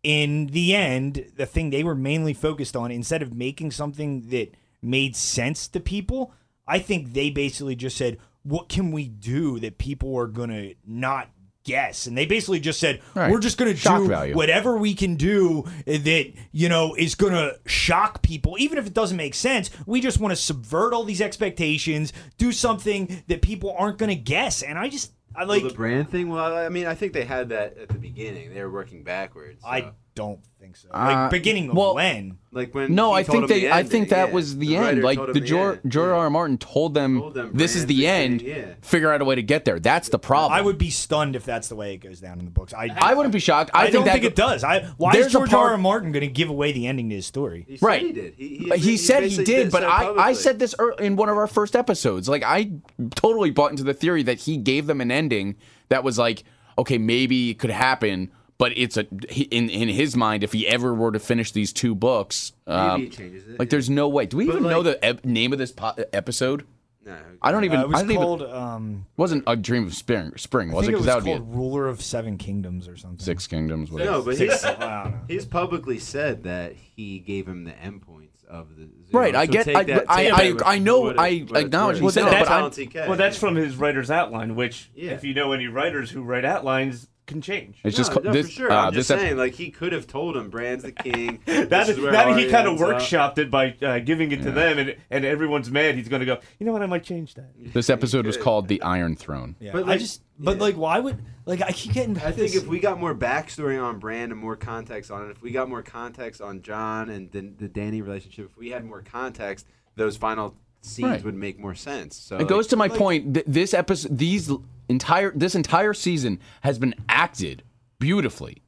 Speaker 5: in the end, the thing they were mainly focused on, instead of making something that made sense to people, I think they basically just said, What can we do that people are going to not guess? And they basically just said,
Speaker 3: Right.
Speaker 5: We're just going to
Speaker 3: Shock
Speaker 5: do
Speaker 3: value.
Speaker 5: whatever we can do that, you know, is going to shock people, even if it doesn't make sense. We just want to subvert all these expectations, do something that people aren't going to guess. And I just, I like.
Speaker 2: well, the brand thing. Well, I mean, I think they had that at the beginning. They were working backwards. so-
Speaker 5: I don't think so. Like beginning of
Speaker 3: Uh, well-
Speaker 5: when?
Speaker 2: Like when
Speaker 3: No,
Speaker 2: he
Speaker 3: I
Speaker 2: told
Speaker 3: think
Speaker 2: him the
Speaker 3: they. I
Speaker 2: end,
Speaker 3: think that
Speaker 2: yeah,
Speaker 3: was the,
Speaker 2: writer
Speaker 3: end. Like
Speaker 2: told him
Speaker 3: the George
Speaker 2: end,
Speaker 3: George
Speaker 2: yeah.
Speaker 3: R. R. Martin told them,
Speaker 2: Told them,
Speaker 3: this is
Speaker 2: "Brand
Speaker 3: the
Speaker 2: this end,
Speaker 3: end.
Speaker 2: yeah."
Speaker 3: Figure out a way to get there. That's the problem.
Speaker 5: I would be stunned if that's the way it goes down in the books. I
Speaker 3: I wouldn't be shocked. I,
Speaker 5: I, don't
Speaker 3: that
Speaker 5: think it does. I why
Speaker 3: There's
Speaker 5: is
Speaker 3: a
Speaker 5: George
Speaker 3: part-
Speaker 5: R. R. Martin going to give away the ending to his story?
Speaker 2: He said
Speaker 3: Right.
Speaker 2: He did. He, he,
Speaker 3: But he, said he
Speaker 2: basically
Speaker 3: did, but
Speaker 2: so
Speaker 3: I, I
Speaker 2: publicly.
Speaker 3: said this ear- in one of our first episodes. Like, I totally bought into the theory that he gave them an ending that was like, okay, maybe it could happen, but it's a he- in in his mind if he ever were to finish these two books, um,
Speaker 2: Maybe he changes it.
Speaker 3: like there's no way. Do we
Speaker 2: But,
Speaker 3: even know
Speaker 2: like-
Speaker 3: the ep- name of this po- episode?
Speaker 2: no,
Speaker 3: I don't even.
Speaker 5: Uh, it was
Speaker 3: I don't even-
Speaker 5: called. Um,
Speaker 3: wasn't a dream of spring, spring
Speaker 5: I
Speaker 3: was it?
Speaker 5: think it
Speaker 3: Because
Speaker 5: was
Speaker 3: that would be it.
Speaker 5: called Ruler of Seven Kingdoms or something.
Speaker 3: Six Kingdoms. Whatever.
Speaker 2: No, but he's,
Speaker 5: I don't know.
Speaker 2: he's publicly said that he gave him the endpoints of the. Zero.
Speaker 3: Right, I
Speaker 2: So
Speaker 3: get-
Speaker 2: take
Speaker 3: I-
Speaker 2: that-
Speaker 3: I-
Speaker 2: take
Speaker 3: I-
Speaker 2: that with
Speaker 3: I know-
Speaker 2: what it-
Speaker 3: I
Speaker 2: what it's
Speaker 3: acknowledge
Speaker 2: worth.
Speaker 3: he said
Speaker 2: Well,
Speaker 3: that, but I'm-
Speaker 2: talented kid.
Speaker 4: Well, that's from his writer's outline, which
Speaker 2: Yeah.
Speaker 4: if you know any writers who write outlines, can change.
Speaker 3: it's just
Speaker 2: no,
Speaker 3: called-
Speaker 2: no,
Speaker 3: this.
Speaker 2: for sure.
Speaker 3: uh,
Speaker 2: I'm just
Speaker 3: this ep-
Speaker 2: saying, like he could have told him, "Brand's the king."
Speaker 4: That,
Speaker 2: this is where
Speaker 4: that he
Speaker 2: Arya
Speaker 4: kind
Speaker 2: ends
Speaker 4: of
Speaker 2: up."
Speaker 4: workshopped it by uh, giving it to them, and and everyone's mad. He's going to go. You know what? I might change that.
Speaker 3: this episode was called the Iron Throne.
Speaker 5: Yeah.
Speaker 2: But,
Speaker 5: I
Speaker 2: like-
Speaker 5: just. But
Speaker 2: yeah.
Speaker 5: like, why would like I keep getting.
Speaker 2: I think if we got more backstory on Brand and more context on it, if we got more context on John and the, the Danny relationship, if we had more context, those final scenes
Speaker 3: Right.
Speaker 2: would make more sense. So
Speaker 3: It goes to my point. Th- this episode, these l- entire this entire season has been acted beautifully,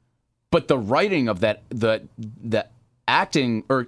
Speaker 3: but the writing of that the the acting or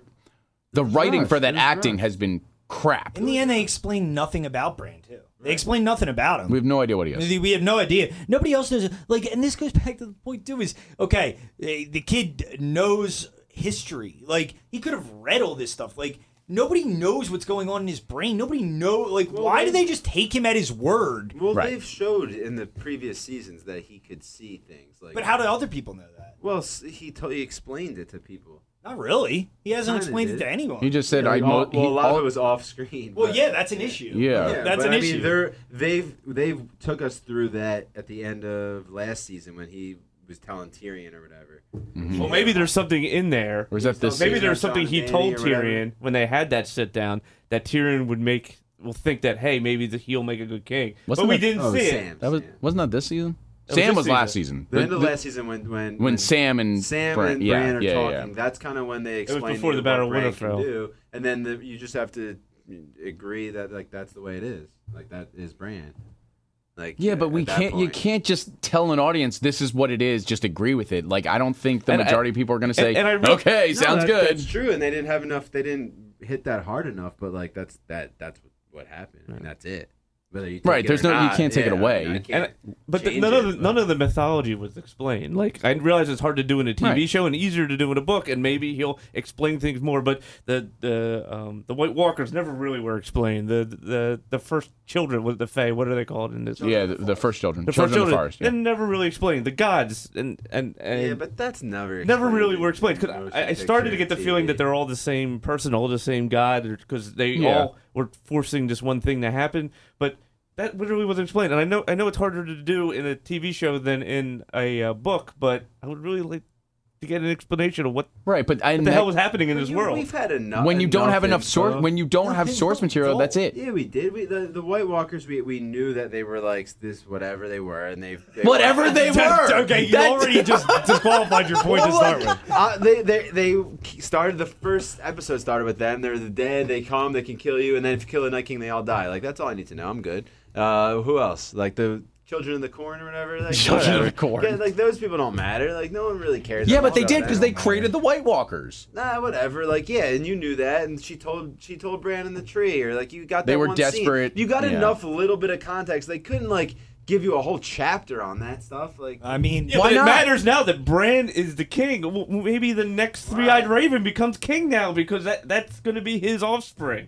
Speaker 3: the writing for that acting has been crap.
Speaker 5: in the end, they explain nothing about Brand too. They explain nothing about him.
Speaker 3: We have no idea what he is.
Speaker 5: We have no idea. Nobody else knows. Like, and this goes back to the point too: is okay. eh, The the kid knows history. Like, he could have read all this stuff. Like, nobody knows what's going on in his brain. Nobody know. Like, why do they just take him at his word?
Speaker 2: Well, they've showed in the previous seasons that he could see things. Like,
Speaker 5: But how do other people know that?
Speaker 2: Well, s- he to- he explained it to people.
Speaker 5: Not really. He hasn't
Speaker 2: Kinda
Speaker 5: explained it
Speaker 2: did.
Speaker 5: to anyone.
Speaker 3: He just said, "I."
Speaker 2: Like, all-
Speaker 3: Mo-
Speaker 2: well, a
Speaker 3: he-
Speaker 2: lot
Speaker 3: all-
Speaker 2: of it was off screen.
Speaker 5: well,
Speaker 2: but-
Speaker 5: yeah, that's an issue.
Speaker 3: Yeah.
Speaker 2: Yeah,
Speaker 5: that's
Speaker 2: but
Speaker 5: an
Speaker 2: I
Speaker 5: issue.
Speaker 2: Mean, they're, they've they've took us through that at the end of last season when he was telling Tyrion or whatever.
Speaker 4: Well, maybe there's something in there.
Speaker 3: or is that this?
Speaker 4: Maybe
Speaker 2: Season
Speaker 4: there's
Speaker 2: of
Speaker 4: something
Speaker 2: John
Speaker 4: he
Speaker 2: and
Speaker 4: told
Speaker 2: Dany or whatever.
Speaker 4: Tyrion when they had that sit down that Tyrion would make will think that hey maybe the, he'll make a good king,
Speaker 3: Wasn't
Speaker 4: but we
Speaker 3: that-
Speaker 4: didn't
Speaker 2: Oh,
Speaker 4: see
Speaker 2: Sam.
Speaker 4: it.
Speaker 3: That was
Speaker 2: Sam.
Speaker 3: wasn't that this season?
Speaker 4: was
Speaker 3: Sam
Speaker 4: this
Speaker 3: was last
Speaker 4: season.
Speaker 3: season.
Speaker 2: The end
Speaker 3: The-
Speaker 2: of
Speaker 3: the-
Speaker 2: last season when when
Speaker 3: when Sam and
Speaker 2: Sam
Speaker 3: Bran,
Speaker 2: and
Speaker 3: yeah,
Speaker 2: Bran are
Speaker 3: yeah, yeah.
Speaker 2: talking, that's kind of when they explain to
Speaker 4: before
Speaker 2: you
Speaker 4: the Battle
Speaker 2: what
Speaker 4: of
Speaker 2: Bran
Speaker 4: Winterfell.
Speaker 2: can do, and then the, you just have to agree that like that's the way it is. Like that is Bran. Like
Speaker 3: Yeah, but
Speaker 2: at
Speaker 3: we
Speaker 2: that
Speaker 3: can't. You
Speaker 2: point.
Speaker 3: can't just tell an audience this is what it is. Just agree with it. Like I don't think the
Speaker 4: And I-
Speaker 3: majority of people are going to say,
Speaker 4: and I re-
Speaker 3: "Okay,
Speaker 2: No,
Speaker 3: sounds
Speaker 2: that-
Speaker 3: good."
Speaker 2: That's true, and they didn't have enough. They didn't hit that hard enough. But like that's that that's what happened. and that's it. Whether you take
Speaker 3: Right,
Speaker 2: it
Speaker 3: there's
Speaker 2: or
Speaker 3: no- you
Speaker 2: not,
Speaker 3: can't take it
Speaker 2: yeah, I mean,
Speaker 3: away.
Speaker 2: I
Speaker 3: And-
Speaker 2: can't
Speaker 4: And- but the,
Speaker 2: change
Speaker 4: none
Speaker 2: it,
Speaker 4: of the,
Speaker 2: but-
Speaker 4: none of the mythology was explained. Like I realize it's hard to do in a TV
Speaker 3: Right.
Speaker 4: show and easier to do in a book, and maybe he'll explain things more. But the the um, the White Walkers never really were explained. The the the first children with the Fae, what are they called in this?
Speaker 3: yeah, the, the first children,
Speaker 4: the
Speaker 3: children
Speaker 4: first
Speaker 3: of the forest. Yeah.
Speaker 4: They're never really explained. The gods and and, and
Speaker 2: Yeah, but that's never
Speaker 4: never
Speaker 2: explained
Speaker 4: really
Speaker 2: in
Speaker 4: were explained because
Speaker 2: motion
Speaker 4: I, I started to
Speaker 2: picture
Speaker 4: get the feeling that
Speaker 2: TV.
Speaker 4: they're all the same person, all the same god, because they
Speaker 3: Yeah.
Speaker 4: all were forcing this one thing to happen. But that literally wasn't explained, and I know I know it's harder to do in a TV show than in a uh, book, but I would really like to get an explanation of what
Speaker 3: Right, but I,
Speaker 4: the hell was happening in this
Speaker 2: You-
Speaker 4: world.
Speaker 2: We've had enough.
Speaker 3: when you don't have enough
Speaker 2: info.
Speaker 3: source, when you don't have
Speaker 5: Nothing
Speaker 3: source
Speaker 5: at
Speaker 3: material,
Speaker 5: all.
Speaker 3: that's it.
Speaker 2: Yeah, we did. We the, the White Walkers. We, we knew that they were like this, whatever they were, and they, they
Speaker 3: Whatever they were.
Speaker 5: okay, you
Speaker 3: That-
Speaker 5: already just disqualified your point to start with.
Speaker 2: Uh, they, they they started the first episode started with them. They're the dead. They come. They can kill you, and then if you kill the Night King, they all die. Like that's all I need to know. I'm good. Uh, who else? Like the children of the corn or whatever. Like,
Speaker 3: Children of
Speaker 2: whatever.
Speaker 3: the Corn.
Speaker 2: Yeah, like those people don't matter. Like no one really cares.
Speaker 3: Yeah,
Speaker 2: at
Speaker 3: but
Speaker 2: all
Speaker 3: they
Speaker 2: about
Speaker 3: did
Speaker 2: that.
Speaker 3: because they created the White Walkers.
Speaker 2: Nah, whatever. Like, yeah, and you knew that, and she told she told Bran in the tree, or like you got.
Speaker 3: They
Speaker 2: that
Speaker 3: were
Speaker 2: one
Speaker 3: desperate,
Speaker 2: Scene. You got
Speaker 3: yeah.
Speaker 2: enough little bit of context. They couldn't like give you a whole chapter on that stuff. Like,
Speaker 4: Uh,
Speaker 5: I mean,
Speaker 4: Yeah, but it matters now that Bran is the king. W- w- Maybe the next three-eyed raven becomes king now because that that's going to be his offspring.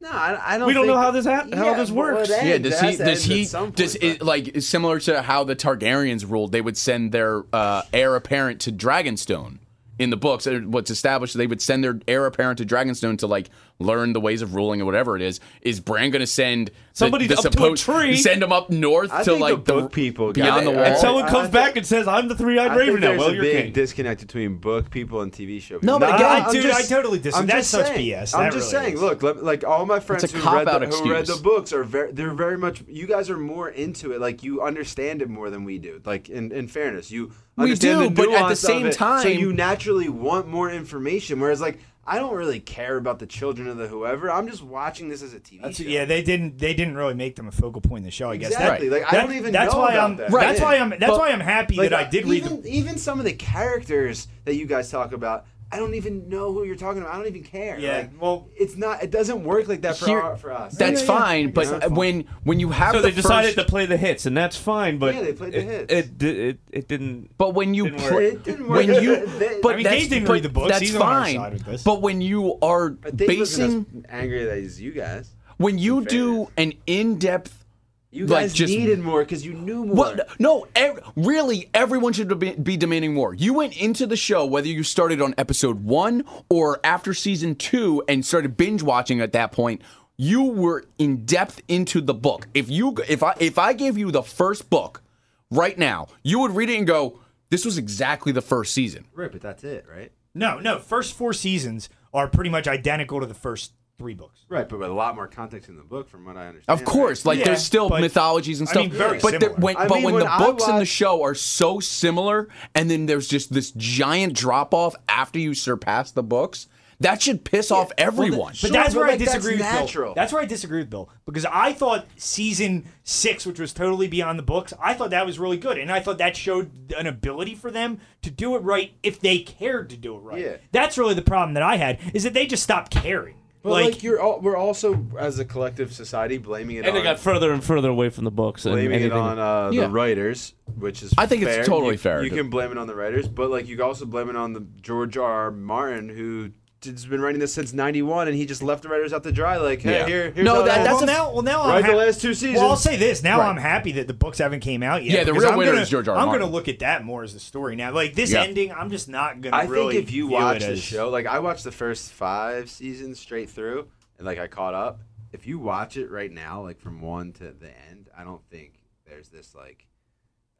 Speaker 2: no, I, I don't.
Speaker 4: We don't
Speaker 2: think-
Speaker 4: know how this hap- how this
Speaker 2: well, it
Speaker 4: works.
Speaker 2: ends.
Speaker 3: Yeah,
Speaker 2: It
Speaker 3: does he?
Speaker 2: has to
Speaker 3: Does
Speaker 2: end at
Speaker 3: he?
Speaker 2: some
Speaker 3: Does
Speaker 2: point,
Speaker 3: it, like it's similar to how the Targaryens ruled? They would send their uh, heir apparent to Dragonstone. In the books, uh, what's established, they would send their heir apparent to Dragonstone to like learn the ways of ruling or whatever it is. Is Bran going to send
Speaker 4: Somebody's up to a tree.
Speaker 3: Send them up north
Speaker 2: I
Speaker 3: to
Speaker 2: think
Speaker 3: like
Speaker 2: the
Speaker 3: the
Speaker 2: book people got
Speaker 3: beyond the
Speaker 2: it.
Speaker 3: wall.
Speaker 4: and someone
Speaker 2: I
Speaker 4: comes
Speaker 2: think-
Speaker 4: back and says, "I'm the three-eyed
Speaker 2: I
Speaker 4: raven
Speaker 2: think
Speaker 4: now."
Speaker 2: there's
Speaker 4: Well,
Speaker 2: a
Speaker 4: you're
Speaker 2: big
Speaker 4: king.
Speaker 2: disconnect between book people and TV show.
Speaker 5: No, but
Speaker 2: people.
Speaker 5: again,
Speaker 2: I'm
Speaker 5: dude, I totally disagree.
Speaker 2: I'm
Speaker 5: That's
Speaker 2: just
Speaker 5: such
Speaker 2: saying,
Speaker 5: BS.
Speaker 2: I'm
Speaker 5: That
Speaker 2: just
Speaker 5: really
Speaker 2: saying.
Speaker 5: is.
Speaker 2: Look, let- like all my friends
Speaker 3: a
Speaker 2: who read,
Speaker 3: cop-out
Speaker 2: the, who read the
Speaker 3: excuse.
Speaker 2: books are very. They're very much. You guys are more into it. Like you understand it more than we do. Like in, in fairness, you understand
Speaker 3: do,
Speaker 2: the
Speaker 3: but at the
Speaker 2: nuance of
Speaker 3: same
Speaker 2: it, so
Speaker 3: time-
Speaker 2: you naturally want more information. Whereas like. I don't really care about the children of the whoever. I'm just watching this as a TV
Speaker 5: That's-
Speaker 2: show.
Speaker 5: yeah, they didn't. They didn't really make them a focal point in the show. I guess
Speaker 2: Exactly.
Speaker 5: That,
Speaker 2: Like, I
Speaker 5: that-
Speaker 2: don't even
Speaker 5: That's
Speaker 2: know
Speaker 5: why
Speaker 2: about
Speaker 5: I'm.
Speaker 2: that.
Speaker 3: Right.
Speaker 5: That's why I'm. That's
Speaker 3: But-
Speaker 5: why I'm happy
Speaker 2: Like,
Speaker 5: that I did read
Speaker 2: even,
Speaker 5: them.
Speaker 2: even some of the characters that you guys talk about. I don't even know who you're talking about. I don't even care.
Speaker 5: Yeah,
Speaker 2: Like,
Speaker 5: well-
Speaker 2: it's not. It doesn't work like that for
Speaker 3: Here-
Speaker 2: our, for us.
Speaker 3: That's fine, but
Speaker 2: That's fine.
Speaker 3: when when you have
Speaker 4: So
Speaker 3: the
Speaker 4: they decided
Speaker 3: first,
Speaker 4: to play the hits, and that's fine. But
Speaker 2: Yeah, they played the
Speaker 4: it,
Speaker 2: hits.
Speaker 4: It, it, it, it didn't.
Speaker 3: But when you
Speaker 4: Didn't
Speaker 3: pla-
Speaker 4: work.
Speaker 2: It didn't work.
Speaker 3: when you
Speaker 2: They-
Speaker 3: but
Speaker 2: I mean,
Speaker 3: that's,
Speaker 5: Dave didn't
Speaker 3: but
Speaker 5: read the books.
Speaker 3: That's
Speaker 5: He's on our
Speaker 3: fine.
Speaker 5: side with this.
Speaker 3: But when you are
Speaker 2: But Dave
Speaker 3: basing
Speaker 2: wasn't as angry that he's you guys.
Speaker 3: when you
Speaker 2: fair.
Speaker 3: do an in-depth
Speaker 2: You
Speaker 3: Like,
Speaker 2: guys
Speaker 3: just-
Speaker 2: needed more because you knew more.
Speaker 3: well, no, ev- really, everyone should be, be demanding more. You went into the show, whether you started on episode one or after season two and started binge watching at that point, you were in depth into the book. If you, if I, if I gave you the first book right now, you would read it and go, "This was exactly the first season."
Speaker 2: Right, but that's it, right?
Speaker 5: No, no. First four seasons are pretty much identical to the first three books.
Speaker 2: Right, but with a lot more context in the book, from what I understand.
Speaker 3: Of course, like
Speaker 5: Yeah,
Speaker 3: there's still
Speaker 5: but-
Speaker 3: mythologies and
Speaker 5: I
Speaker 3: stuff.
Speaker 5: mean, very
Speaker 3: but there-
Speaker 5: similar.
Speaker 3: when,
Speaker 2: I
Speaker 3: but
Speaker 2: mean,
Speaker 3: when,
Speaker 2: when
Speaker 3: the
Speaker 2: I
Speaker 3: books and the
Speaker 2: watch-
Speaker 3: show are so similar, and then there's just this giant drop off after you surpass the books, that should piss off everyone.
Speaker 5: But
Speaker 2: Sure,
Speaker 5: that's
Speaker 2: but,
Speaker 5: where
Speaker 2: like,
Speaker 5: I
Speaker 2: that's
Speaker 5: disagree with Bill.
Speaker 2: natural.
Speaker 5: That's where I disagree with Bill because I thought season six, which was totally beyond the books, I thought that was really good, and I thought that showed an ability for them to do it right if they cared to do it right.
Speaker 2: Yeah.
Speaker 5: That's really the problem that I had is that they just stopped caring.
Speaker 2: But like, you're, all, we're also as a collective society blaming it.
Speaker 4: And
Speaker 2: on,
Speaker 4: they got further and further away from the books. And
Speaker 2: blaming it
Speaker 4: anything.
Speaker 2: on uh,
Speaker 3: Yeah.
Speaker 2: the writers, which is
Speaker 3: I think it's
Speaker 2: fair.
Speaker 3: totally
Speaker 2: You-
Speaker 3: fair
Speaker 2: You
Speaker 3: to-
Speaker 2: can blame it on the writers, but like you can also blame it on the George R. R. Martin who has been writing this since '91, and he just left the writers out to dry. Like, hey,
Speaker 3: Yeah.
Speaker 2: here, here's
Speaker 3: No,
Speaker 2: how it
Speaker 3: that-
Speaker 2: ends.
Speaker 3: that's
Speaker 5: well,
Speaker 3: a-
Speaker 5: now, well, now I'm
Speaker 2: Right, the
Speaker 5: hap-
Speaker 2: last two seasons.
Speaker 5: Well, I'll say this. Now
Speaker 2: Right.
Speaker 5: I'm happy that the books haven't came out yet.
Speaker 3: Yeah, the
Speaker 5: because
Speaker 3: real
Speaker 5: I'm
Speaker 3: winner
Speaker 5: gonna-
Speaker 3: is George R. R.
Speaker 5: I'm going to
Speaker 3: Martin.
Speaker 5: look at that more as the story now. Like this
Speaker 3: Yeah.
Speaker 5: ending, I'm just not going to
Speaker 2: I
Speaker 5: really.
Speaker 2: think if you
Speaker 5: view
Speaker 2: watch
Speaker 5: it
Speaker 2: the
Speaker 5: as-
Speaker 2: show, like I watched the first five seasons straight through, and like I caught up. If you watch it right now, like from one to the end, I don't think there's this like,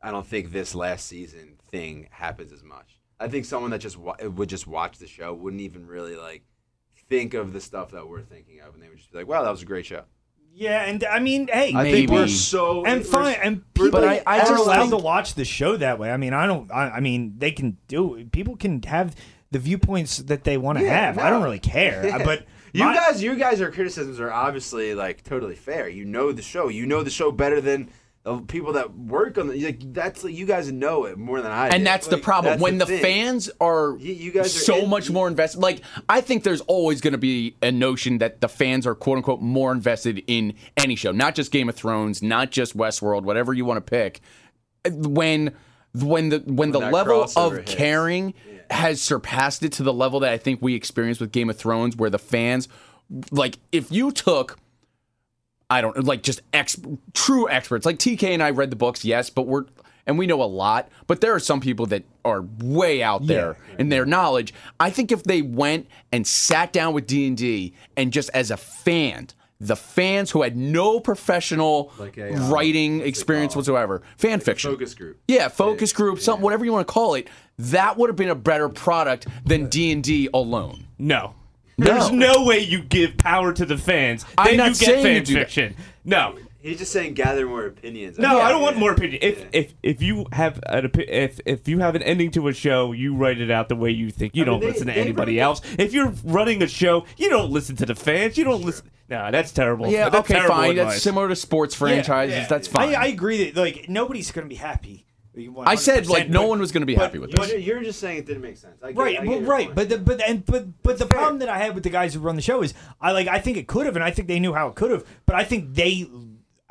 Speaker 2: I don't think this last season thing happens as much. I think someone that just wa- would just watch the show wouldn't even really like think of the stuff that we're thinking of, and they would just be like, "Wow, that was a great show."
Speaker 5: yeah, and I mean, hey,
Speaker 2: I think we're
Speaker 3: Maybe.
Speaker 2: so
Speaker 5: and
Speaker 2: we're-
Speaker 5: fine, and
Speaker 2: we're-
Speaker 5: people
Speaker 3: But I- I
Speaker 5: are
Speaker 3: just
Speaker 5: allowed
Speaker 3: think-
Speaker 5: to watch the show that way. I mean, I don't. I, I mean, they can do. People can have the viewpoints that they want to
Speaker 2: Yeah,
Speaker 5: have. I don't
Speaker 2: no.
Speaker 5: really care.
Speaker 2: Yeah.
Speaker 5: But
Speaker 2: you
Speaker 5: my-
Speaker 2: guys, you guys, your criticisms are obviously like totally fair. You know the show. You know the show better than the people that work on the. Like that's like, you guys know it more than I.
Speaker 3: and
Speaker 2: do.
Speaker 3: that's the
Speaker 2: Like,
Speaker 3: problem
Speaker 2: that's
Speaker 3: when the,
Speaker 2: thing.
Speaker 3: fans are
Speaker 2: You- you guys are
Speaker 3: so
Speaker 2: in-
Speaker 3: much more invested like i think there's always going to be a notion that the fans are quote unquote more invested in any show not just game of thrones not just westworld whatever you want to pick when when the when, the
Speaker 2: that
Speaker 3: level of
Speaker 2: crossover hits.
Speaker 3: caring has surpassed it to the level that i think we experienced with game of thrones where the fans like if you took I don't like just ex- true experts. Like TK and I read the books, yes, but we're and we know a lot, but there are some people that are way out there in their knowledge. I think if they went and sat down with D&D and just as a fan, the fans who had no professional
Speaker 2: a, uh,
Speaker 3: writing experience whatsoever, fan fiction.
Speaker 2: focus group.
Speaker 3: Yeah, focus group, something whatever you want to call it, that would have been a better product than D&D alone.
Speaker 4: No. There's no way you give power to the fans.
Speaker 3: I'm
Speaker 4: then
Speaker 3: not
Speaker 4: you
Speaker 3: saying
Speaker 4: get
Speaker 3: you
Speaker 4: fan
Speaker 3: do that.
Speaker 4: fiction. No.
Speaker 2: He's just saying gather more opinions.
Speaker 4: No,
Speaker 2: Yeah.
Speaker 4: I don't want more opinion. If if if you have an opi- if if you have an ending to a show, you write it out the way you think. You don't
Speaker 2: they-
Speaker 4: listen to
Speaker 2: they
Speaker 4: anybody
Speaker 2: wrote-
Speaker 4: else. If you're running a show, you don't listen to the fans. You don't listen. No, that's terrible.
Speaker 3: Yeah,
Speaker 4: That's
Speaker 3: okay,
Speaker 4: terrible
Speaker 3: fine. That's
Speaker 4: advice.
Speaker 3: similar to sports franchises.
Speaker 5: yeah.
Speaker 3: That's fine.
Speaker 5: I, I agree that like nobody's going to be happy.
Speaker 3: I said, like, no
Speaker 5: but-
Speaker 3: one was gonna be
Speaker 5: but-
Speaker 3: happy with
Speaker 5: but-
Speaker 3: this.
Speaker 2: But you're just saying it didn't make sense. I get, I
Speaker 5: Right,
Speaker 2: get
Speaker 5: well,
Speaker 2: your
Speaker 5: right,
Speaker 2: point.
Speaker 5: but the but and but but the problem that I had with the guys who run the show is I like I think it could have, and I think they knew how it could have, but I think they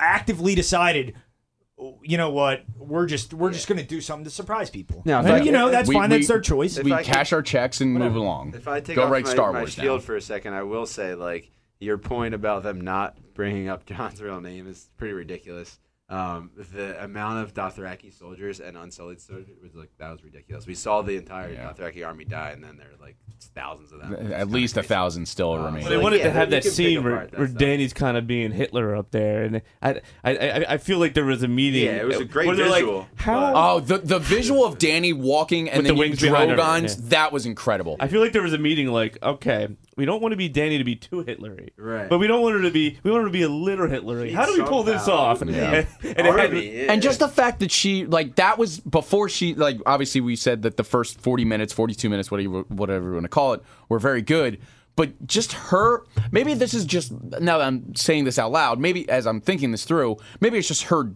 Speaker 5: actively decided, you know what, we're just we're just going to do something to surprise people.
Speaker 2: Now, if
Speaker 5: And,
Speaker 2: I-
Speaker 5: you know that's
Speaker 3: we-
Speaker 5: fine,
Speaker 3: we-
Speaker 5: that's their choice.
Speaker 3: we
Speaker 2: I could-
Speaker 3: cash our checks and move along.
Speaker 2: If I take
Speaker 3: Go
Speaker 2: off
Speaker 3: write
Speaker 2: my,
Speaker 3: Star
Speaker 2: my
Speaker 3: Wars now.
Speaker 2: shield for a second, I will say like your point about them not bringing up John's real name is pretty ridiculous. um, the amount of Dothraki soldiers and Unsullied soldiers was like that was ridiculous. We saw the entire
Speaker 3: Yeah.
Speaker 2: Dothraki army die, and then there were like thousands of them. It's kinda
Speaker 3: At least a
Speaker 2: crazy.
Speaker 3: thousand still remain.
Speaker 4: They
Speaker 2: Like,
Speaker 4: wanted
Speaker 2: yeah,
Speaker 4: to have
Speaker 2: you
Speaker 4: that
Speaker 2: can pick
Speaker 4: scene where,
Speaker 2: apart that
Speaker 4: where
Speaker 2: stuff.
Speaker 4: Danny's kind of being Hitler up there, and I, I, I, I feel like there was a meeting.
Speaker 2: Yeah, it was a great
Speaker 4: where they're like,
Speaker 2: visual, but-
Speaker 4: How?
Speaker 3: Oh, the the visual of Danny walking and
Speaker 4: With
Speaker 3: then
Speaker 4: the
Speaker 3: the
Speaker 4: wings behind her,
Speaker 3: Drogons,
Speaker 4: yeah.
Speaker 3: that was incredible.
Speaker 4: I feel like there was a meeting like, okay, we don't want to be Danny to be too Hitlery,
Speaker 2: Right.
Speaker 4: But we don't want her to be. We want her to be a little Hitlery. How do we pull this
Speaker 2: somehow.
Speaker 4: off?
Speaker 2: Yeah.
Speaker 4: And, and it had-
Speaker 2: Army, yeah.
Speaker 3: And just the fact that she like that was before she like obviously we said that the first 40 minutes, 42 minutes, whatever you- whatever you want to call it, were very good, but just her maybe this is just now that I'm saying this out loud, maybe as I'm thinking this through, maybe it's just her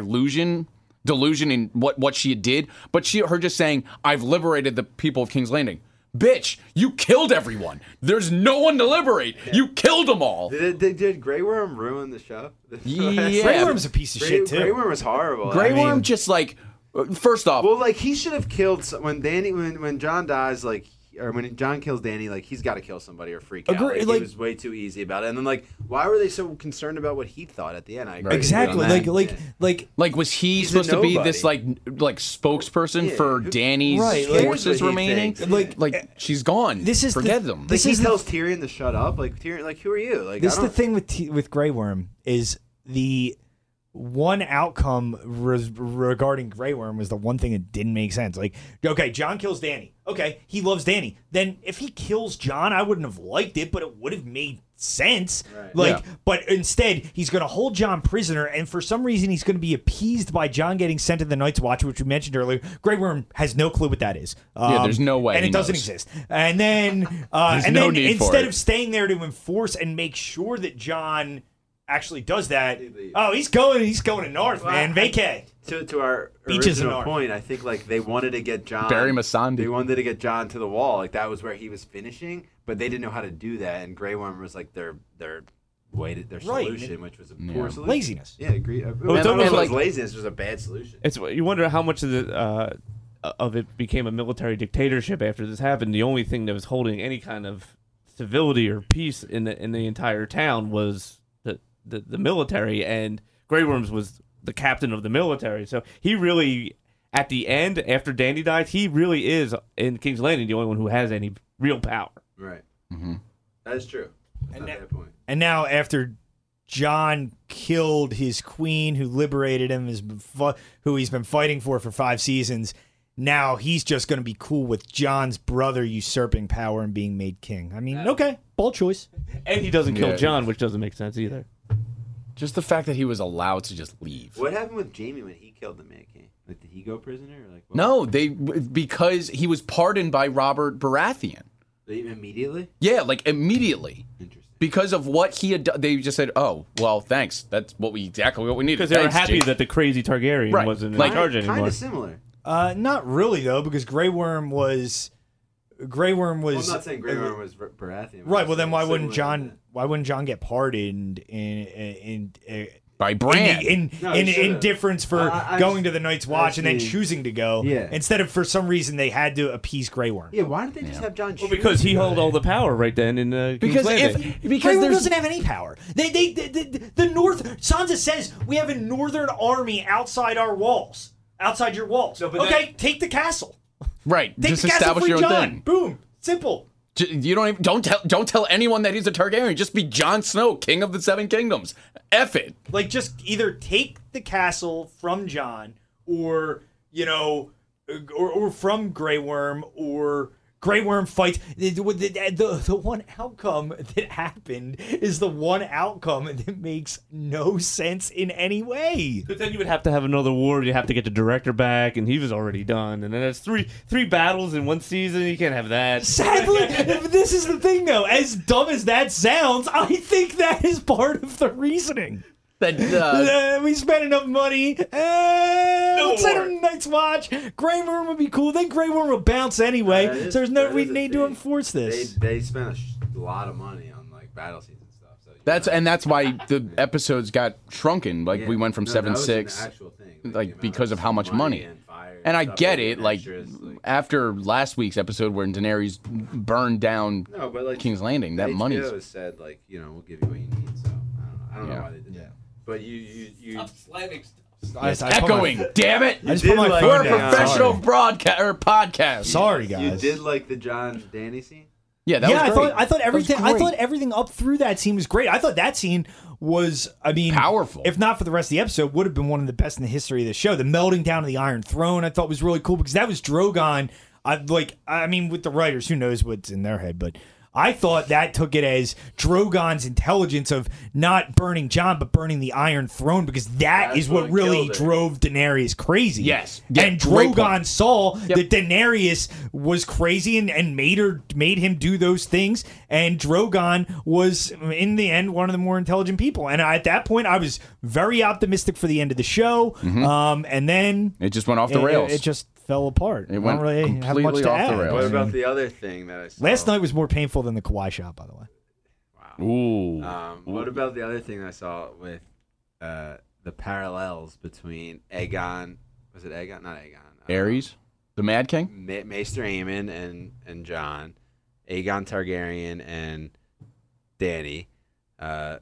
Speaker 3: delusion delusion in what what she did, but she her just saying I've liberated the people of King's Landing. Bitch, you killed everyone. There's no one to liberate. You killed them all.
Speaker 2: did, did, did Grey Worm ruin the show?
Speaker 3: Yeah.
Speaker 5: Grey Worm's a piece of
Speaker 2: Grey,
Speaker 5: shit too.
Speaker 2: Grey Worm was horrible.
Speaker 3: Grey
Speaker 2: I mean,
Speaker 3: Worm just like uh, first off,
Speaker 2: Well, like he should have killed some, when Danny when when John dies, like or when John kills Danny, like he's got to kill somebody or freak out.
Speaker 5: Agree-
Speaker 2: Like,
Speaker 5: like-
Speaker 2: he was way too easy about it. And then like, why were they so concerned about what he thought at the end? I agree with you on
Speaker 5: exactly. Like
Speaker 2: that.
Speaker 5: like
Speaker 2: Yeah.
Speaker 5: like
Speaker 3: Like was he
Speaker 2: He's a
Speaker 3: supposed to be this like
Speaker 2: nobody.
Speaker 3: n- like spokesperson
Speaker 2: Yeah,
Speaker 3: for
Speaker 2: who-
Speaker 3: Danny's
Speaker 5: Right, like-
Speaker 3: forces
Speaker 2: Here's what he
Speaker 3: remaining?
Speaker 2: thinks. eh,
Speaker 5: Like-
Speaker 3: like she's gone.
Speaker 5: this is the-
Speaker 3: forget them.
Speaker 5: this
Speaker 2: Like,
Speaker 5: is
Speaker 2: he
Speaker 5: the-
Speaker 2: tells Tyrion to shut up. Like Tyrion, like who are you? Like
Speaker 5: this
Speaker 2: I
Speaker 5: is the
Speaker 2: don't-
Speaker 5: thing with T- with Grey Worm is the one outcome res- regarding Grey Worm was the one thing that didn't make sense. Like, okay, John kills Danny. Okay, he loves Danny. Then if he kills John, I wouldn't have liked it, but it would have made sense.
Speaker 2: Right.
Speaker 5: Like,
Speaker 3: Yeah.
Speaker 5: but instead, he's going to hold John prisoner, and for some reason, he's going to be appeased by John getting sent to the Night's Watch, which we mentioned earlier. Grey Worm has no clue what that is. Um,
Speaker 3: Yeah, there's no way
Speaker 5: and it
Speaker 3: he
Speaker 5: doesn't
Speaker 3: knows.
Speaker 5: exist. And then, uh,
Speaker 3: There's
Speaker 5: and
Speaker 3: no
Speaker 5: then
Speaker 3: need for
Speaker 5: instead
Speaker 3: it.
Speaker 5: of staying there to enforce and make sure that John actually does that. Oh, he's going. He's going to North, man. Vacay.
Speaker 2: to, to our
Speaker 5: Beaches and
Speaker 2: original
Speaker 5: art.
Speaker 2: point, I think like they wanted to get John
Speaker 3: Barry Masandi.
Speaker 2: They wanted to get John to the wall, like that was where he was finishing, but they didn't know how to do that, and Grey Worm was like their their way to, their
Speaker 5: Right.
Speaker 2: solution, which was a poor solution.
Speaker 5: Laziness.
Speaker 2: Yeah, agree. Well,
Speaker 4: it's
Speaker 2: it's
Speaker 4: almost
Speaker 2: almost
Speaker 3: like-
Speaker 2: like laziness was a bad solution.
Speaker 4: it's you wonder how much of the uh, of it became a military dictatorship after this happened. The only thing that was holding any kind of civility or peace in the in the entire town was the the, the military, and Grey Worms was the captain of the military. So he really, at the end, after Dandy dies, he really is in King's Landing the only one who has any real power.
Speaker 2: Right. Mm-hmm. That is true. That's not a bad point.
Speaker 5: And now after John killed his queen, who liberated him, is fu- who he's been fighting for for five seasons. Now he's just going to be cool with John's brother usurping power and being made king. I mean, okay, bold choice.
Speaker 4: And he doesn't kill
Speaker 3: Yeah.
Speaker 4: John, which doesn't make sense either.
Speaker 3: just the fact that he was allowed to just leave.
Speaker 2: What happened with Jamie when he killed the man king? Like, did he go prisoner? Or, like, what-
Speaker 3: No, they because he was pardoned by Robert Baratheon.
Speaker 2: They- immediately.
Speaker 3: Yeah, like immediately.
Speaker 2: Interesting.
Speaker 3: Because of what he had done, they just said, "Oh, well, thanks. That's what we exactly what we needed."
Speaker 4: Because they were
Speaker 3: Thanks,
Speaker 4: happy
Speaker 3: Jake."
Speaker 4: that the crazy Targaryen
Speaker 3: Right.
Speaker 4: wasn't
Speaker 3: Like-
Speaker 4: in charge
Speaker 2: Kind
Speaker 4: anymore.
Speaker 2: of similar.
Speaker 5: Uh, not really though, because Grey Worm was Grey Worm
Speaker 2: Well,
Speaker 5: was
Speaker 2: I'm not saying Grey Worm was Bar- Baratheon. I'm
Speaker 5: Right.
Speaker 2: just
Speaker 5: Well, then
Speaker 2: saying
Speaker 5: why
Speaker 2: similar
Speaker 5: wouldn't
Speaker 2: to
Speaker 5: John?
Speaker 2: that.
Speaker 5: Why wouldn't John get pardoned in in in
Speaker 3: by
Speaker 5: in,
Speaker 3: Bran.
Speaker 5: the- in,
Speaker 2: No, he
Speaker 5: in
Speaker 2: should've.
Speaker 5: indifference for
Speaker 2: I- I- I
Speaker 5: going
Speaker 2: just-
Speaker 5: to the Night's
Speaker 2: I
Speaker 5: Watch and then
Speaker 2: see.
Speaker 5: choosing to go?
Speaker 2: Yeah.
Speaker 5: Instead of for some reason they had to appease Grey Worm.
Speaker 2: Yeah, why didn't they just have John?
Speaker 4: Well, because he held all the power right then in uh, King's
Speaker 3: because
Speaker 4: Landing.
Speaker 3: if
Speaker 5: Grey
Speaker 3: because
Speaker 5: Worm
Speaker 3: there's
Speaker 5: doesn't have any power. They, they, they, the- the North Sansa says we have a Northern army outside our walls, outside your walls.
Speaker 4: but
Speaker 5: okay, take the castle.
Speaker 3: right,
Speaker 5: Take
Speaker 3: just
Speaker 5: the castle
Speaker 3: establish
Speaker 5: free
Speaker 3: your own
Speaker 5: John.
Speaker 3: thing.
Speaker 5: Boom. Simple.
Speaker 3: J- You don't even, don't tell don't tell anyone that he's a Targaryen. Just be Jon Snow, King of the Seven Kingdoms. F it.
Speaker 5: Like just either take the castle from John or you know or, or from Grey Worm or Grey Worm fights the, the, the, the one outcome that happened is the one outcome that makes no sense in any way.
Speaker 4: But then you would have to have another war. You have to get the director back, and he was already done. And then that's three three battles in one season. You can't have that.
Speaker 5: Sadly, this is the thing though. As dumb as that sounds, I think that is part of the reasoning.
Speaker 3: That uh,
Speaker 5: Uh, we spent enough money. Uh, let's set
Speaker 4: more.
Speaker 5: him Night's Watch. Grey Worm would be cool. Then Grey Worm will bounce anyway.
Speaker 2: That Uh, is-
Speaker 5: so there's no
Speaker 2: that
Speaker 5: we
Speaker 2: is a
Speaker 5: need to
Speaker 2: thing.
Speaker 5: enforce
Speaker 2: They
Speaker 5: this.
Speaker 2: they spent a sh- lot of money on like battle scenes and stuff. So you
Speaker 3: that's
Speaker 2: know.
Speaker 3: and that's why the episodes got shrunken. Like
Speaker 2: Yeah.
Speaker 3: we went from
Speaker 2: No, that
Speaker 3: seven
Speaker 2: was an
Speaker 3: six,
Speaker 2: actual thing,
Speaker 3: like,
Speaker 2: the amount
Speaker 3: because of how much money.
Speaker 2: and fire
Speaker 3: and I
Speaker 2: stuff,
Speaker 3: get
Speaker 2: like,
Speaker 3: it.
Speaker 2: and
Speaker 3: Like
Speaker 2: extras, like-
Speaker 3: after last week's episode where Daenerys burned down
Speaker 2: no, but like
Speaker 3: King's Landing, that
Speaker 2: HBO
Speaker 3: money's
Speaker 2: said like you know we'll give you what you need. So I don't know, I don't know
Speaker 3: Yeah.
Speaker 2: why they did that. But you you you
Speaker 5: Stop slamming stuff.
Speaker 6: It's
Speaker 3: Echoing, damn it!
Speaker 6: I just put my
Speaker 2: did like
Speaker 6: phone
Speaker 3: We're a
Speaker 2: that.
Speaker 6: down.
Speaker 3: professional
Speaker 6: Sorry.
Speaker 3: broadcast or podcast.
Speaker 6: Sorry,
Speaker 2: you
Speaker 6: guys.
Speaker 2: did like the John Danny scene.
Speaker 3: Yeah, that
Speaker 6: yeah, I
Speaker 3: was great.
Speaker 6: thought I thought
Speaker 3: was
Speaker 6: everything I
Speaker 3: great.
Speaker 6: thought everything up through that scene was great. I thought that scene was I mean
Speaker 3: Powerful.
Speaker 6: If not for the rest of the episode, would have been one of the best in the history of the show. The melting down of the Iron Throne I thought was really cool because that was Drogon. I like I mean with the writers, who knows what's in their head, but I thought that took it as Drogon's intelligence of not burning John but burning the Iron Throne because That's
Speaker 2: That's
Speaker 6: what,
Speaker 2: what
Speaker 6: really
Speaker 2: killed it.
Speaker 6: drove Daenerys crazy.
Speaker 3: Yes. Yeah,
Speaker 6: and
Speaker 3: great point.
Speaker 6: Drogon saw that Daenerys was crazy and, and made her made him do those things, and Drogon was in the end one of the more intelligent people. And I, at that point, I was very optimistic for the end of the show. Um, and then
Speaker 3: It just went Mm-hmm. off the
Speaker 6: it- it-
Speaker 3: rails.
Speaker 6: It, just fell apart. I
Speaker 3: went
Speaker 6: don't really have much
Speaker 3: completely
Speaker 6: to
Speaker 3: off the
Speaker 6: add.
Speaker 3: rails.
Speaker 2: What about the other thing that I saw?
Speaker 6: Last night was more painful than the Kawhi shot, by the way.
Speaker 3: Ooh,
Speaker 2: Um, what about the other thing I saw with uh, the parallels between Aegon? Was it Aegon? Not Aegon. uh,
Speaker 3: Ares, the Mad King.
Speaker 2: Ma- Maester Aemon and and John, Aegon Targaryen and Danny, uh,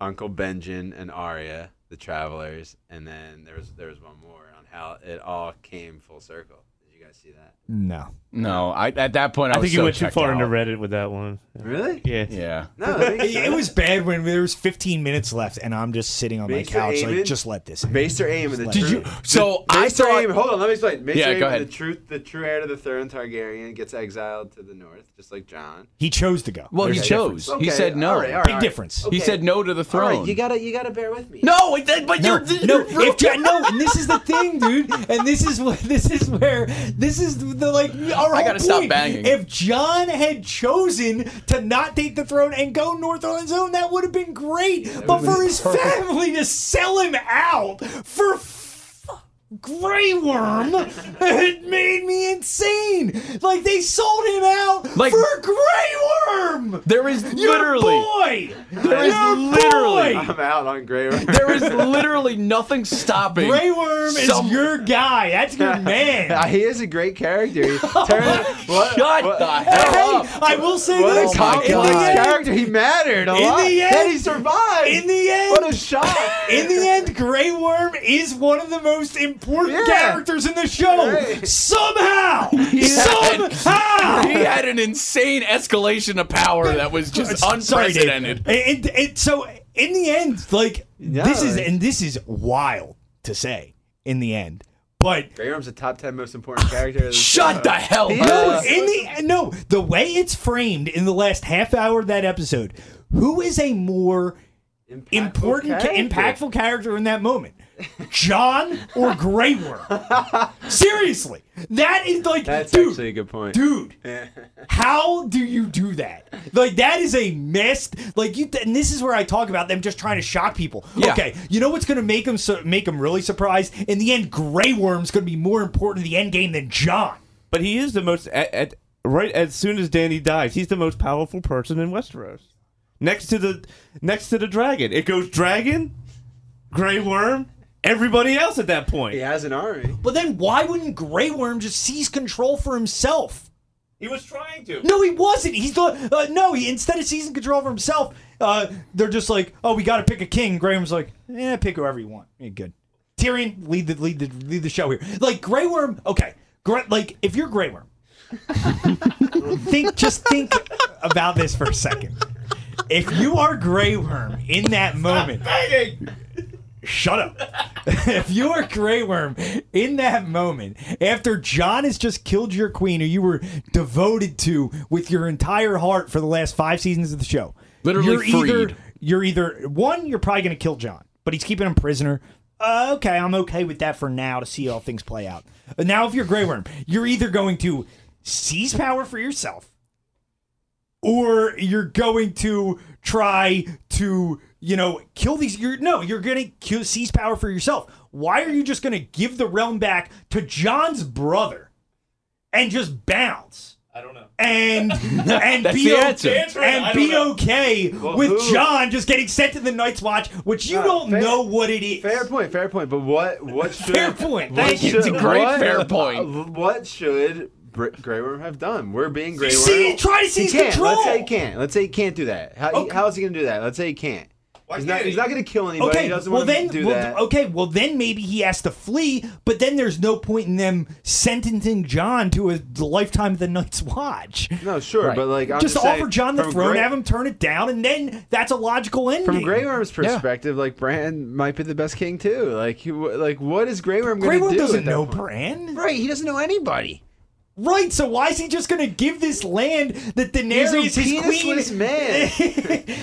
Speaker 2: Uncle Benjen and Arya, the Travelers, and then there was there was one more on how it all came full circle. Did you guys see that?
Speaker 6: No,
Speaker 3: No, I at that point I,
Speaker 4: I
Speaker 3: was
Speaker 4: think you
Speaker 3: so
Speaker 4: went too
Speaker 3: checked
Speaker 4: far into
Speaker 3: out.
Speaker 4: Reddit with that one.
Speaker 2: Really?
Speaker 4: Yeah.
Speaker 3: Yeah,
Speaker 2: No, I think
Speaker 6: it,
Speaker 2: so.
Speaker 6: it was bad when there was 15 minutes left, and I'm just sitting on my
Speaker 2: Maester
Speaker 6: couch, like
Speaker 2: Aemon?
Speaker 6: just let this. in.
Speaker 2: Maester Aemon. The
Speaker 6: Did
Speaker 2: truth-
Speaker 3: you- so
Speaker 2: the,
Speaker 3: I
Speaker 2: Maester
Speaker 3: thought-
Speaker 2: Aemon. Hold on, let me explain. Maester
Speaker 3: Yeah, go
Speaker 2: Aemon,
Speaker 3: ahead.
Speaker 2: The truth, the true heir to the throne, Targaryen, gets exiled to the north, just like John.
Speaker 6: He chose to go.
Speaker 3: Well, he
Speaker 6: There's a
Speaker 3: chose.
Speaker 6: difference.
Speaker 2: Okay,
Speaker 3: he said no.
Speaker 2: all right, all right,
Speaker 6: Big
Speaker 2: all right.
Speaker 6: difference.
Speaker 3: He
Speaker 2: Okay.
Speaker 3: said no to the
Speaker 2: All
Speaker 3: throne.
Speaker 2: right, you gotta, you gotta bear with me.
Speaker 3: no, it- that- but
Speaker 5: No,
Speaker 3: you're
Speaker 5: no, if John, no, and this is the thing, dude, and this is what this is where this is the like. Our
Speaker 3: I
Speaker 5: whole
Speaker 3: gotta stop
Speaker 5: point.
Speaker 3: banging.
Speaker 5: If John had chosen to not take the throne and go north on his own, that would have been great. but for his family to sell him out for. f- Grey Worm, it made me insane. Like they sold him out
Speaker 3: Like-
Speaker 5: for Grey Worm.
Speaker 3: there is
Speaker 5: Your
Speaker 3: literally
Speaker 5: boy.
Speaker 3: there is
Speaker 5: Your
Speaker 3: literally-
Speaker 5: boy!
Speaker 2: I'm out on Grey Worm.
Speaker 3: there is literally nothing stopping.
Speaker 5: Grey Worm is
Speaker 3: Some-
Speaker 5: your guy. That's your man.
Speaker 2: Uh, he is a great character. He turned, what,
Speaker 3: Shut
Speaker 2: what,
Speaker 3: the hell
Speaker 5: Hey,
Speaker 3: up.
Speaker 5: I will say
Speaker 2: What
Speaker 5: this.
Speaker 2: a
Speaker 3: my
Speaker 5: Oh in,
Speaker 2: complex
Speaker 5: the
Speaker 3: God.
Speaker 5: end,
Speaker 2: character. He mattered a
Speaker 5: In
Speaker 2: lot.
Speaker 5: the
Speaker 2: and
Speaker 5: end-
Speaker 2: he survived.
Speaker 5: in the end,
Speaker 2: what a shock.
Speaker 5: in the end, Grey Worm is one of the most important
Speaker 2: Yeah.
Speaker 5: characters in the show.
Speaker 2: Right.
Speaker 5: Somehow,
Speaker 3: had-
Speaker 5: somehow.
Speaker 3: He had an insane escalation of power that was just
Speaker 6: Sorry, Dave.
Speaker 3: unprecedented.
Speaker 5: And, and- and so, in the end, like this is, and this is wild to say. In the end, but
Speaker 2: Grey Worm's the top 10 most important character. Of the show.
Speaker 3: Shut the hell
Speaker 2: He
Speaker 3: up.
Speaker 2: is.
Speaker 5: in the no, the way it's framed in the last half hour of that episode, who is a more
Speaker 2: Impactful
Speaker 5: important, ca-
Speaker 2: character.
Speaker 5: impactful character in that moment? John or Grey Worm? Seriously, that is like,
Speaker 2: That's
Speaker 5: dude,
Speaker 2: actually a good point.
Speaker 5: dude. how do you do that? Like that is a missed. Like you, and this is where I talk about them just trying to shock people.
Speaker 3: Yeah.
Speaker 5: Okay, you know what's going to make them so, make them really surprised? In the end, Grey Worm's going to be more important to the end game than John.
Speaker 4: But he is the most at, at right as soon as Danny dies, he's the most powerful person in Westeros. Next to the next to the dragon. It goes dragon, Grey Worm, everybody else at that point.
Speaker 2: He has an army.
Speaker 5: But then why wouldn't Grey Worm just seize control for himself?
Speaker 4: He was trying to.
Speaker 5: No, he wasn't. He's the uh, no. He instead of seizing control for himself, uh, they're just like, oh, we got to pick a king. Grey Worm's like, eh, pick whoever you want. Yeah, good. Tyrion, lead the lead the lead the show here. Like Grey Worm, okay. Gre- like if you're Grey Worm, think just think about this for a second. If you are Grey Worm in that moment, shut up. if you are Grey Worm in that moment, after John has just killed your queen, who you were devoted to with your entire heart for the last five seasons of the show,
Speaker 3: Literally
Speaker 5: you're
Speaker 3: freed.
Speaker 5: either you're either one, you're probably going to kill John, but he's keeping him prisoner. Uh, okay, I'm okay with that for now to see how things play out. But now, if you're Grey Worm, you're either going to seize power for yourself, or you're going to try to you know kill these you're no you're gonna kill, seize power for yourself why are you just gonna give the realm back to john's brother and just bounce
Speaker 4: I don't know.
Speaker 5: and and
Speaker 3: That's
Speaker 5: be
Speaker 3: the
Speaker 5: o-
Speaker 3: answer.
Speaker 4: That's right, I
Speaker 5: and
Speaker 4: don't
Speaker 5: be
Speaker 4: know.
Speaker 5: okay with
Speaker 2: who-
Speaker 5: John just getting sent to the Night's Watch, which you
Speaker 2: No,
Speaker 5: don't
Speaker 2: fair-
Speaker 5: know what it is.
Speaker 2: Fair point, fair point. But what what should
Speaker 5: Fair point.
Speaker 2: what
Speaker 5: Thank you.
Speaker 2: should-
Speaker 3: It's a great
Speaker 2: what-
Speaker 3: fair point.
Speaker 2: What should Br- Grey Worm have done? We're being Grey Worm.
Speaker 5: See, try to
Speaker 2: he
Speaker 5: seize
Speaker 2: can't.
Speaker 5: control.
Speaker 2: Let's say he can't. Let's say he can't do that. How, how is he going to do that? Let's say he can't. He's not, he's not going to kill anybody. He
Speaker 5: Okay,
Speaker 2: doesn't
Speaker 5: well
Speaker 2: want him
Speaker 5: then,
Speaker 2: to do
Speaker 5: well,
Speaker 2: that.
Speaker 5: okay, well then maybe he has to flee, but then there's no point in them sentencing John to a lifetime of the Night's Watch.
Speaker 2: No, sure, but like I'm
Speaker 5: just
Speaker 2: just saying,
Speaker 5: offer John the
Speaker 2: from
Speaker 5: throne,
Speaker 2: Grey-
Speaker 5: have him turn it down, and then that's a logical ending.
Speaker 2: From Grey Worm's perspective, like Bran might be the best king too. Like, he, like what is Grey Worm
Speaker 5: Grey
Speaker 2: going to do?
Speaker 5: Worm
Speaker 2: at
Speaker 5: doesn't
Speaker 2: that
Speaker 5: know
Speaker 2: point?
Speaker 5: Bran,
Speaker 2: Right, he doesn't know anybody.
Speaker 5: right? So why is he just going to give this land that
Speaker 2: He's
Speaker 5: Daenerys,
Speaker 2: a
Speaker 5: his queen,
Speaker 2: penisless man.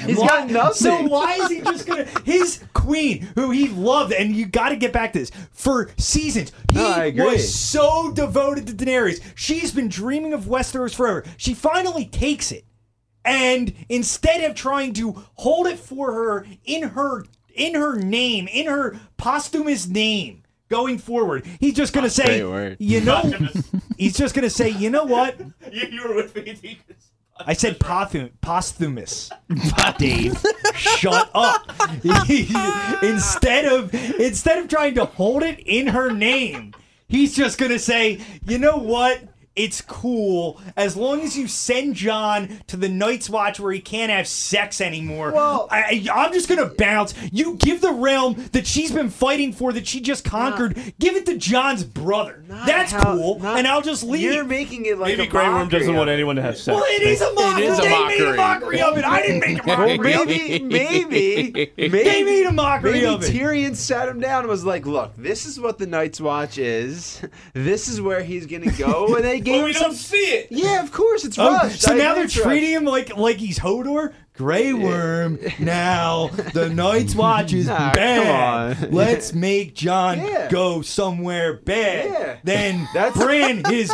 Speaker 2: He's
Speaker 5: Why-
Speaker 2: got nothing.
Speaker 5: So why is he just gonna his queen, who he loved, and you got to get back to this for seasons. He
Speaker 2: No, I agree.
Speaker 5: was so devoted to Daenerys. She's been dreaming of Westeros forever. She finally takes it, and instead of trying to hold it for her in her in her name, in her posthumous name. Going forward, he's just gonna say,
Speaker 2: great word.
Speaker 5: "You know," he's just gonna say, "You know what?
Speaker 4: you, you were with me.
Speaker 5: I said pothum, posthumous. Dave, shut up. instead of instead of trying to hold it in her name, he's just gonna say, you know what? It's cool as long as you send John to the Night's Watch where he can't have sex anymore.
Speaker 2: Well-
Speaker 5: I, I- I'm just gonna bounce. You give the realm that she's been fighting for, that she just conquered. give it to John's brother.
Speaker 2: Not
Speaker 5: That's
Speaker 2: how-
Speaker 5: cool,
Speaker 2: not-
Speaker 5: and I'll just leave.
Speaker 2: You're making it like
Speaker 4: Maybe
Speaker 2: a
Speaker 4: Grey Worm
Speaker 2: mockery
Speaker 4: doesn't
Speaker 2: of
Speaker 4: want
Speaker 2: it.
Speaker 4: anyone to have sex.
Speaker 5: Well, it is a mockery.
Speaker 3: is a
Speaker 5: they made a
Speaker 3: mockery.
Speaker 5: mockery of it. I didn't make a mockery.
Speaker 2: Well, maybe, maybe, maybe
Speaker 5: They made a mockery
Speaker 2: maybe
Speaker 5: of it.
Speaker 2: Tyrion sat him down and was like, "Look, this is what the Night's Watch is. This is where he's gonna go." And they gave
Speaker 4: we
Speaker 2: him
Speaker 4: don't
Speaker 2: some.
Speaker 4: see it.
Speaker 2: Yeah, of course it's
Speaker 5: Oh,
Speaker 2: rushed.
Speaker 5: so
Speaker 2: I
Speaker 5: now
Speaker 2: agree
Speaker 5: they're
Speaker 2: it's rushed.
Speaker 5: treating him like like he's Hodor, Grey Worm. Now the Night's Watch is
Speaker 2: Nah, come
Speaker 5: bad.
Speaker 2: on.
Speaker 5: Let's make John
Speaker 2: Yeah.
Speaker 5: go somewhere bad.
Speaker 2: Yeah.
Speaker 5: Then
Speaker 2: That's-
Speaker 5: Bran, his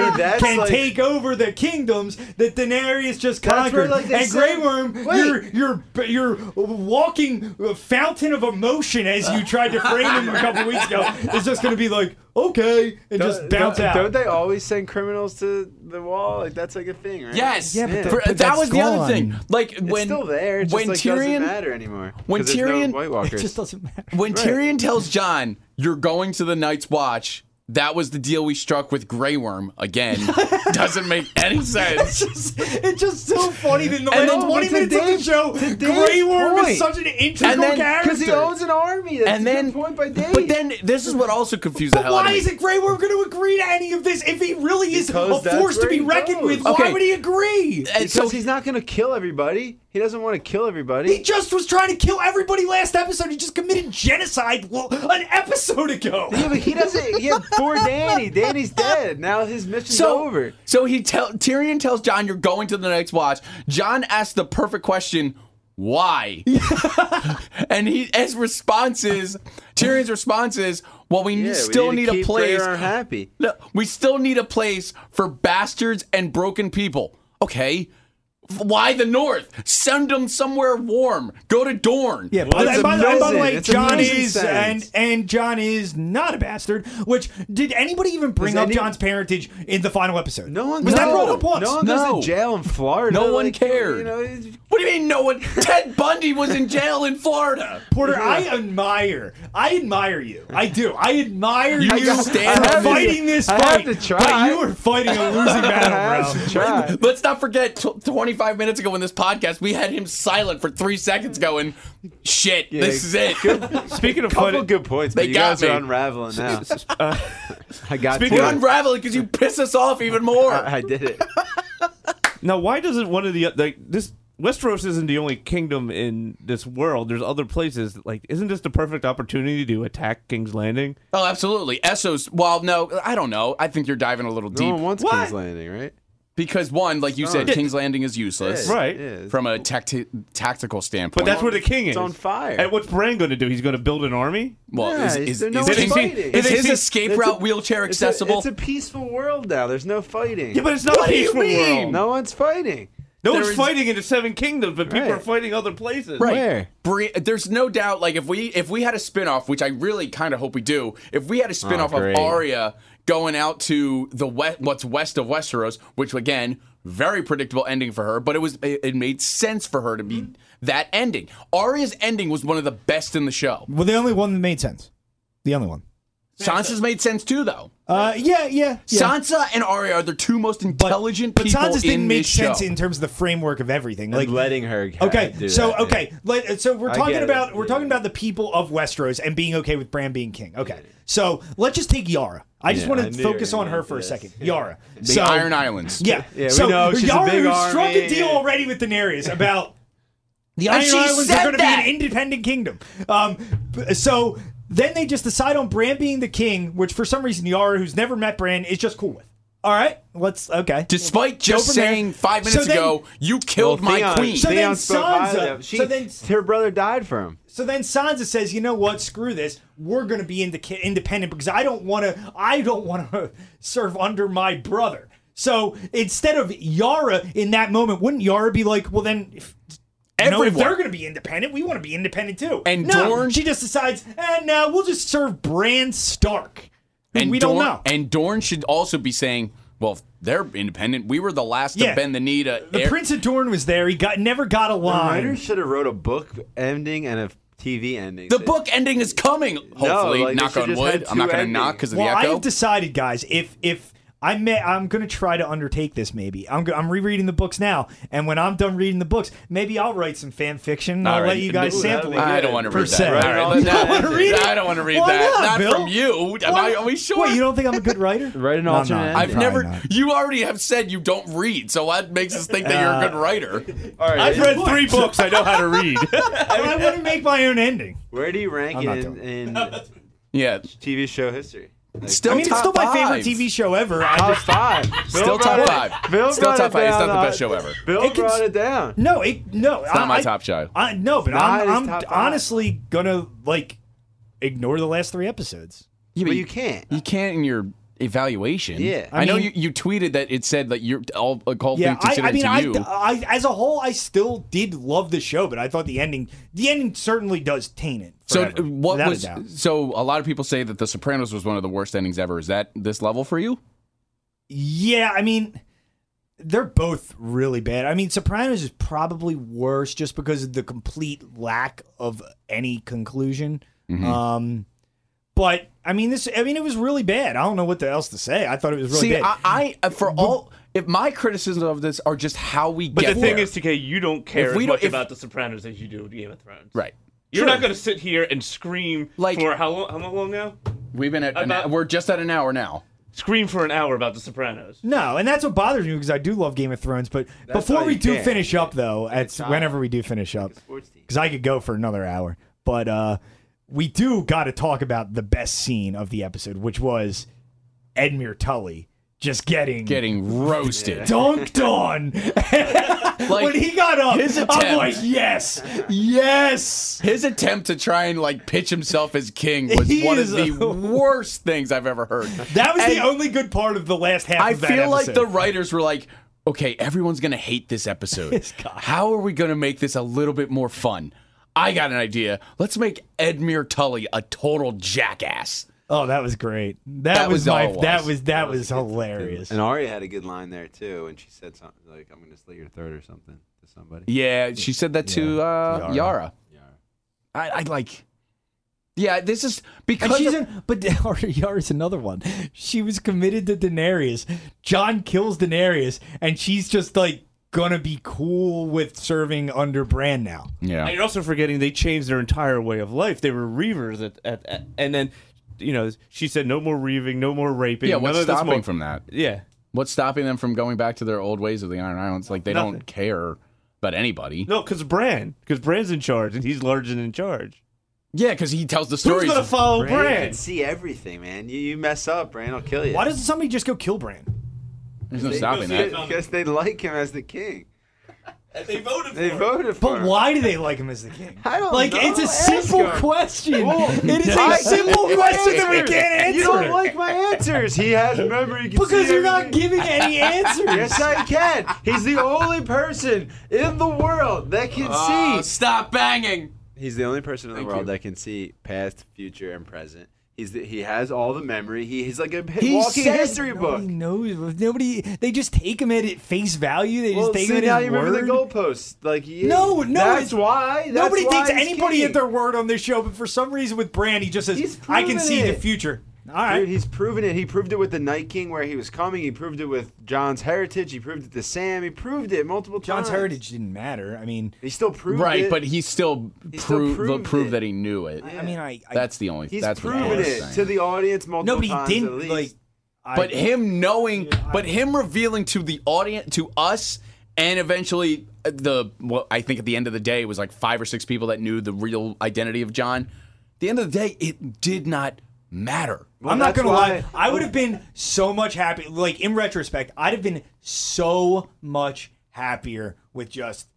Speaker 2: I mean, that's
Speaker 5: can
Speaker 2: like-
Speaker 5: take over the kingdoms that Daenerys just
Speaker 2: That's where,
Speaker 5: conquered.
Speaker 2: like, they
Speaker 5: and Grey
Speaker 2: said-
Speaker 5: Worm, you're you're you're walking fountain of emotion as you tried to frame him a couple weeks ago. It's just going to be like okay, and just
Speaker 2: Don't-
Speaker 5: bounce
Speaker 2: don't,
Speaker 5: out.
Speaker 2: Don't they always send criminals to the wall? Like that's like a thing, right?
Speaker 3: Yes.
Speaker 2: Yeah, but the-
Speaker 3: For-
Speaker 5: but
Speaker 3: that
Speaker 5: that's
Speaker 3: was the other thing.
Speaker 5: gone.
Speaker 3: Like
Speaker 2: It's
Speaker 3: when
Speaker 2: still there. It just
Speaker 3: when
Speaker 2: like, doesn't
Speaker 3: Tyrion
Speaker 2: matter anymore.
Speaker 3: when
Speaker 2: 'cause there's no
Speaker 3: Tyrion-
Speaker 2: White
Speaker 5: it
Speaker 2: Walkers.
Speaker 5: just doesn't matter.
Speaker 3: when Tyrion tells John, "You're going to the Night's Watch." That was the deal we struck with Grey Worm again. Doesn't make any sense.
Speaker 5: it's just so funny that in the
Speaker 3: And
Speaker 5: last
Speaker 3: then-
Speaker 5: 20
Speaker 2: to
Speaker 5: minutes of the
Speaker 2: Dave's-
Speaker 5: show,
Speaker 2: to
Speaker 5: Grey
Speaker 2: Dave's
Speaker 5: Worm is
Speaker 2: point.
Speaker 5: such an integral
Speaker 3: And then- 'cause
Speaker 5: character.
Speaker 2: Because he owns an army. That's
Speaker 3: and
Speaker 2: a good
Speaker 3: then,
Speaker 2: point by Dave.
Speaker 3: but then this is what also confused the
Speaker 5: but
Speaker 3: hell out
Speaker 5: why
Speaker 3: of me.
Speaker 5: is it Grey Worm going to agree to any of this? If he really is
Speaker 2: Because
Speaker 5: a
Speaker 2: that's
Speaker 5: force to
Speaker 2: where
Speaker 5: be
Speaker 2: he
Speaker 5: reckoned
Speaker 2: goes.
Speaker 5: with, why
Speaker 3: Okay.
Speaker 5: would he agree?
Speaker 3: And so
Speaker 2: because he's not going to kill everybody. He doesn't want to kill everybody.
Speaker 5: He just was trying to kill everybody last episode. He just committed genocide lo- an episode ago.
Speaker 2: Yeah, but he doesn't. Yeah, poor Danny. Danny's dead. Now his mission's
Speaker 3: so
Speaker 2: over.
Speaker 3: So he tell Tyrion tells John, "You're going to the next watch." John asks the perfect question, "Why?" and he his response is Tyrion's response is, "Well, we
Speaker 2: Yeah, we
Speaker 3: still need,
Speaker 2: to
Speaker 3: a
Speaker 2: keep
Speaker 3: place.
Speaker 2: Rhaegar happy.
Speaker 3: No, we still need a place for bastards and broken people." Okay. F- Why the North? Send them somewhere warm. Go to Dorne.
Speaker 5: Yeah, but
Speaker 2: it's
Speaker 5: and by,
Speaker 2: amazing.
Speaker 5: and by the way,
Speaker 2: It's
Speaker 5: John
Speaker 2: amazing
Speaker 5: is and
Speaker 2: science.
Speaker 5: and John is not a bastard. Which did anybody even bring
Speaker 2: Does
Speaker 5: up
Speaker 2: any-
Speaker 5: John's parentage in the final episode?
Speaker 2: No one
Speaker 5: was that
Speaker 2: no,
Speaker 5: brought up once.
Speaker 2: No one goes
Speaker 3: No.
Speaker 2: to jail in Florida.
Speaker 3: No one
Speaker 2: like,
Speaker 3: cared.
Speaker 2: You know, it's-
Speaker 3: What do you mean no one? Ted Bundy was in jail in Florida.
Speaker 5: Porter, I admire, I admire you. I do. I admire you,
Speaker 3: got
Speaker 5: for
Speaker 3: stand up.
Speaker 5: fighting this
Speaker 2: I
Speaker 5: fight.
Speaker 2: have to try.
Speaker 5: But you were fighting a losing
Speaker 2: I
Speaker 5: battle,
Speaker 2: have to
Speaker 5: bro.
Speaker 2: try.
Speaker 3: Let's not forget, tw- 25 minutes ago in this podcast, we had him silent for three seconds going, shit, this is it.
Speaker 4: Speaking of
Speaker 2: Couple
Speaker 4: fun,
Speaker 2: good points, but
Speaker 3: They
Speaker 2: you
Speaker 3: got
Speaker 2: guys
Speaker 3: me. Uh,
Speaker 2: are unraveling now. I got
Speaker 4: speaking
Speaker 2: you.
Speaker 3: You're unraveling because you piss us off even more.
Speaker 2: I I did it.
Speaker 4: Now, why doesn't one of the like this Westeros isn't the only kingdom in this world? There's other places. Like, isn't this the perfect opportunity to attack King's Landing?
Speaker 3: Oh, absolutely. Essos, well, no, I don't know. I think you're diving a little
Speaker 2: No
Speaker 3: deep.
Speaker 2: one wants
Speaker 4: What?
Speaker 2: King's Landing, right?
Speaker 3: because, one, like you said, King's Landing is useless
Speaker 2: Yeah,
Speaker 4: Right.
Speaker 2: yeah, it's-
Speaker 3: from a tacti- tactical standpoint.
Speaker 4: But that's where the king is.
Speaker 2: It's on fire.
Speaker 4: And what's Bran going to do? He's going to build an army.
Speaker 3: well,
Speaker 2: Yeah,
Speaker 3: is,
Speaker 2: is
Speaker 3: is,
Speaker 2: there no
Speaker 3: is
Speaker 2: one
Speaker 3: his-
Speaker 2: fighting?
Speaker 3: is
Speaker 4: They
Speaker 3: his
Speaker 4: see-
Speaker 3: escape
Speaker 2: it's a-
Speaker 3: route wheelchair
Speaker 2: It's a-
Speaker 3: accessible?
Speaker 2: It's a, peaceful world now. There's no fighting.
Speaker 4: Yeah, but it's not
Speaker 3: What
Speaker 4: a
Speaker 3: do you
Speaker 4: peaceful
Speaker 3: mean?
Speaker 4: world.
Speaker 2: no one's fighting.
Speaker 4: No one's
Speaker 3: There is-
Speaker 4: fighting in the Seven Kingdoms, but people
Speaker 2: Right.
Speaker 4: are fighting other places.
Speaker 3: Right.
Speaker 2: Where?
Speaker 3: Bri- there's no doubt. Like if we if we had a spinoff, which I really kind of hope we do, if we
Speaker 5: Oh,
Speaker 3: had a spinoff
Speaker 2: great.
Speaker 3: of Arya going out to the west, what's west of Westeros, which again, very predictable ending for her, but it was it, it made sense for her to be that ending. Arya's ending was one of the best in the show.
Speaker 5: Well, the only one that made sense. The only one.
Speaker 3: Sansa's made sense too, though.
Speaker 5: Uh, yeah, yeah. yeah.
Speaker 3: Sansa and Arya are the two most intelligent
Speaker 5: but
Speaker 3: people
Speaker 5: Sansa's
Speaker 3: in
Speaker 5: didn't make
Speaker 3: this show.
Speaker 5: sense in terms of the framework of everything. Like
Speaker 2: like letting her.
Speaker 5: Okay,
Speaker 2: do
Speaker 5: so
Speaker 2: that,
Speaker 5: okay, let, uh, so we're
Speaker 2: I
Speaker 5: talking
Speaker 2: get it,
Speaker 5: about we're
Speaker 2: yeah.
Speaker 5: talking about the people of Westeros and being okay with Bran being king. Okay, so let's just take Yara. I
Speaker 2: Yeah,
Speaker 5: just
Speaker 2: I
Speaker 5: want
Speaker 2: knew
Speaker 5: to
Speaker 2: you were
Speaker 5: focus
Speaker 2: gonna
Speaker 5: on her
Speaker 2: get
Speaker 5: for a
Speaker 2: this.
Speaker 5: second. Yara.
Speaker 3: The
Speaker 5: so,
Speaker 3: Iron Islands.
Speaker 5: Yeah.
Speaker 2: Yeah, we
Speaker 5: so
Speaker 2: know she's a
Speaker 5: Yara
Speaker 2: big
Speaker 5: who struck a
Speaker 2: army,
Speaker 5: deal
Speaker 2: yeah.
Speaker 5: already with Daenerys about the Iron
Speaker 3: And she
Speaker 5: Islands
Speaker 3: said
Speaker 5: are going to be an
Speaker 3: that!
Speaker 5: independent kingdom. Um, b- so then they just decide on Bran being the king, which for some reason Yara, who's never met Bran, is just cool with. All right, let's okay.
Speaker 3: Despite just
Speaker 5: from there.
Speaker 3: saying five
Speaker 5: So
Speaker 3: minutes
Speaker 5: then-
Speaker 3: ago, you killed my
Speaker 2: Theon-
Speaker 3: queen.
Speaker 5: So then
Speaker 2: Theon spoke highly
Speaker 5: Sansa-
Speaker 2: of- She,
Speaker 5: so then-
Speaker 2: her brother died for him.
Speaker 5: So then Sansa says, "You know what? Screw this. We're going to be ind- independent because I don't want to. I don't want to serve under my brother." So instead of Yara in that moment, wouldn't Yara be like, "Well, then, if, you know, if
Speaker 3: Everyone.
Speaker 5: they're going to be independent, we want to be independent too."
Speaker 3: And
Speaker 5: no,
Speaker 3: Dorne-
Speaker 5: she just decides, "And no, we'll just serve Bran Stark." who
Speaker 3: and
Speaker 5: we
Speaker 3: Dorn,
Speaker 5: don't know.
Speaker 3: And Dorn should also be saying, well, if they're independent. We were the last
Speaker 5: Yeah.
Speaker 3: to bend the knee to.
Speaker 5: the
Speaker 3: air-
Speaker 5: Prince of Dorne was there. He got never got a
Speaker 2: Writers
Speaker 5: line.
Speaker 2: should have wrote a book ending and a TV ending.
Speaker 3: the book ending is coming. Hopefully,
Speaker 2: like, they
Speaker 3: knock
Speaker 2: should
Speaker 3: on
Speaker 2: just
Speaker 3: wood.
Speaker 2: had
Speaker 3: I'm not
Speaker 2: two
Speaker 3: going to knock
Speaker 2: endings.
Speaker 3: because of
Speaker 5: Well,
Speaker 3: the
Speaker 5: I
Speaker 3: echo.
Speaker 5: have decided, guys. If if I may, I'm going to try to undertake this. Maybe I'm go- I'm rereading the books now, and when I'm done reading the books, maybe I'll write some fan fiction. and I'll
Speaker 3: All right.
Speaker 5: let you guys
Speaker 3: Ooh,
Speaker 2: that'd
Speaker 5: sample
Speaker 2: be
Speaker 5: it.
Speaker 2: good.
Speaker 3: I don't want to
Speaker 5: per
Speaker 3: read
Speaker 5: se.
Speaker 3: that. All right,
Speaker 2: You
Speaker 3: that-
Speaker 2: don't wanna read
Speaker 5: it?
Speaker 3: I don't want to read
Speaker 5: Why
Speaker 3: that.
Speaker 5: not,
Speaker 3: Not,
Speaker 5: Bill?
Speaker 3: from you. Am I, are we sure?
Speaker 5: Wait, you don't think I'm a good writer?
Speaker 2: Write an
Speaker 5: No, I'm
Speaker 2: alternate
Speaker 5: not.
Speaker 2: ending.
Speaker 3: I've never.
Speaker 5: Probably not.
Speaker 3: You already have said you don't read, so that makes us think that you're a
Speaker 5: Uh,
Speaker 3: good writer.
Speaker 2: All right,
Speaker 4: I've read three books. I know how to read.
Speaker 5: I want to make my own ending.
Speaker 2: Where do you rank
Speaker 5: I'm not
Speaker 2: in, in
Speaker 3: Yeah,
Speaker 2: TV show history? Like,
Speaker 3: still.
Speaker 5: I mean, it's
Speaker 3: top
Speaker 5: still my
Speaker 3: five.
Speaker 5: favorite TV show ever. I
Speaker 2: top
Speaker 5: just,
Speaker 2: five. Bill
Speaker 3: Still
Speaker 2: brought
Speaker 3: top
Speaker 2: it-
Speaker 3: five.
Speaker 2: Bill
Speaker 3: Still
Speaker 2: brought
Speaker 3: top
Speaker 2: it
Speaker 3: five. It's
Speaker 2: down,
Speaker 3: not the best
Speaker 2: uh,
Speaker 3: show ever.
Speaker 2: Bill
Speaker 5: It can
Speaker 2: brought
Speaker 5: s-
Speaker 2: it down.
Speaker 5: no, it no. It's
Speaker 3: not my top show.
Speaker 5: I, no, but
Speaker 2: It's not his
Speaker 5: I'm, I'm
Speaker 2: top five.
Speaker 5: honestly gonna like ignore the last three episodes.
Speaker 2: But you can't.
Speaker 3: You can't in your evaluation.
Speaker 2: Yeah.
Speaker 3: I,
Speaker 2: I
Speaker 3: know
Speaker 5: mean-
Speaker 3: you, you tweeted that it said that you're all like, all
Speaker 5: Yeah,
Speaker 3: things
Speaker 5: I, I
Speaker 3: considered
Speaker 5: mean,
Speaker 3: to
Speaker 5: I, uh,
Speaker 3: you.
Speaker 5: I, as a whole, I still did love the show, but I thought the ending, the ending certainly does taint it.
Speaker 3: so uh,
Speaker 5: forever,
Speaker 3: what
Speaker 5: without
Speaker 3: was
Speaker 5: a doubt.
Speaker 3: so a lot of people say that The Sopranos was one of the worst endings ever. Is that this level for you?
Speaker 5: Yeah, I mean, they're both really bad. I mean, Sopranos is probably worse just because of the complete lack of any conclusion.
Speaker 3: Mm-hmm.
Speaker 5: Um, but I mean, this. I mean, it was really bad. I don't know what the else to say. I thought it was really
Speaker 3: See,
Speaker 5: bad.
Speaker 3: I, I for all if my criticisms of this are just how we
Speaker 4: But
Speaker 3: get
Speaker 4: the thing
Speaker 3: there.
Speaker 4: is, TK, you don't care
Speaker 3: If
Speaker 4: as
Speaker 3: we don't-
Speaker 4: much
Speaker 3: if-
Speaker 4: about The Sopranos as you do Game of Thrones.
Speaker 3: right.
Speaker 4: You're not going to sit here and scream
Speaker 3: Like-
Speaker 4: for how long, how long now?
Speaker 3: We've been at an,
Speaker 4: About-
Speaker 3: we're just at an hour now.
Speaker 4: Scream for an hour about The Sopranos.
Speaker 5: no, and that's what bothers me because I do love Game of Thrones. But before
Speaker 2: all
Speaker 5: we
Speaker 2: you
Speaker 5: do
Speaker 2: can.
Speaker 5: finish up, though, at
Speaker 2: time.
Speaker 5: whenever we do finish up,
Speaker 2: sports team.
Speaker 5: because I could go for another hour, but uh, we do got to talk about the best scene of the episode, which was Edmure Tully just getting
Speaker 3: Getting roasted.
Speaker 5: dunked on.
Speaker 3: Like
Speaker 5: when he got up,
Speaker 3: his
Speaker 5: I'm
Speaker 3: attempt-
Speaker 5: like, yes, yes.
Speaker 3: his attempt to try and like pitch himself as king was
Speaker 5: He
Speaker 3: one of
Speaker 5: is
Speaker 3: the
Speaker 5: a-
Speaker 3: worst things I've ever heard.
Speaker 5: That was the
Speaker 3: And-
Speaker 5: only good part of the last half.
Speaker 3: I
Speaker 5: of that
Speaker 3: feel like the
Speaker 5: episode.
Speaker 3: writers were like, okay, everyone's going to hate this episode. How are we going to make this a little bit more fun? I got an idea. Let's make Edmure Tully a total jackass.
Speaker 5: oh, that was great. That,
Speaker 3: That
Speaker 5: was,
Speaker 3: was
Speaker 5: my.
Speaker 3: all it was.
Speaker 5: That was that was hilarious.
Speaker 2: And Arya had a good line there too, and she said something like, "I'm gonna slit your throat" or something to somebody.
Speaker 3: Yeah, she said that to uh, Yara. I, I like. Yeah, this is
Speaker 5: And
Speaker 3: because
Speaker 5: she's
Speaker 3: of-
Speaker 5: in, but Yara's another one. She was committed to Daenerys. John kills Daenerys, and she's just like gonna be cool with serving under Bran now.
Speaker 4: And
Speaker 3: yeah.
Speaker 4: you're also forgetting they changed their entire way of life. They were reavers, at, at, at- and then, you know, she said no more reaving, no more raping.
Speaker 3: Yeah,
Speaker 4: none
Speaker 3: what's
Speaker 4: of this
Speaker 3: stopping
Speaker 4: more-
Speaker 3: from that?
Speaker 4: Yeah,
Speaker 3: What's stopping them from going back to their old ways of the Iron Islands? Like they don't care about anybody.
Speaker 4: no, because Bran, because Bran's in charge, and he's large and in charge.
Speaker 3: Yeah, because he tells the
Speaker 4: Who's
Speaker 3: stories.
Speaker 4: gonna
Speaker 3: of-
Speaker 4: follow
Speaker 2: Bran, you
Speaker 4: Bran?
Speaker 2: can see everything, man. You, you mess up, Bran will kill you.
Speaker 5: Why doesn't somebody just go kill Bran?
Speaker 3: There's no stopping that.
Speaker 2: Because they like him as the king.
Speaker 4: They voted
Speaker 2: They voted for
Speaker 5: But
Speaker 2: him.
Speaker 5: why do they like him as the king?
Speaker 2: I don't
Speaker 5: like
Speaker 2: know.
Speaker 5: it's a
Speaker 2: Ask
Speaker 5: simple
Speaker 2: him.
Speaker 5: question. it is a
Speaker 2: I-
Speaker 5: simple question that we can't answer.
Speaker 2: You don't like my answers. He has memory. You can
Speaker 5: because
Speaker 2: see
Speaker 5: you're not
Speaker 2: everything.
Speaker 5: giving any answers.
Speaker 2: Yes, I can. He's the only person in the world that can
Speaker 3: Oh,
Speaker 2: see.
Speaker 3: stop banging.
Speaker 2: He's the only person in the world that can see past, future, and present. He's the, he has all the memory. He, he's like a walking
Speaker 5: said
Speaker 2: history book.
Speaker 5: Nobody knows. Nobody. They just take him at it face value. They just
Speaker 2: Well,
Speaker 5: take
Speaker 2: see,
Speaker 5: him
Speaker 2: now
Speaker 5: at
Speaker 2: you
Speaker 5: his
Speaker 2: remember the
Speaker 5: word.
Speaker 2: goalposts. Like, yeah,
Speaker 5: No, no,
Speaker 2: That's
Speaker 5: it's-
Speaker 2: why. that's
Speaker 5: Nobody
Speaker 2: why
Speaker 5: takes
Speaker 2: he's
Speaker 5: anybody
Speaker 2: king.
Speaker 5: at their word on this show, but for some reason with Bran, he just says,
Speaker 2: He's
Speaker 5: "I can
Speaker 2: proven
Speaker 5: see the
Speaker 2: it."
Speaker 5: future." All right.
Speaker 2: Dude, he's proven it. He proved it with the Night King where he was coming. He proved it with John's heritage. He proved it to Sam. He proved it multiple times.
Speaker 5: John's heritage didn't matter. I mean,
Speaker 2: He still proved
Speaker 3: right,
Speaker 2: it.
Speaker 3: but he still
Speaker 2: still
Speaker 3: proved
Speaker 2: proved
Speaker 3: proved
Speaker 2: it.
Speaker 3: that he knew it.
Speaker 5: I mean, I, I
Speaker 3: that's the only.
Speaker 2: he's
Speaker 3: that's what I
Speaker 2: proven
Speaker 3: was
Speaker 2: it
Speaker 3: saying.
Speaker 2: to the audience multiple
Speaker 5: nobody
Speaker 2: times. at
Speaker 5: didn't
Speaker 2: least.
Speaker 5: like. I,
Speaker 3: but him knowing, but him revealing to the audience, to us, and eventually uh, the well, I think at the end of the day it was like five or six people that knew the real identity of John. At the end of the day, it did not matter.
Speaker 2: Well,
Speaker 5: I'm not
Speaker 2: that's
Speaker 5: gonna lie.
Speaker 2: why-
Speaker 5: I would have been so much happy. Like in retrospect, I'd have been so much happier with just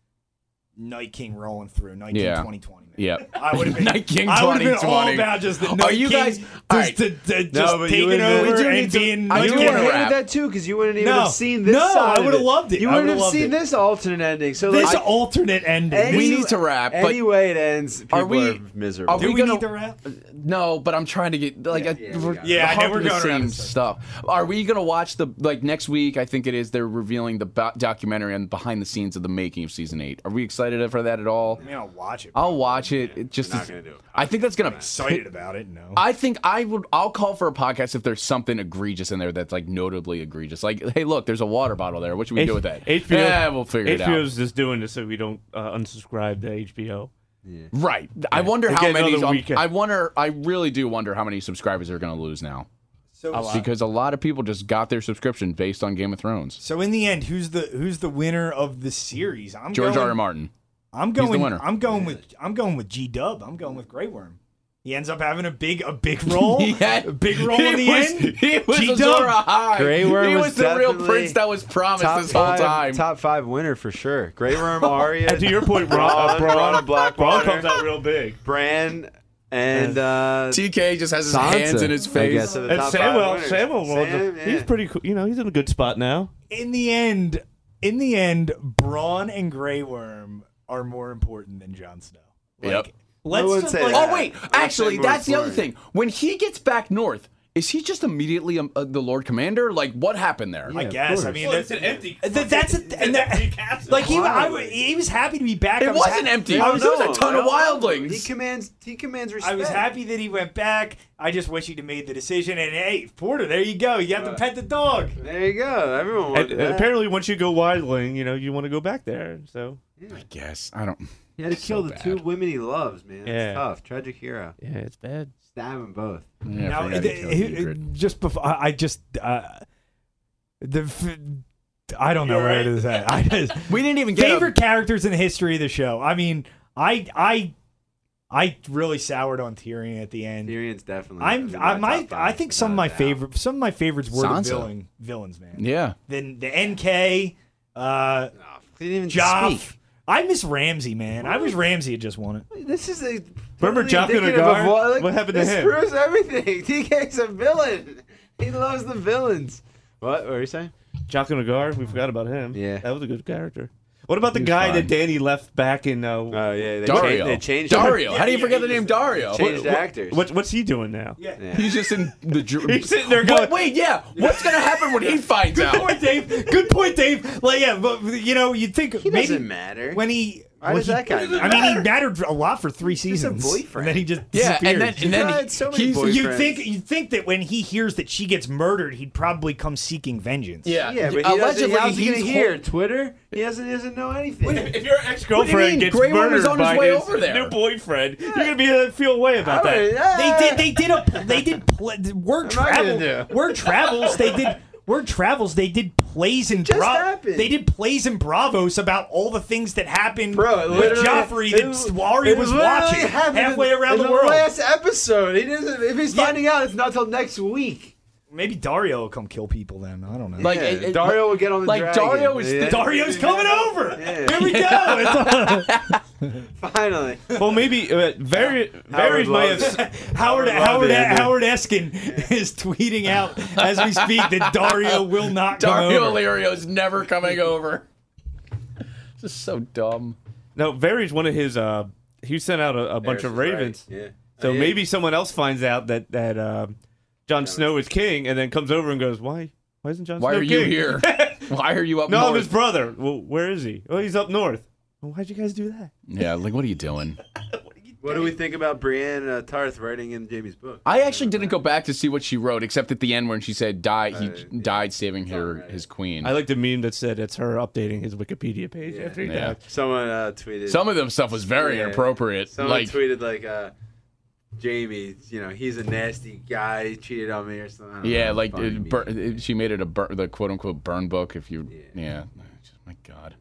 Speaker 5: Night King rolling through 19,
Speaker 3: Yeah.
Speaker 5: 20, 20. Man.
Speaker 3: Yeah,
Speaker 5: I would have been.
Speaker 3: Night King
Speaker 5: I would have been all
Speaker 3: 2020.
Speaker 5: about just the
Speaker 3: Are
Speaker 5: Night
Speaker 3: you
Speaker 5: King,
Speaker 3: guys-
Speaker 5: just,
Speaker 3: all right.
Speaker 5: to, to, just
Speaker 2: but you
Speaker 5: taking
Speaker 2: would've been- we
Speaker 5: over
Speaker 2: do
Speaker 5: and
Speaker 2: need to-
Speaker 5: being
Speaker 3: I
Speaker 5: Night
Speaker 3: do
Speaker 2: You
Speaker 5: King.
Speaker 2: would
Speaker 3: wanna
Speaker 2: have hated
Speaker 3: wrap.
Speaker 2: that too because you wouldn't even
Speaker 5: No.
Speaker 2: have seen this.
Speaker 5: No,
Speaker 2: side
Speaker 5: I would've
Speaker 2: of
Speaker 5: loved it.
Speaker 2: You
Speaker 5: I
Speaker 2: wouldn't
Speaker 5: would've
Speaker 2: have
Speaker 5: loved
Speaker 2: seen
Speaker 5: it.
Speaker 2: this alternate ending. So
Speaker 5: This
Speaker 2: like,
Speaker 5: alternate ending.
Speaker 2: any-
Speaker 3: We need to wrap, but-
Speaker 2: Any way it ends, people
Speaker 3: Are
Speaker 2: are,
Speaker 3: we-
Speaker 2: miserable.
Speaker 3: are
Speaker 5: Do
Speaker 3: we
Speaker 5: we,
Speaker 3: gonna-
Speaker 5: need to wrap?
Speaker 3: No, but I'm trying to get like I,
Speaker 2: we
Speaker 3: we're,
Speaker 2: got it.
Speaker 5: Yeah, I know
Speaker 3: harping
Speaker 5: we're
Speaker 3: the
Speaker 5: going around
Speaker 3: same
Speaker 5: this
Speaker 3: stuff. Are we gonna watch the like next week? I think it is. They're revealing the bo- documentary on behind the scenes of the making of season eight. Are we excited for that at all?
Speaker 5: I mean, I'll watch it.
Speaker 3: I'll watch it. It just
Speaker 2: not
Speaker 3: is-
Speaker 2: gonna do it.
Speaker 3: I think that's gonna.
Speaker 5: excited about it. No.
Speaker 3: I think I would. I'll call for a podcast if there's something egregious in there that's like notably egregious. Like, hey, look, there's a water bottle there. What should we do with that?
Speaker 4: HBO,
Speaker 3: yeah, we'll figure it out.
Speaker 4: HBO's just doing this so we don't uh, unsubscribe to HBO.
Speaker 3: Right. I wonder
Speaker 4: We'll
Speaker 3: how
Speaker 4: get
Speaker 3: many.
Speaker 4: another
Speaker 3: um,
Speaker 4: weekend.
Speaker 3: I wonder. I really do wonder how many subscribers they're gonna lose now.
Speaker 5: So,
Speaker 3: Because a lot of people just got their subscription based on Game of Thrones.
Speaker 5: so in the end, who's the who's the winner of the series? I'm
Speaker 3: George
Speaker 5: going,
Speaker 3: R. R. Martin.
Speaker 5: I'm
Speaker 3: the
Speaker 5: going.
Speaker 3: winner.
Speaker 5: I'm going with. I'm going with G Dub. I'm going with Grey Worm. He ends up having a big a big
Speaker 3: Oh
Speaker 5: role.
Speaker 3: Yeah.
Speaker 5: a big role
Speaker 3: He
Speaker 5: in the
Speaker 3: was,
Speaker 5: end.
Speaker 3: He was
Speaker 5: G-Dub.
Speaker 3: Azora High.
Speaker 2: Grey Worm
Speaker 3: he
Speaker 2: was
Speaker 3: was, the real
Speaker 2: definitely
Speaker 3: prince that was promised
Speaker 2: top
Speaker 3: this whole
Speaker 2: five,
Speaker 3: time.
Speaker 2: Top five winner for sure. Grey Worm, Arya.
Speaker 4: And to your point, Braun, uh,
Speaker 2: Braun,
Speaker 4: Braun,
Speaker 2: Braun Blackwater.
Speaker 4: comes out real big.
Speaker 2: Bran and uh,
Speaker 3: TK just has his
Speaker 2: Sansa,
Speaker 3: hands in his
Speaker 2: I
Speaker 3: face.
Speaker 2: guess, are the
Speaker 4: And
Speaker 2: top five
Speaker 4: Samuel,
Speaker 2: winners.
Speaker 4: Samuel, well,
Speaker 2: Sam, yeah.
Speaker 4: he's pretty cool. You know, he's in a good spot now.
Speaker 5: In the end, in the end, Braun and Grey Worm are more important than Jon Snow.
Speaker 3: Yep.
Speaker 5: Let's
Speaker 2: wouldn't
Speaker 5: just,
Speaker 2: say
Speaker 5: like,
Speaker 2: that.
Speaker 3: Oh wait,
Speaker 2: Yeah, I'd
Speaker 3: actually,
Speaker 2: say more
Speaker 3: that's the other
Speaker 2: important.
Speaker 3: thing. When he gets back north, is he just immediately um, uh, the Lord Commander? Like, what happened there?
Speaker 5: I guess. I mean,
Speaker 4: Well,
Speaker 5: that-
Speaker 4: it's an empty-
Speaker 5: That, that's a, and that,
Speaker 4: empty castle.
Speaker 5: Like he, I, wa- he was happy to be back. I
Speaker 3: it
Speaker 5: was
Speaker 3: wasn't
Speaker 5: hap-
Speaker 3: empty.
Speaker 2: I
Speaker 3: There
Speaker 2: don't
Speaker 3: was a
Speaker 2: know.
Speaker 3: ton of
Speaker 2: I don't know. He
Speaker 3: wildlings.
Speaker 2: commands. He commands respect.
Speaker 5: I was happy that he went back. I just wish he'd have made the decision. And hey, Porter, there you go. You have
Speaker 4: Uh,
Speaker 5: to pet the dog.
Speaker 2: There you go. Everyone
Speaker 4: And,
Speaker 2: wanted
Speaker 4: and
Speaker 2: that.
Speaker 4: apparently, once you go wildling, you know you want to go back there. So
Speaker 3: I guess I don't.
Speaker 2: He had to kill the
Speaker 3: bad.
Speaker 2: two women he loves, man.
Speaker 4: Yeah.
Speaker 2: It's tough. Tragic hero.
Speaker 4: yeah, it's bad.
Speaker 2: Stab them both.
Speaker 3: Yeah, I
Speaker 5: Now,
Speaker 3: forgot
Speaker 5: it-
Speaker 3: he killed
Speaker 5: it-
Speaker 3: Ygritte.
Speaker 5: it- just before I, I just uh, the f- I don't know where it is at. I just
Speaker 3: we didn't even get a-
Speaker 5: favorite characters in the history of the show. I mean, I I I really soured on Tyrion at the end.
Speaker 2: Tyrion's definitely.
Speaker 5: I'm I my I think some of my favorite some of my favorites were the
Speaker 3: Sansa.
Speaker 5: villain, villains, man.
Speaker 3: Yeah,
Speaker 5: Then the NK, uh,
Speaker 2: He didn't even
Speaker 5: Joff.
Speaker 2: speak.
Speaker 5: I miss Ramsey, man. I wish Ramsey had just won it.
Speaker 2: This is a.
Speaker 4: Remember
Speaker 2: totally
Speaker 4: Joff
Speaker 2: indicative
Speaker 4: Gunnegar?
Speaker 2: of like,
Speaker 4: What happened to
Speaker 2: this
Speaker 4: him?
Speaker 2: proves everything. TK's a villain. He loves the villains. What? What were you saying?
Speaker 4: Jock Nagar, we forgot about him.
Speaker 2: Yeah.
Speaker 4: that was a good character. What about the
Speaker 3: He was
Speaker 4: guy
Speaker 3: fine.
Speaker 4: that Danny left back in? Uh,
Speaker 2: Oh yeah, they Changed,
Speaker 3: Dario.
Speaker 2: they changed
Speaker 3: Dario. How do you forget the name Dario?
Speaker 2: Changed
Speaker 3: What-
Speaker 2: actors.
Speaker 4: what, what's he doing now? Yeah.
Speaker 3: He's just in the. dr-
Speaker 4: He's sitting there
Speaker 3: What-
Speaker 4: going-
Speaker 3: wait, yeah. What's gonna happen when he finds
Speaker 5: Good
Speaker 3: out?
Speaker 5: point, Dave. Good point, Dave. Like, yeah, but you know, you'd think
Speaker 2: He
Speaker 5: maybe
Speaker 2: doesn't matter.
Speaker 5: when he.
Speaker 2: Why
Speaker 5: when
Speaker 2: does
Speaker 5: he-
Speaker 2: that guy
Speaker 5: I mean, he mattered a lot for three
Speaker 2: just a
Speaker 5: seasons.
Speaker 2: boyfriend.
Speaker 5: And then he just
Speaker 3: Yeah, and
Speaker 5: disappeared.
Speaker 3: then and then
Speaker 2: Yeah,
Speaker 3: he-
Speaker 2: it's so many
Speaker 3: he's-
Speaker 2: boys.
Speaker 5: you
Speaker 2: Boyfriends.
Speaker 5: think you think that when he hears that she gets murdered, he'd probably come seeking vengeance.
Speaker 3: Yeah,
Speaker 2: yeah, but he
Speaker 3: allegedly
Speaker 2: allegedly, how's he
Speaker 3: he's
Speaker 2: gonna hear Twitter? He doesn't he doesn't know anything.
Speaker 4: If your ex
Speaker 3: What do you mean?
Speaker 4: girlfriend gets
Speaker 3: Grey Worm
Speaker 4: murdered
Speaker 3: was on his
Speaker 4: by
Speaker 3: way
Speaker 4: his
Speaker 3: over there.
Speaker 4: new boyfriend, you're gonna be uh, feel away
Speaker 2: I
Speaker 4: about
Speaker 2: would've-
Speaker 4: that.
Speaker 2: yeah.
Speaker 5: They did. They did a. They did pl- word
Speaker 2: What am I gonna
Speaker 5: travel.
Speaker 2: do?
Speaker 5: Word travels. They did word travels. They did plays and
Speaker 2: just
Speaker 5: Bra-
Speaker 2: happened.
Speaker 5: They did plays and Bravos about all the things that happened
Speaker 2: Bro, it
Speaker 5: with
Speaker 2: literally-
Speaker 5: Joffrey
Speaker 2: it
Speaker 5: that
Speaker 2: was-
Speaker 5: Swarry
Speaker 2: it
Speaker 5: was
Speaker 2: literally
Speaker 5: watching
Speaker 2: happened
Speaker 5: halfway around
Speaker 2: in
Speaker 5: the world.
Speaker 2: Last episode. He doesn't. If he's finding out, it's not till next week.
Speaker 5: Maybe Dario will come kill people. Then I don't know.
Speaker 3: Like
Speaker 2: Yeah,
Speaker 3: it- it-
Speaker 2: Dario will get on the
Speaker 3: like
Speaker 2: dragon.
Speaker 3: Dario is
Speaker 2: Yeah.
Speaker 3: the-
Speaker 5: Dario's coming over.
Speaker 2: Yeah.
Speaker 5: Here we go. It's
Speaker 2: Finally,
Speaker 4: Well, maybe uh, Varys, Varys might
Speaker 2: loves
Speaker 4: have.
Speaker 2: it.
Speaker 5: Howard
Speaker 2: Love
Speaker 5: Howard
Speaker 2: it, dude.
Speaker 5: Howard Eskin is tweeting out as we speak that Dario will not come
Speaker 3: Dario
Speaker 5: over.
Speaker 3: Illyrio's never coming over. Just so dumb.
Speaker 4: No, Varys, one of his. Uh, he sent out a, a bunch of ravens.
Speaker 2: Yeah.
Speaker 4: So maybe someone else finds out that that uh, Jon Snow is king, and then comes over and goes, "Why? Why isn't Jon
Speaker 3: Why
Speaker 4: Snow
Speaker 3: are you
Speaker 4: king?"
Speaker 3: here? Why are you up
Speaker 4: no, I'm
Speaker 3: north?
Speaker 4: his brother. Well, where is he? Oh, he's up north. Well, why'd you guys do that?
Speaker 3: Yeah, like what are you doing?
Speaker 2: What do we think about Brienne uh, Tarth writing in Jamie's book?
Speaker 3: I actually didn't go back to see what she wrote, except at the end when she said die, he j- died saving her his queen.
Speaker 4: I like the meme that said it's her updating his Wikipedia page after he
Speaker 3: Yeah.
Speaker 4: died.
Speaker 2: Someone uh, tweeted.
Speaker 3: Some of them stuff was very
Speaker 2: Yeah.
Speaker 3: inappropriate.
Speaker 2: Someone
Speaker 3: like
Speaker 2: tweeted like, uh, Jamie, you know, he's a nasty guy. He cheated on me or something. I don't
Speaker 3: yeah,
Speaker 2: know,
Speaker 3: like
Speaker 2: funny
Speaker 3: it,
Speaker 2: meme.
Speaker 3: bur- it- she made it a bur- the quote unquote burn book. If you yeah, Just- my god,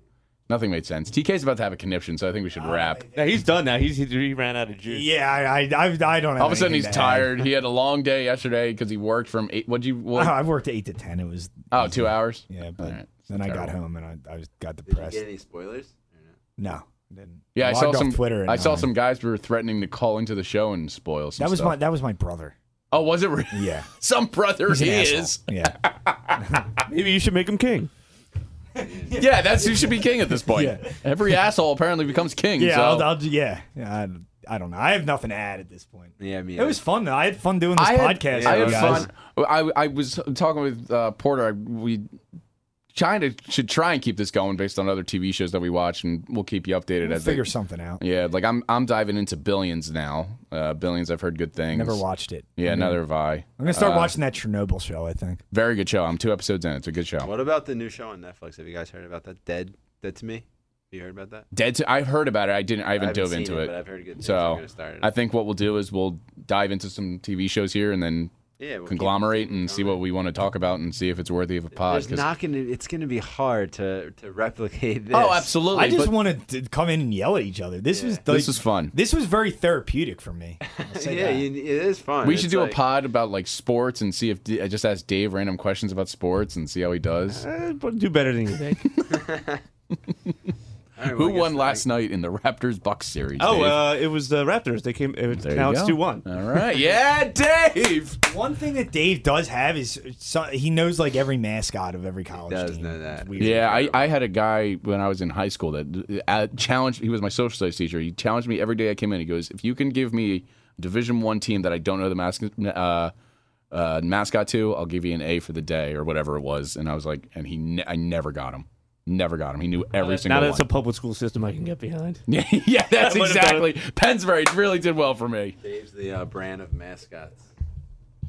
Speaker 3: nothing made sense. TK's about to have a conniption, so I think we should wrap.
Speaker 4: Yeah, he's done now. He's he, he ran out of juice.
Speaker 5: Yeah, I, I, I've- I don't. Have
Speaker 3: All of a sudden
Speaker 5: anything
Speaker 3: he's
Speaker 5: to add.
Speaker 3: tired. He had a long day yesterday because he worked from eight. What'd you?
Speaker 5: Oh,
Speaker 3: What,
Speaker 5: I worked eight to ten. It was
Speaker 3: oh, two hours.
Speaker 5: yeah, but
Speaker 3: All right.
Speaker 5: then I got
Speaker 3: Terrible.
Speaker 5: home and I, I was got
Speaker 2: Did you
Speaker 5: depressed.
Speaker 2: get any spoilers?
Speaker 5: No, didn't.
Speaker 3: Yeah, I saw
Speaker 5: Logged off
Speaker 3: some.
Speaker 5: Twitter. at
Speaker 3: I saw
Speaker 5: nine.
Speaker 3: some guys who were threatening to call into the show and spoil some
Speaker 5: That was
Speaker 3: stuff.
Speaker 5: my that was my brother.
Speaker 3: oh, was it? Really?
Speaker 5: Yeah,
Speaker 3: Some brother
Speaker 5: he's an
Speaker 3: he
Speaker 5: asshole.
Speaker 3: is.
Speaker 5: Yeah,
Speaker 4: Maybe you should make him king.
Speaker 3: Yeah, that's who should be king at this point.
Speaker 5: Yeah.
Speaker 3: Every asshole apparently becomes king.
Speaker 5: yeah,
Speaker 3: so.
Speaker 5: I'll, I'll, yeah. I, I don't know. I have nothing to add at this point.
Speaker 2: Yeah, me.
Speaker 5: It was fun though. I had fun doing this podcast.
Speaker 3: I
Speaker 5: with
Speaker 3: had
Speaker 5: you guys.
Speaker 3: fun. I, I was talking with uh, Porter. I, we China should try and keep this going based on other TV shows that we watch, and we'll keep you updated as they-
Speaker 5: Figure something out.
Speaker 3: Yeah, like I'm I'm diving into Billions now. Uh, billions, I've heard good things.
Speaker 5: Never watched it.
Speaker 3: Yeah, Uh, neither have I.
Speaker 5: I'm gonna start watching that Chernobyl show. I think.
Speaker 3: Very good show. I'm two episodes in. It's a good show.
Speaker 2: What about the new show on Netflix? Have you guys heard about that? Dead, Dead to Me. Have you heard about that?
Speaker 3: Dead. To, I've heard about it. I didn't. I haven't,
Speaker 2: I haven't
Speaker 3: dove
Speaker 2: seen
Speaker 3: into
Speaker 2: it,
Speaker 3: it.
Speaker 2: but I've heard good things. I'm
Speaker 3: so
Speaker 2: gonna start it.
Speaker 3: I think what we'll do is we'll dive into some TV shows here and then
Speaker 2: Yeah, we'll keep-
Speaker 3: conglomerate
Speaker 2: keep
Speaker 3: and see
Speaker 2: going.
Speaker 3: what we want to talk about and see if it's worthy of a pod.
Speaker 2: There's
Speaker 3: 'cause-
Speaker 2: not gonna. It's gonna be hard to to replicate this.
Speaker 3: oh, absolutely.
Speaker 5: I just
Speaker 3: but
Speaker 5: wanted to come in and yell at each other. This was
Speaker 3: this
Speaker 5: like-
Speaker 3: was fun.
Speaker 5: This was very therapeutic for me. I'll say
Speaker 2: Yeah,
Speaker 5: that.
Speaker 2: you, it is fun.
Speaker 3: We should
Speaker 2: It's
Speaker 3: do
Speaker 2: like-
Speaker 3: a pod about like sports and see if D- I just ask Dave random questions about sports and see how he does.
Speaker 4: Eh, but do better than you think.
Speaker 2: All right, well,
Speaker 3: Who
Speaker 2: I guess
Speaker 3: won
Speaker 2: that-
Speaker 3: last night in the Raptors Bucks series?
Speaker 4: oh,
Speaker 3: Dave?
Speaker 4: uh, it was the Raptors. They came. It was,
Speaker 3: There
Speaker 4: now
Speaker 3: you
Speaker 4: it's
Speaker 3: go.
Speaker 4: two one.
Speaker 3: All right, yeah, Dave.
Speaker 5: One thing that Dave does have is so, he knows like every mascot of every college
Speaker 2: does
Speaker 5: team.
Speaker 2: know that.
Speaker 5: It's weird.
Speaker 3: Yeah, I, I had a guy when I was in high school that uh, challenged. He was my social studies teacher. He challenged me every day I came in. He goes, "If you can give me a Division One team that I don't know the mascot uh, uh, mascot to, I'll give you an A for the day or whatever it was." And I was like, and he, ne- I never got him. Never got him. He knew every
Speaker 4: now
Speaker 3: single
Speaker 4: that's
Speaker 3: one.
Speaker 4: a public school system I can get behind.
Speaker 3: yeah, that's
Speaker 4: would've done it.
Speaker 3: exactly. Pensbury really did well for me.
Speaker 2: Dave's the uh, brand of mascots.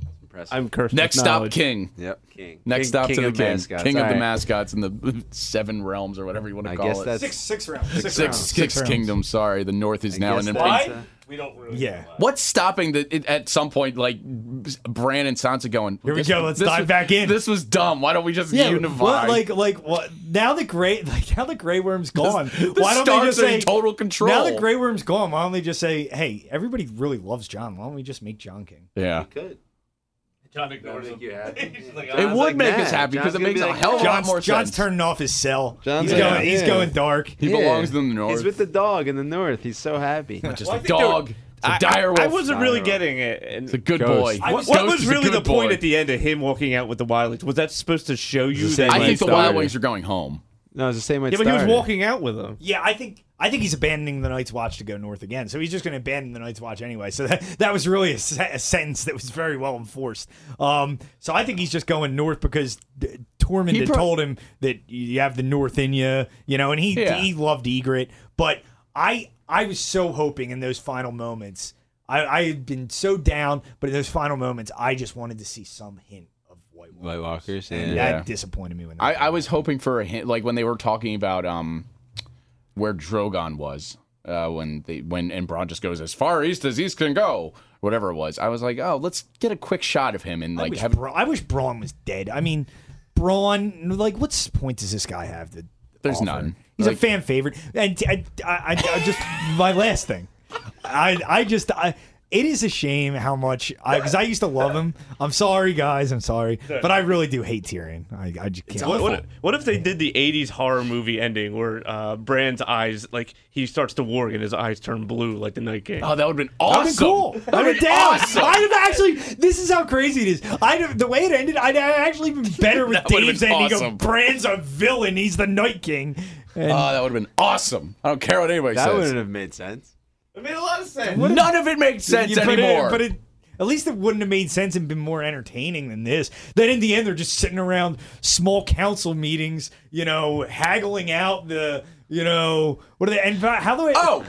Speaker 2: It's impressive.
Speaker 4: I'm cursed.
Speaker 3: Next
Speaker 4: with
Speaker 3: stop,
Speaker 4: knowledge.
Speaker 3: King.
Speaker 2: Yep. King.
Speaker 3: Next stop to the
Speaker 2: of
Speaker 3: king.
Speaker 2: mascots.
Speaker 3: King of
Speaker 2: All
Speaker 3: the
Speaker 2: right.
Speaker 3: mascots in the seven realms or whatever you want to
Speaker 2: I
Speaker 3: call
Speaker 2: guess
Speaker 3: it.
Speaker 2: that's
Speaker 5: Six six rounds. Six,
Speaker 3: six,
Speaker 5: rounds.
Speaker 3: six
Speaker 5: rounds.
Speaker 3: kingdoms. Sorry, the north is
Speaker 2: I
Speaker 3: now
Speaker 2: guess
Speaker 3: an
Speaker 2: that's,
Speaker 3: independent.
Speaker 2: uh,
Speaker 4: We don't really.
Speaker 5: Yeah.
Speaker 3: What's stopping the it, at some point like Bran and Sansa going?
Speaker 5: Here we
Speaker 3: this-
Speaker 5: go, let's
Speaker 3: this
Speaker 5: dive
Speaker 3: was-
Speaker 5: back in.
Speaker 3: This was dumb. Why don't we just
Speaker 5: Yeah,
Speaker 3: unify?
Speaker 5: what, like like what? Now the gray like now the gray worm's gone. why
Speaker 3: Starks
Speaker 5: don't they just
Speaker 3: are in
Speaker 5: say
Speaker 3: total control?
Speaker 5: Now the gray worm's gone. Why don't they just say, hey, everybody really loves John. Why don't we just make John king?
Speaker 3: yeah,
Speaker 2: Good.
Speaker 4: John
Speaker 2: That would
Speaker 4: ignores
Speaker 2: make you happy.
Speaker 3: it
Speaker 2: John's
Speaker 3: would
Speaker 2: like,
Speaker 3: make us
Speaker 2: nah,
Speaker 3: happy because
Speaker 2: John's
Speaker 3: it
Speaker 2: gonna
Speaker 3: makes
Speaker 2: be
Speaker 3: a
Speaker 2: like,
Speaker 3: hell of Oh, a lot
Speaker 5: John's,
Speaker 3: more
Speaker 5: John's
Speaker 3: sense.
Speaker 5: turning off his cell.
Speaker 2: John's
Speaker 5: he's
Speaker 2: like,
Speaker 5: going. He's
Speaker 2: yeah.
Speaker 5: going dark.
Speaker 3: he belongs to the north.
Speaker 2: He's with the dog in the north. He's so happy.
Speaker 3: just a dog. It's a dire wolf.
Speaker 4: I wasn't really
Speaker 2: Direwolf.
Speaker 4: getting it. And
Speaker 3: It's a good
Speaker 2: Ghost.
Speaker 3: boy.
Speaker 4: what,
Speaker 3: Ghost
Speaker 4: what
Speaker 3: is
Speaker 4: was
Speaker 3: a
Speaker 4: really
Speaker 3: good
Speaker 4: the point
Speaker 3: boy.
Speaker 4: at the end of him walking out with the Wild Wings? Was that supposed to show
Speaker 2: the
Speaker 4: you that?
Speaker 2: same
Speaker 3: I
Speaker 4: like,
Speaker 3: think the
Speaker 2: started.
Speaker 3: Wild Wings are going home.
Speaker 2: No, it's the same way. it
Speaker 4: yeah, but he was
Speaker 2: started.
Speaker 4: walking out with them.
Speaker 5: Yeah, I think I think he's abandoning the Night's Watch to go north again. So he's just going to abandon the Night's Watch anyway. So that, that was really a, se- a sentence that was very well enforced. Um, so I think he's just going north because d- Tormund
Speaker 3: He
Speaker 5: had
Speaker 3: pro-
Speaker 5: told him that you have the North in you, you know, and he
Speaker 3: Yeah.
Speaker 5: he loved Egret. But I I was so hoping in those final moments. I, I had been so down, but in those final moments, I just wanted to see some hint of White Walker.
Speaker 2: White Walkers.
Speaker 5: And
Speaker 2: Yeah.
Speaker 5: That disappointed me when
Speaker 3: I, I was hoping for a hint, like when they were talking about um, where Drogon was. Uh, when they when and Braun just goes as far east as east can go, whatever it was. I was like, oh, let's get a quick shot of him and
Speaker 5: I
Speaker 3: like
Speaker 5: wish,
Speaker 3: have.
Speaker 5: Bra- I wish Braun was dead. I mean, Braun, like, what s- point does this guy have? To
Speaker 3: There's
Speaker 5: offer?
Speaker 3: none.
Speaker 5: He's a
Speaker 3: Like-
Speaker 5: fan favorite, and t- I, I, I, I just my last thing. I, I just, I, it is a shame how much I, because I used to love him. I'm sorry, guys. I'm sorry, but I really do hate Tyrion. I, I just can't.
Speaker 4: What, what, what if they did the '80s horror movie ending where uh, Brand's eyes, like he starts to warg and his eyes turn blue, like the night game?
Speaker 3: Oh, that would have been awesome.
Speaker 5: I've been cool. I've been
Speaker 3: That'd've been
Speaker 5: down.
Speaker 3: awesome.
Speaker 5: I'd have actually. This is how crazy it is. I the way it ended. I'd have actually been better with
Speaker 3: That would've
Speaker 5: Dave's
Speaker 3: been
Speaker 5: ending.
Speaker 3: awesome.
Speaker 5: Of Bran's a villain. He's the Night King. And
Speaker 3: Oh, that would have been awesome. I don't care what anybody
Speaker 2: That
Speaker 3: says.
Speaker 2: wouldn't have made sense.
Speaker 4: It made a lot of sense.
Speaker 3: None of it makes sense
Speaker 5: You put it-
Speaker 3: anymore.
Speaker 5: but it, At least it wouldn't have made sense and been more entertaining than this. Then in the end, they're just sitting around small council meetings, you know, haggling out the. You know what are they? And how do they?
Speaker 3: Oh,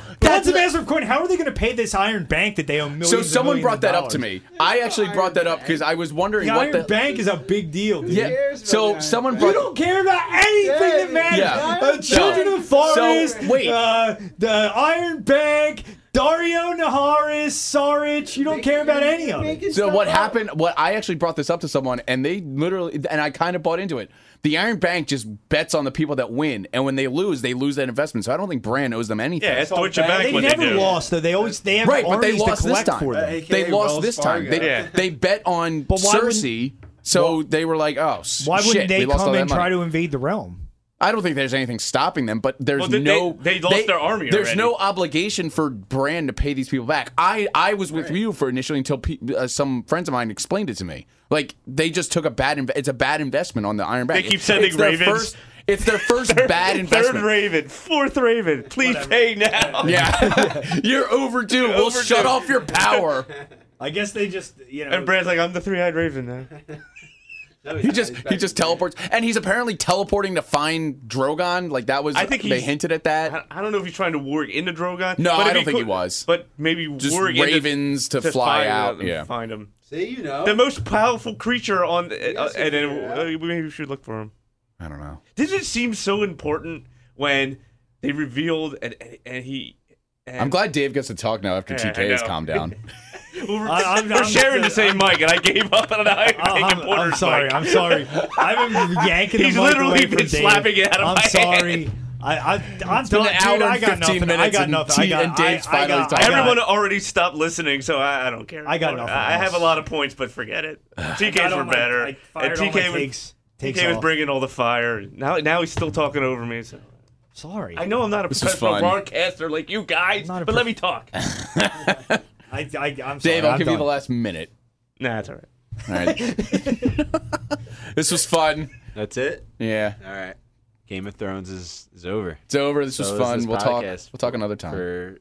Speaker 3: that's-
Speaker 5: that's a massive coin. How are they going to pay this Iron Bank that they owe millions?
Speaker 3: So
Speaker 5: and
Speaker 3: someone
Speaker 5: millions
Speaker 3: brought
Speaker 5: of
Speaker 3: that up to
Speaker 5: dollars?
Speaker 3: me. I actually brought that up because I was wondering
Speaker 5: The
Speaker 3: what
Speaker 5: Iron
Speaker 3: the
Speaker 5: Bank is a big deal, dude.
Speaker 3: yeah.
Speaker 7: cares about the
Speaker 3: So
Speaker 7: Iron
Speaker 3: someone
Speaker 7: Bank?
Speaker 3: brought
Speaker 5: You don't care about anything that matters.
Speaker 3: Yeah.
Speaker 5: Uh, children of the forest.
Speaker 3: So, wait.
Speaker 5: Uh, the Iron Bank. Dario Naharis, Saric. You don't care about any of it.
Speaker 7: Making
Speaker 3: So
Speaker 7: stuff
Speaker 3: what
Speaker 7: up.
Speaker 3: happened? What I actually brought this up to someone, and they literally, and I kind of bought into it. The Iron Bank just bets on the people that win, and when they lose, they lose that investment. So I don't think Brand owes them anything.
Speaker 4: Yeah, it's Deutsche Bank
Speaker 5: They
Speaker 4: what
Speaker 5: never
Speaker 4: they do.
Speaker 5: lost though. They always they have
Speaker 3: right, but they
Speaker 5: armies
Speaker 3: lost
Speaker 5: to
Speaker 3: this
Speaker 5: collect
Speaker 3: time.
Speaker 5: for them.
Speaker 3: They
Speaker 7: AKA
Speaker 3: lost
Speaker 7: Wells
Speaker 3: this time. They,
Speaker 7: Fargo.
Speaker 4: Yeah.
Speaker 3: they bet on
Speaker 5: But why wouldn't-
Speaker 3: Cersei, so they were like, "Oh, s-
Speaker 5: Why wouldn't
Speaker 3: shit,
Speaker 5: they
Speaker 3: we lost all
Speaker 5: come
Speaker 3: that
Speaker 5: and try
Speaker 3: money.
Speaker 5: to invade the realm?
Speaker 3: I don't think there's anything stopping them, but there's
Speaker 4: Well, they-
Speaker 3: no
Speaker 4: they- they lost their army
Speaker 3: There's
Speaker 4: already.
Speaker 3: no obligation for Brand to pay these people back. I I was with you for initially until pe- uh, some friends of mine explained it to me. Like they just took a bad inv- it's a bad investment on the Iron Bank.
Speaker 4: keep
Speaker 3: It's-
Speaker 4: sending
Speaker 3: it's their
Speaker 4: ravens.
Speaker 3: First, it's their first bad
Speaker 4: Third
Speaker 3: investment.
Speaker 4: Raven, fourth Raven, please pay now.
Speaker 3: yeah, you're overdue. We'll
Speaker 4: overdue.
Speaker 3: shut off your power.
Speaker 5: I guess they just you know.
Speaker 4: And Brad's like, I'm the three-eyed Raven now.
Speaker 3: He just he just teleports, and he's apparently teleporting to find Drogon. Like that was
Speaker 4: I think
Speaker 3: they
Speaker 4: he's-
Speaker 3: hinted at that.
Speaker 4: I, I don't know if he's trying to warg into Drogon.
Speaker 3: No,
Speaker 4: but
Speaker 3: I
Speaker 4: if
Speaker 3: don't think he
Speaker 4: could-
Speaker 3: was.
Speaker 4: But maybe
Speaker 3: Just
Speaker 4: warg into-
Speaker 3: ravens to fly
Speaker 4: find
Speaker 3: out,
Speaker 4: him and
Speaker 3: yeah.
Speaker 4: find him.
Speaker 2: See, you know.
Speaker 4: The most powerful creature on, the, uh,
Speaker 7: Yes,
Speaker 4: and
Speaker 7: you
Speaker 4: uh,
Speaker 7: do,
Speaker 4: maybe we should look for him.
Speaker 3: I don't know.
Speaker 4: Didn't it seem so important when they revealed and and, and he? And
Speaker 3: I'm glad Dave gets to talk now after
Speaker 4: Yeah, I
Speaker 3: TK has
Speaker 4: know.
Speaker 3: calmed down.
Speaker 4: Well, we're,
Speaker 5: I- I'm-
Speaker 4: we're
Speaker 5: I'm-
Speaker 4: sharing the same mic, and I gave up on an Iron
Speaker 5: I'm,
Speaker 4: Maiden
Speaker 5: I'm
Speaker 4: Porter's
Speaker 5: sorry.
Speaker 4: mic.
Speaker 5: I'm sorry. I've been yanking. the
Speaker 4: He's
Speaker 5: mic
Speaker 4: literally
Speaker 5: away from
Speaker 4: been
Speaker 5: Dave.
Speaker 4: slapping it out of
Speaker 5: I'm
Speaker 4: my
Speaker 5: sorry. I, I, I'm
Speaker 3: been
Speaker 5: done.
Speaker 3: an hour
Speaker 5: Dude, I
Speaker 3: and 15
Speaker 5: got nothing. I
Speaker 3: minutes
Speaker 5: got
Speaker 3: and
Speaker 5: nothing. I
Speaker 3: T-
Speaker 5: got,
Speaker 3: and Dave's
Speaker 5: I, I
Speaker 3: finally
Speaker 5: got,
Speaker 3: talking.
Speaker 5: I got-
Speaker 4: Everyone already stopped listening, so I, I don't care.
Speaker 5: I got
Speaker 4: anymore.
Speaker 5: nothing
Speaker 4: I, I have a
Speaker 5: else.
Speaker 4: lot of points, but forget it.
Speaker 5: got
Speaker 4: TK's
Speaker 5: all
Speaker 4: were
Speaker 5: my-
Speaker 4: better,
Speaker 5: I fired
Speaker 4: and
Speaker 5: all my
Speaker 4: TK was
Speaker 5: takes- takes
Speaker 4: TK was
Speaker 5: off.
Speaker 4: bringing all the fire. Now, now he's still talking over me. So
Speaker 5: Sorry.
Speaker 4: I know I'm not a
Speaker 3: This is
Speaker 4: professional
Speaker 3: fun.
Speaker 4: broadcaster like you guys,
Speaker 5: not
Speaker 4: but
Speaker 5: a
Speaker 4: let me talk.
Speaker 5: I, I, I'm sorry.
Speaker 3: Dave, I'll
Speaker 5: I'm
Speaker 3: give
Speaker 5: done.
Speaker 3: you the last minute.
Speaker 4: nah, it's all right.
Speaker 3: All right. this was fun.
Speaker 2: That's it.
Speaker 3: Yeah,
Speaker 2: All right. Game of Thrones is is over.
Speaker 3: it's over. This was
Speaker 2: So is
Speaker 3: fun.
Speaker 2: this
Speaker 3: we'll talk. We'll
Speaker 2: podcast
Speaker 3: talk another time.
Speaker 2: for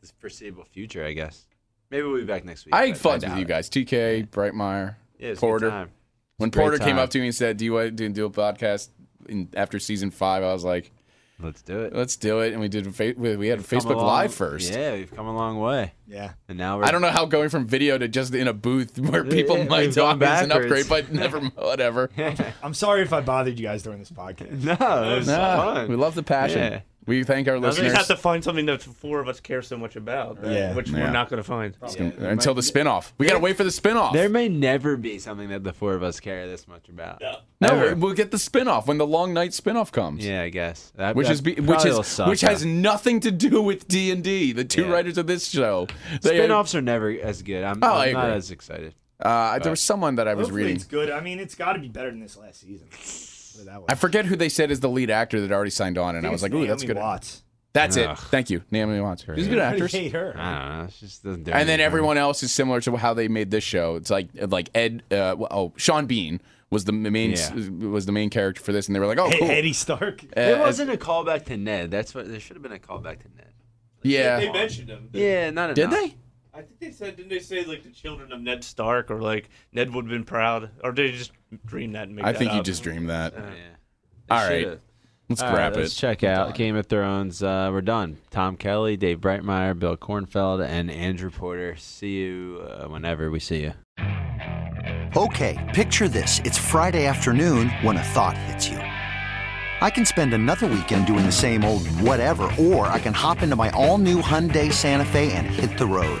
Speaker 2: the foreseeable future, I guess. Maybe we'll be back next week.
Speaker 3: I
Speaker 2: but
Speaker 3: had fun with
Speaker 2: doubt
Speaker 3: you
Speaker 2: it.
Speaker 3: guys. TK, Brightmeyer,
Speaker 2: Yeah, it's
Speaker 3: Porter.
Speaker 2: Good time.
Speaker 3: When
Speaker 2: great
Speaker 3: Porter came
Speaker 2: time.
Speaker 3: up to me and said, "Do you want to do a podcast?" In, after season five, I was like,
Speaker 2: Let's do it.
Speaker 3: "Let's do it!" And we did. a Fa- we we had a
Speaker 2: Come
Speaker 3: Uh, Facebook
Speaker 2: along-
Speaker 3: Live first.
Speaker 2: Yeah, we've come a long way.
Speaker 5: Yeah.
Speaker 2: And now we're
Speaker 3: I don't know how going from video to just in a booth where people
Speaker 2: yeah,
Speaker 3: might
Speaker 2: we've gone
Speaker 3: talk is an upgrade,
Speaker 2: backwards.
Speaker 3: but never, whatever.
Speaker 5: I'm sorry if I bothered you guys during this podcast.
Speaker 2: No, it was
Speaker 3: Nah,
Speaker 2: fun.
Speaker 3: Ah, we love the passion.
Speaker 2: Yeah.
Speaker 3: We thank our
Speaker 4: We just have
Speaker 3: listeners
Speaker 4: to find something that the four of us care so much about, that-
Speaker 5: Yeah.
Speaker 4: which
Speaker 3: Yeah.
Speaker 4: we're not going to find.
Speaker 3: until the spinoff. We gotta wait for the spinoff.
Speaker 2: There may never be something that the four of us care this much about.
Speaker 3: no,
Speaker 2: Ever.
Speaker 3: we'll get the spinoff when the long night spinoff comes.
Speaker 2: Yeah, I guess. That,
Speaker 3: Which
Speaker 2: that
Speaker 3: is be, which
Speaker 2: probably will
Speaker 3: is
Speaker 2: suck,
Speaker 3: which has
Speaker 2: though.
Speaker 3: nothing to do with D and D. The two
Speaker 2: Yeah.
Speaker 3: writers of this show. They,
Speaker 2: spinoffs are never as good. I'm,
Speaker 3: Oh, I
Speaker 2: I'm not
Speaker 3: agree.
Speaker 2: as excited.
Speaker 3: Uh, there was someone that I was reading.
Speaker 5: it's good. I mean, it's got to be better than this last season. Put it that way.
Speaker 3: I forget who they said is the lead actor that already signed on, and I, was like, "Ooh, that's good."
Speaker 5: Watts.
Speaker 3: That's
Speaker 2: Ugh.
Speaker 3: it. Thank you, Naomi Watts. She's a good
Speaker 5: I
Speaker 3: actress.
Speaker 5: hate her.
Speaker 2: I don't know. It just doesn't do
Speaker 3: and then
Speaker 2: anything.
Speaker 3: everyone else is similar to how they made this show. It's like like Ed, uh, well, oh Sean Bean was the main
Speaker 2: Yeah.
Speaker 3: was the main character for this, and they were like, oh
Speaker 5: Hey,
Speaker 3: cool,
Speaker 5: Eddie Stark.
Speaker 3: Uh,
Speaker 2: There
Speaker 3: uh,
Speaker 2: wasn't a callback to Ned. That's what there should have been a callback to Ned.
Speaker 3: yeah.
Speaker 4: mentioned him.
Speaker 2: Yeah, not
Speaker 3: Did
Speaker 2: enough.
Speaker 3: they?
Speaker 4: I think they said didn't they say like the children of Ned Stark or like Ned would have been proud or did you just dream that and make
Speaker 3: I
Speaker 4: that
Speaker 3: think you
Speaker 4: up?
Speaker 3: just dreamed that.
Speaker 2: Yeah.
Speaker 3: All right, let's
Speaker 2: All right,
Speaker 3: wrap
Speaker 2: let's
Speaker 3: it.
Speaker 2: check out Game of Thrones. Uh, we're done. Tom Kelly, Dave Brightmeyer, Bill Kornfeld, and Andrew Porter. See you uh, whenever we see you.
Speaker 8: Okay, picture this. It's Friday afternoon when a thought hits you. I can spend another weekend doing the same old whatever, or I can hop into my all new Hyundai Santa Fe and hit the road.